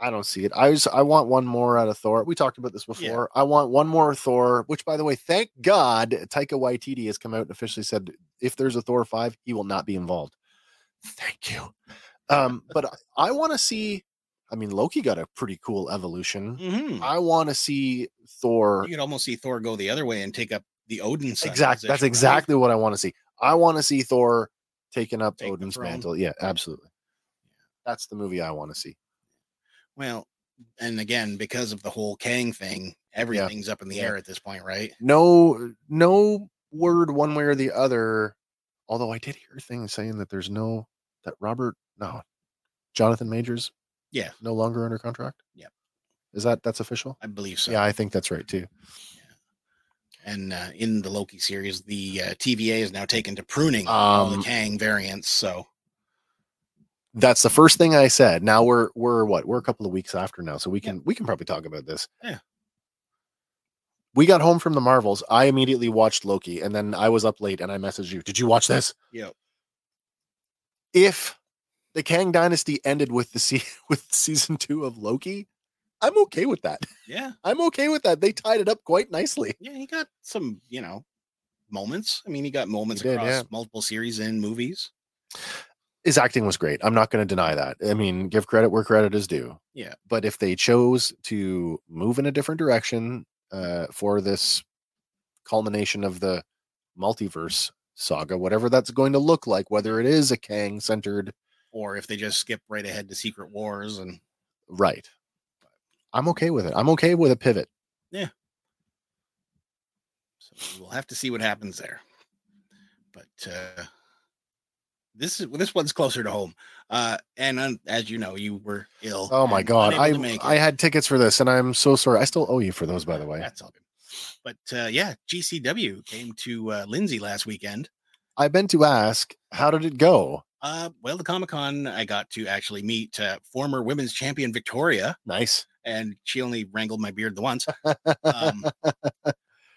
Speaker 1: I don't see it. I was I want one more out of Thor. We talked about this
Speaker 2: Yeah.
Speaker 1: before. I want one more Thor, which by the way, thank God Taika Waititi has come out and officially said if there's a Thor 5, he will not be involved. Thank you. Um, but I, I want to see I mean Loki got a pretty cool evolution.
Speaker 2: hmm
Speaker 1: I want to see Thor
Speaker 2: you could almost see Thor go the other way and take up the Odin. son
Speaker 1: exactly. That's
Speaker 2: position, right?
Speaker 1: exactly what I want to see. I want to see Thor taking up
Speaker 2: Take the
Speaker 1: Odin's
Speaker 2: throne.
Speaker 1: mantle. Yeah, absolutely. That's the movie I want to see.
Speaker 2: Well, and again, because of the whole Kang thing, everything's up in the
Speaker 1: Yeah.
Speaker 2: air at this point, right?
Speaker 1: No, no word one way or the other. Although I did hear things saying that there's no that Robert no Jonathan Majors
Speaker 2: Yeah.
Speaker 1: no longer under contract.
Speaker 2: Yep.
Speaker 1: Is that that's official?
Speaker 2: I believe so.
Speaker 1: Yeah, I think that's right too.
Speaker 2: And uh, in the Loki series, the uh, TVA is now taken to pruning all the
Speaker 1: Um,
Speaker 2: Kang variants. So
Speaker 1: That's the first thing I said. Now we're we're what we're a couple of weeks after now, so we
Speaker 2: Yeah.
Speaker 1: can we can probably talk about this.
Speaker 2: Yeah.
Speaker 1: We got home from the Marvels. I immediately watched Loki, and then I was up late, and I messaged you. Did you watch this?
Speaker 2: yeah,
Speaker 1: if the Kang dynasty ended with the se- with season 2 of Loki, I'm okay with that.
Speaker 2: yeah,
Speaker 1: I'm okay with that. They tied it up quite nicely.
Speaker 2: yeah. He got some, you know, moments. I mean, he got moments
Speaker 1: did,
Speaker 2: across
Speaker 1: yeah.
Speaker 2: multiple series and movies.
Speaker 1: His acting was great. I'm not going to deny that. I mean, give credit where credit is due.
Speaker 2: Yeah.
Speaker 1: But if they chose to move in a different direction uh, for this culmination of the multiverse saga, whatever that's going to look like, whether it is a Kang centered
Speaker 2: Or if they just skip right ahead to Secret Wars and
Speaker 1: right, I'm okay with it. I'm okay with a pivot.
Speaker 2: So we'll have to see what happens there. But uh, this is this one's closer to home. Uh, and um, as you know, you were ill.
Speaker 1: Oh my
Speaker 2: and
Speaker 1: god,
Speaker 2: unable
Speaker 1: I
Speaker 2: to make it.
Speaker 1: I had tickets for this, and I'm so sorry. I still owe you for those, by the way.
Speaker 2: That's all good. But uh, yeah, GCW came to uh, Lindsay last weekend.
Speaker 1: I meant to ask, how did it go?
Speaker 2: Uh, well, the Comic Con, I got to actually meet uh, former women's champion Victoria,
Speaker 1: Nice.
Speaker 2: and she only wrangled my beard the once. Um,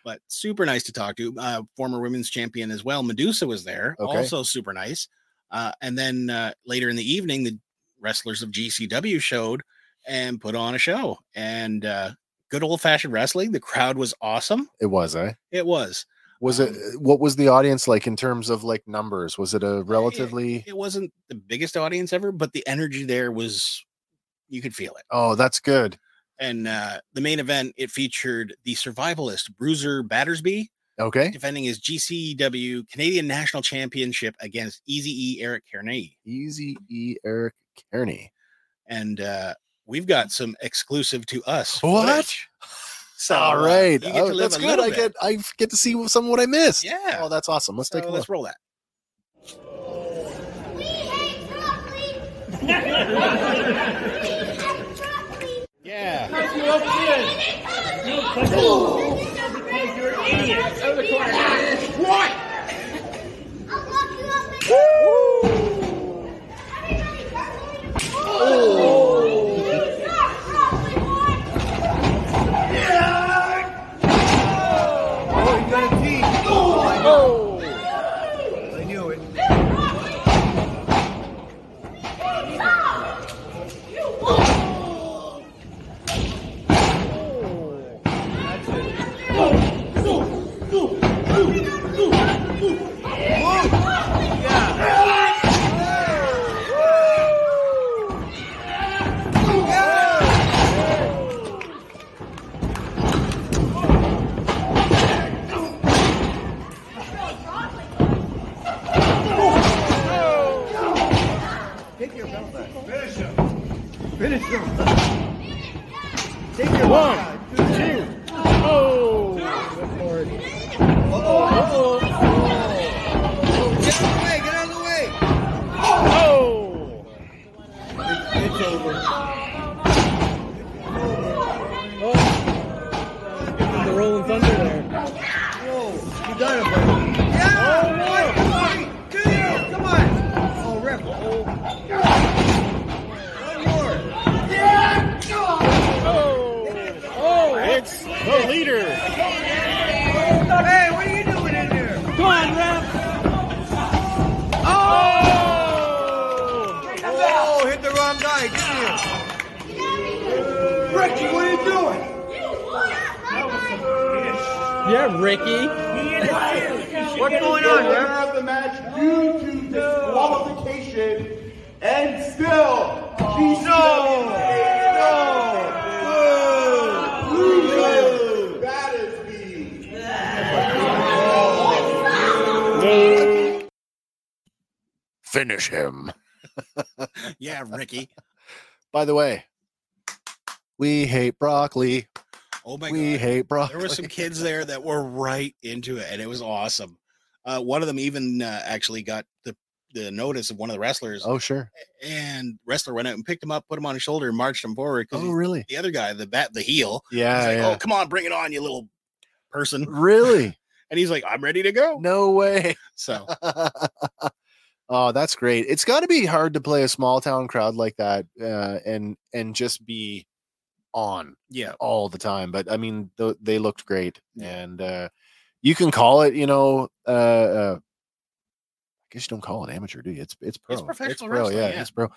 Speaker 2: but super nice to talk to. Uh, former women's champion as well. Medusa was there,
Speaker 1: Okay.
Speaker 2: also super nice. Uh, and then uh, later in the evening, the wrestlers of GCW showed and put on a show. And uh, good old fashioned wrestling. The crowd was awesome.
Speaker 1: it was, eh?
Speaker 2: It was.
Speaker 1: Was
Speaker 2: um
Speaker 1: it? eh, What was the audience like in terms of like numbers? Was it a relatively?
Speaker 2: It wasn't the biggest audience ever, but the energy there was, you could feel it.
Speaker 1: Oh, that's good.
Speaker 2: And uh, the main event, it featured the survivalist Bruiser Battersby
Speaker 1: Okay.
Speaker 2: defending his GCW Canadian National Championship against Easy E Eric Kearney.
Speaker 1: Easy E Eric Kearney.
Speaker 2: And uh, we've got some exclusive to us.
Speaker 1: What?
Speaker 2: footage. So, uh,
Speaker 1: All right,
Speaker 2: you get
Speaker 1: oh,
Speaker 2: to live
Speaker 1: that's
Speaker 2: a
Speaker 1: good.
Speaker 2: little
Speaker 1: I
Speaker 2: bit.
Speaker 1: get I get to see some of what I missed.
Speaker 2: Yeah.
Speaker 1: Oh, that's awesome. Let's
Speaker 2: So
Speaker 1: take a look.
Speaker 2: let's roll that.
Speaker 6: We hate broccoli. we hate broccoli.
Speaker 2: Yeah.
Speaker 6: What? I'll lock you up in- Everybody, broccoli. You're broccoli, boy.
Speaker 2: Oh,
Speaker 7: Yeah, Ricky.
Speaker 8: What's going on, Ref? of the match due to disqualification and still GCW no. no. Boo. That is me.
Speaker 1: Finish him.
Speaker 2: Yeah, Ricky.
Speaker 1: By the way, We hate broccoli.
Speaker 2: Oh my
Speaker 1: we
Speaker 2: god.
Speaker 1: hate broccoli.
Speaker 2: there were some kids there that were right into it and it was awesome uh, one of them even uh, actually got the the notice of one of the wrestlers
Speaker 1: Oh sure.
Speaker 2: and wrestler went out and picked him up put him on his shoulder and marched him forward because
Speaker 1: Oh really?
Speaker 2: the other guy the bat the heel
Speaker 1: Yeah.
Speaker 2: he's like,
Speaker 1: yeah.
Speaker 2: oh come on bring it on you little person
Speaker 1: "Oh, really?
Speaker 2: and he's like i'm ready to go
Speaker 1: No way.
Speaker 2: so
Speaker 1: oh, that's great. It's got to be hard to play a small town crowd like that uh, and and just be on
Speaker 2: yeah
Speaker 1: all the time. But I mean, th- they looked great,
Speaker 2: Yeah.
Speaker 1: and uh, you can call it, you know. Uh, uh, I guess you don't call it amateur, do you? It's it's pro.
Speaker 2: professional
Speaker 1: pro,
Speaker 2: wrestling,
Speaker 1: Yeah,
Speaker 2: yeah.
Speaker 1: it's pro.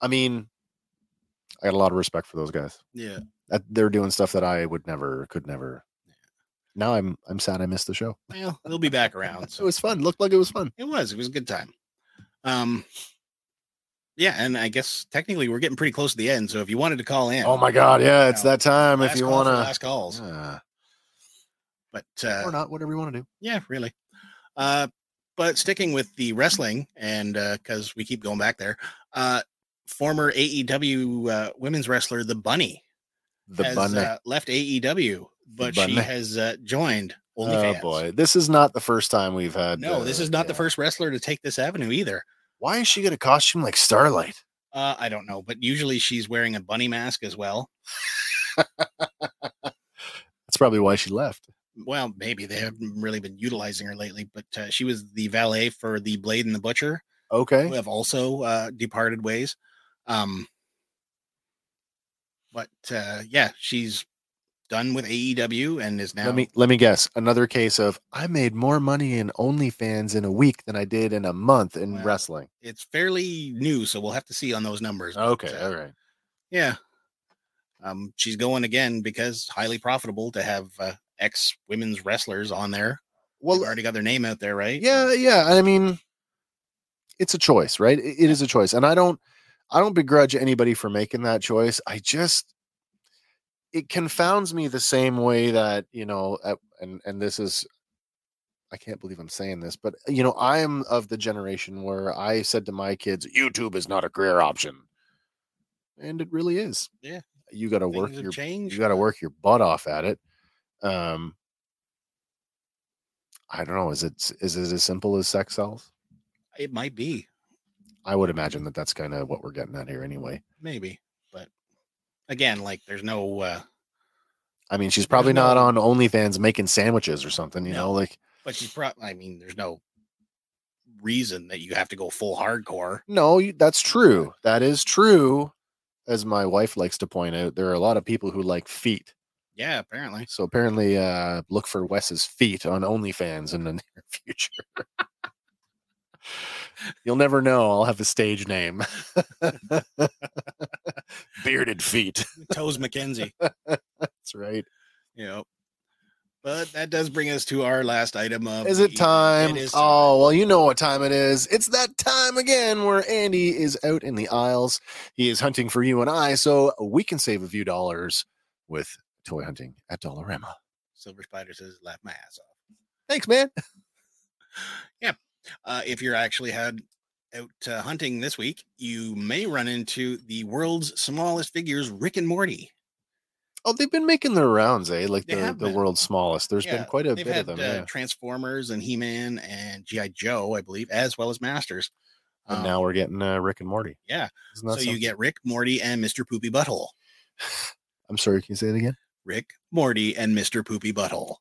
Speaker 1: I mean, I got a lot of respect for those guys.
Speaker 2: yeah
Speaker 1: That they're doing stuff that I would never, could never. Now I'm I'm sad I missed the show.
Speaker 2: well they'll be back around
Speaker 1: It was fun. Looked like it was fun.
Speaker 2: It was. It was a good time. Um, yeah, and I guess technically we're getting pretty close to the end. So if you wanted to call in,
Speaker 1: Oh my God! Yeah, it's that time.
Speaker 2: last
Speaker 1: If you
Speaker 2: call for
Speaker 1: wanna,
Speaker 2: last calls,
Speaker 1: Uh,
Speaker 2: but uh,
Speaker 1: or not, whatever you want to do.
Speaker 2: yeah, really. Uh, but sticking with the wrestling, and because we keep going back there, uh, former AEW uh, women's wrestler the Bunny
Speaker 1: The
Speaker 2: has
Speaker 1: bunny.
Speaker 2: uh, left AEW, but she
Speaker 1: Bunny.
Speaker 2: has uh, joined
Speaker 1: oh
Speaker 2: OnlyFans.
Speaker 1: boy, this is not the first time we've had.
Speaker 2: No, this
Speaker 1: uh,
Speaker 2: is not the
Speaker 1: yeah.
Speaker 2: first wrestler to take this avenue either.
Speaker 1: Why is she gonna costume like Starlight?
Speaker 2: Uh, I don't know, but usually she's wearing a bunny mask as well.
Speaker 1: That's probably why she left.
Speaker 2: well, maybe they haven't really been utilizing her lately, but uh, she was the valet for the Blade and the Butcher,
Speaker 1: Okay.
Speaker 2: who have also uh, departed ways. Um, but uh, yeah, she's done with AEW and is now.
Speaker 1: Let me let me guess. Another case of I made more money in OnlyFans in a week than I did in a month in
Speaker 2: Well,
Speaker 1: wrestling.
Speaker 2: it's fairly new, so we'll have to see on those numbers. but,
Speaker 1: Okay,
Speaker 2: uh,
Speaker 1: all right.
Speaker 2: yeah. Um, she's going again because highly profitable to have uh, ex women's wrestlers on there. Well,
Speaker 1: Well,
Speaker 2: already got their name out there, right?
Speaker 1: yeah, yeah. I mean, it's a choice, right? It- it is a choice, and I don't I don't begrudge anybody for making that choice. I just it confounds me the same way that you know, at, and and this is I can't believe I'm saying this, but you know, I am of the generation where I said to my kids, "YouTube is not a career option," and it really is.
Speaker 2: Yeah.
Speaker 1: you got to
Speaker 2: Things
Speaker 1: work
Speaker 2: have
Speaker 1: your
Speaker 2: changed.
Speaker 1: you got to work your butt off at it. Um, I don't know. Is it is it as simple as sex sells?
Speaker 2: It might be.
Speaker 1: I would imagine that that's kind of what we're getting at here, anyway.
Speaker 2: maybe but again like there's no uh
Speaker 1: I mean, she's
Speaker 2: There's
Speaker 1: probably not
Speaker 2: no-
Speaker 1: on OnlyFans making sandwiches or something, you
Speaker 2: No.
Speaker 1: know, like
Speaker 2: but she's pro i mean there's no reason that you have to go full hardcore
Speaker 1: no, you- that's true. That is true. As my wife likes to point out, there are a lot of people who like feet.
Speaker 2: yeah apparently
Speaker 1: So apparently, uh, look for Wes's feet on OnlyFans in the near future. You'll never know. I'll have a stage name. Bearded feet.
Speaker 2: toes mckenzie
Speaker 1: That's right.
Speaker 2: you know but that does bring us to our last item of
Speaker 1: Is
Speaker 2: the
Speaker 1: it
Speaker 2: evening.
Speaker 1: time?
Speaker 2: Oh, it is time.
Speaker 1: Oh, well, you know what time it is. It's that time again where Andy is out in the aisles. He is hunting for you and I, so we can save a few dollars with toy hunting at Dollarama.
Speaker 2: silver spider says laugh my ass off
Speaker 1: Thanks, man.
Speaker 2: uh, if you're actually had out uh, hunting this week you may run into the world's smallest figures rick and morty
Speaker 1: Oh, they've been making their rounds, eh? Like
Speaker 2: They
Speaker 1: the,
Speaker 2: have
Speaker 1: the
Speaker 2: been.
Speaker 1: world's smallest. There's
Speaker 2: Yeah,
Speaker 1: been quite a
Speaker 2: they've
Speaker 1: bit
Speaker 2: had,
Speaker 1: of them.
Speaker 2: uh,
Speaker 1: yeah.
Speaker 2: transformers and he-man and gi joe i believe as well as masters
Speaker 1: and
Speaker 2: Um,
Speaker 1: now we're getting uh, Rick and Morty.
Speaker 2: yeah.
Speaker 1: Isn't that
Speaker 2: so you
Speaker 1: something?
Speaker 2: get Rick, Morty, and Mr. Poopy Butthole.
Speaker 1: I'm sorry, can you say it again?
Speaker 2: Rick, Morty, and Mr. Poopy Butthole.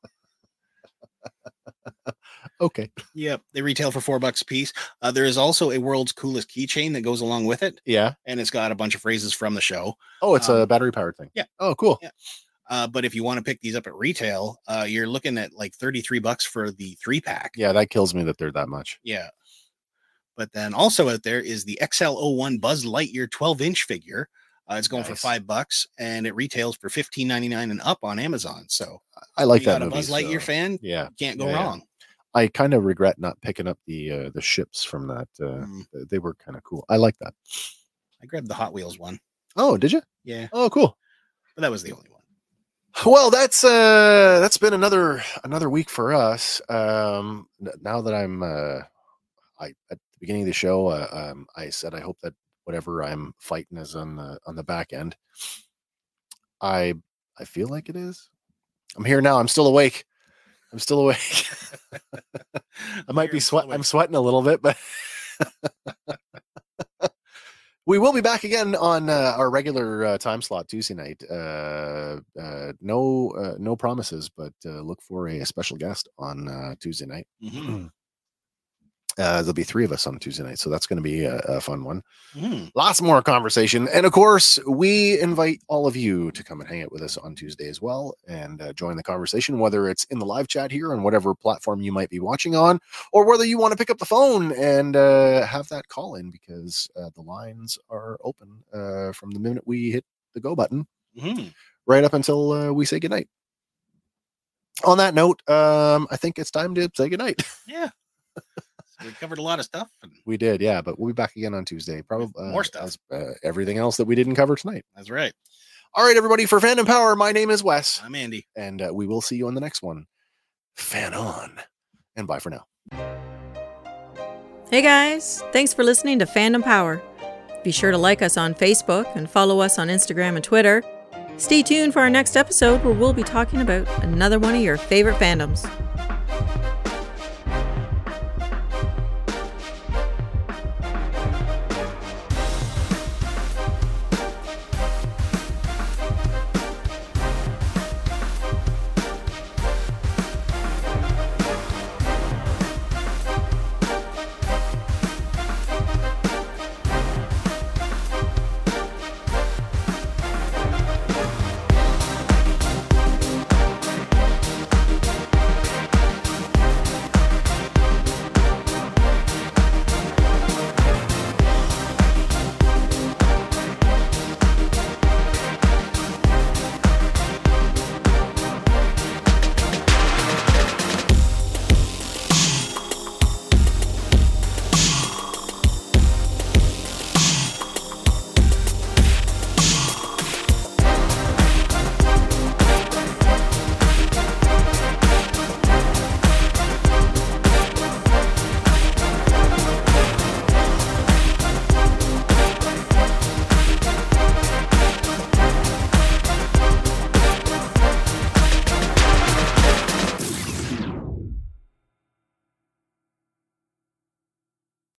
Speaker 1: Okay.
Speaker 2: Yep. They retail for four bucks a piece. Uh, there is also a world's coolest keychain that goes along with it,
Speaker 1: Yeah.
Speaker 2: and it's got a bunch of phrases from the show.
Speaker 1: Oh, it's a
Speaker 2: Um,
Speaker 1: battery powered thing.
Speaker 2: yeah.
Speaker 1: Oh, cool.
Speaker 2: Yeah. Uh, but if you want to pick these up at retail, uh, you're looking at like 33 bucks for the three pack.
Speaker 1: Yeah, that kills me that they're that much.
Speaker 2: Yeah. But then also out there is the XL01 Buzz Lightyear 12 inch figure. Uh, it's going for
Speaker 1: Nice.
Speaker 2: five bucks and it retails for $15.99 and up on Amazon. So
Speaker 1: I like
Speaker 2: you
Speaker 1: that
Speaker 2: got a
Speaker 1: movie,
Speaker 2: Buzz Lightyear
Speaker 1: so-
Speaker 2: fan,
Speaker 1: Yeah.
Speaker 2: can't go
Speaker 1: Yeah, yeah.
Speaker 2: wrong.
Speaker 1: I kind of regret not picking up the uh, the ships from that. Uh,
Speaker 2: Mm.
Speaker 1: th- They were kind of cool. I like that.
Speaker 2: I grabbed the Hot Wheels one.
Speaker 1: Oh, did you?
Speaker 2: Yeah,
Speaker 1: Oh, cool.
Speaker 2: but that was the only one.
Speaker 1: Well, that's uh that's been another another week for us. Um n- now that I'm uh I at the beginning of the show uh, um I said I hope that whatever I'm fighting is on the on the back end. I I feel like it is. I'm here now. I'm still awake. I'm still awake. I might
Speaker 2: You're
Speaker 1: be sweat.
Speaker 2: still
Speaker 1: I'm
Speaker 2: awake.
Speaker 1: sweating a little bit, but we will be back again on uh, our regular uh, time slot Tuesday night. Uh, uh, no, uh, no promises, but uh, look for a special guest on uh, Tuesday night.
Speaker 2: Mhm.
Speaker 1: Uh, there'll be three of us on Tuesday night, so that's going to be a, a fun one
Speaker 8: Hmm.
Speaker 2: Mhm.
Speaker 1: lots more conversation. And of course, we invite all of you to come and hang out with us on Tuesday as well and uh, join the conversation, whether it's in the live chat here on whatever platform you might be watching on, or whether you want to pick up the phone and uh, have that call in because uh, the lines are open uh, from the minute we hit the go button
Speaker 8: Hmm.
Speaker 2: Mhm.
Speaker 1: right up until uh, we say goodnight. On that note, um, I think it's time to say goodnight.
Speaker 2: Yeah. So we covered a lot of stuff. And
Speaker 1: We did, yeah, but we'll be back again on Tuesday. Probably uh,
Speaker 2: more stuff.
Speaker 1: as, uh, everything else that we didn't cover tonight.
Speaker 2: that's right.
Speaker 1: All right, everybody, for Fandom Power, my name is Wes,
Speaker 2: I'm Andy.
Speaker 1: and uh, we will see you on the next one. Fan on, and bye for now.
Speaker 9: Hey guys, thanks for listening to Fandom Power. Be sure to like us on Facebook and follow us on Instagram and Twitter. Stay tuned for our next episode where we'll be talking about another one of your favorite fandoms.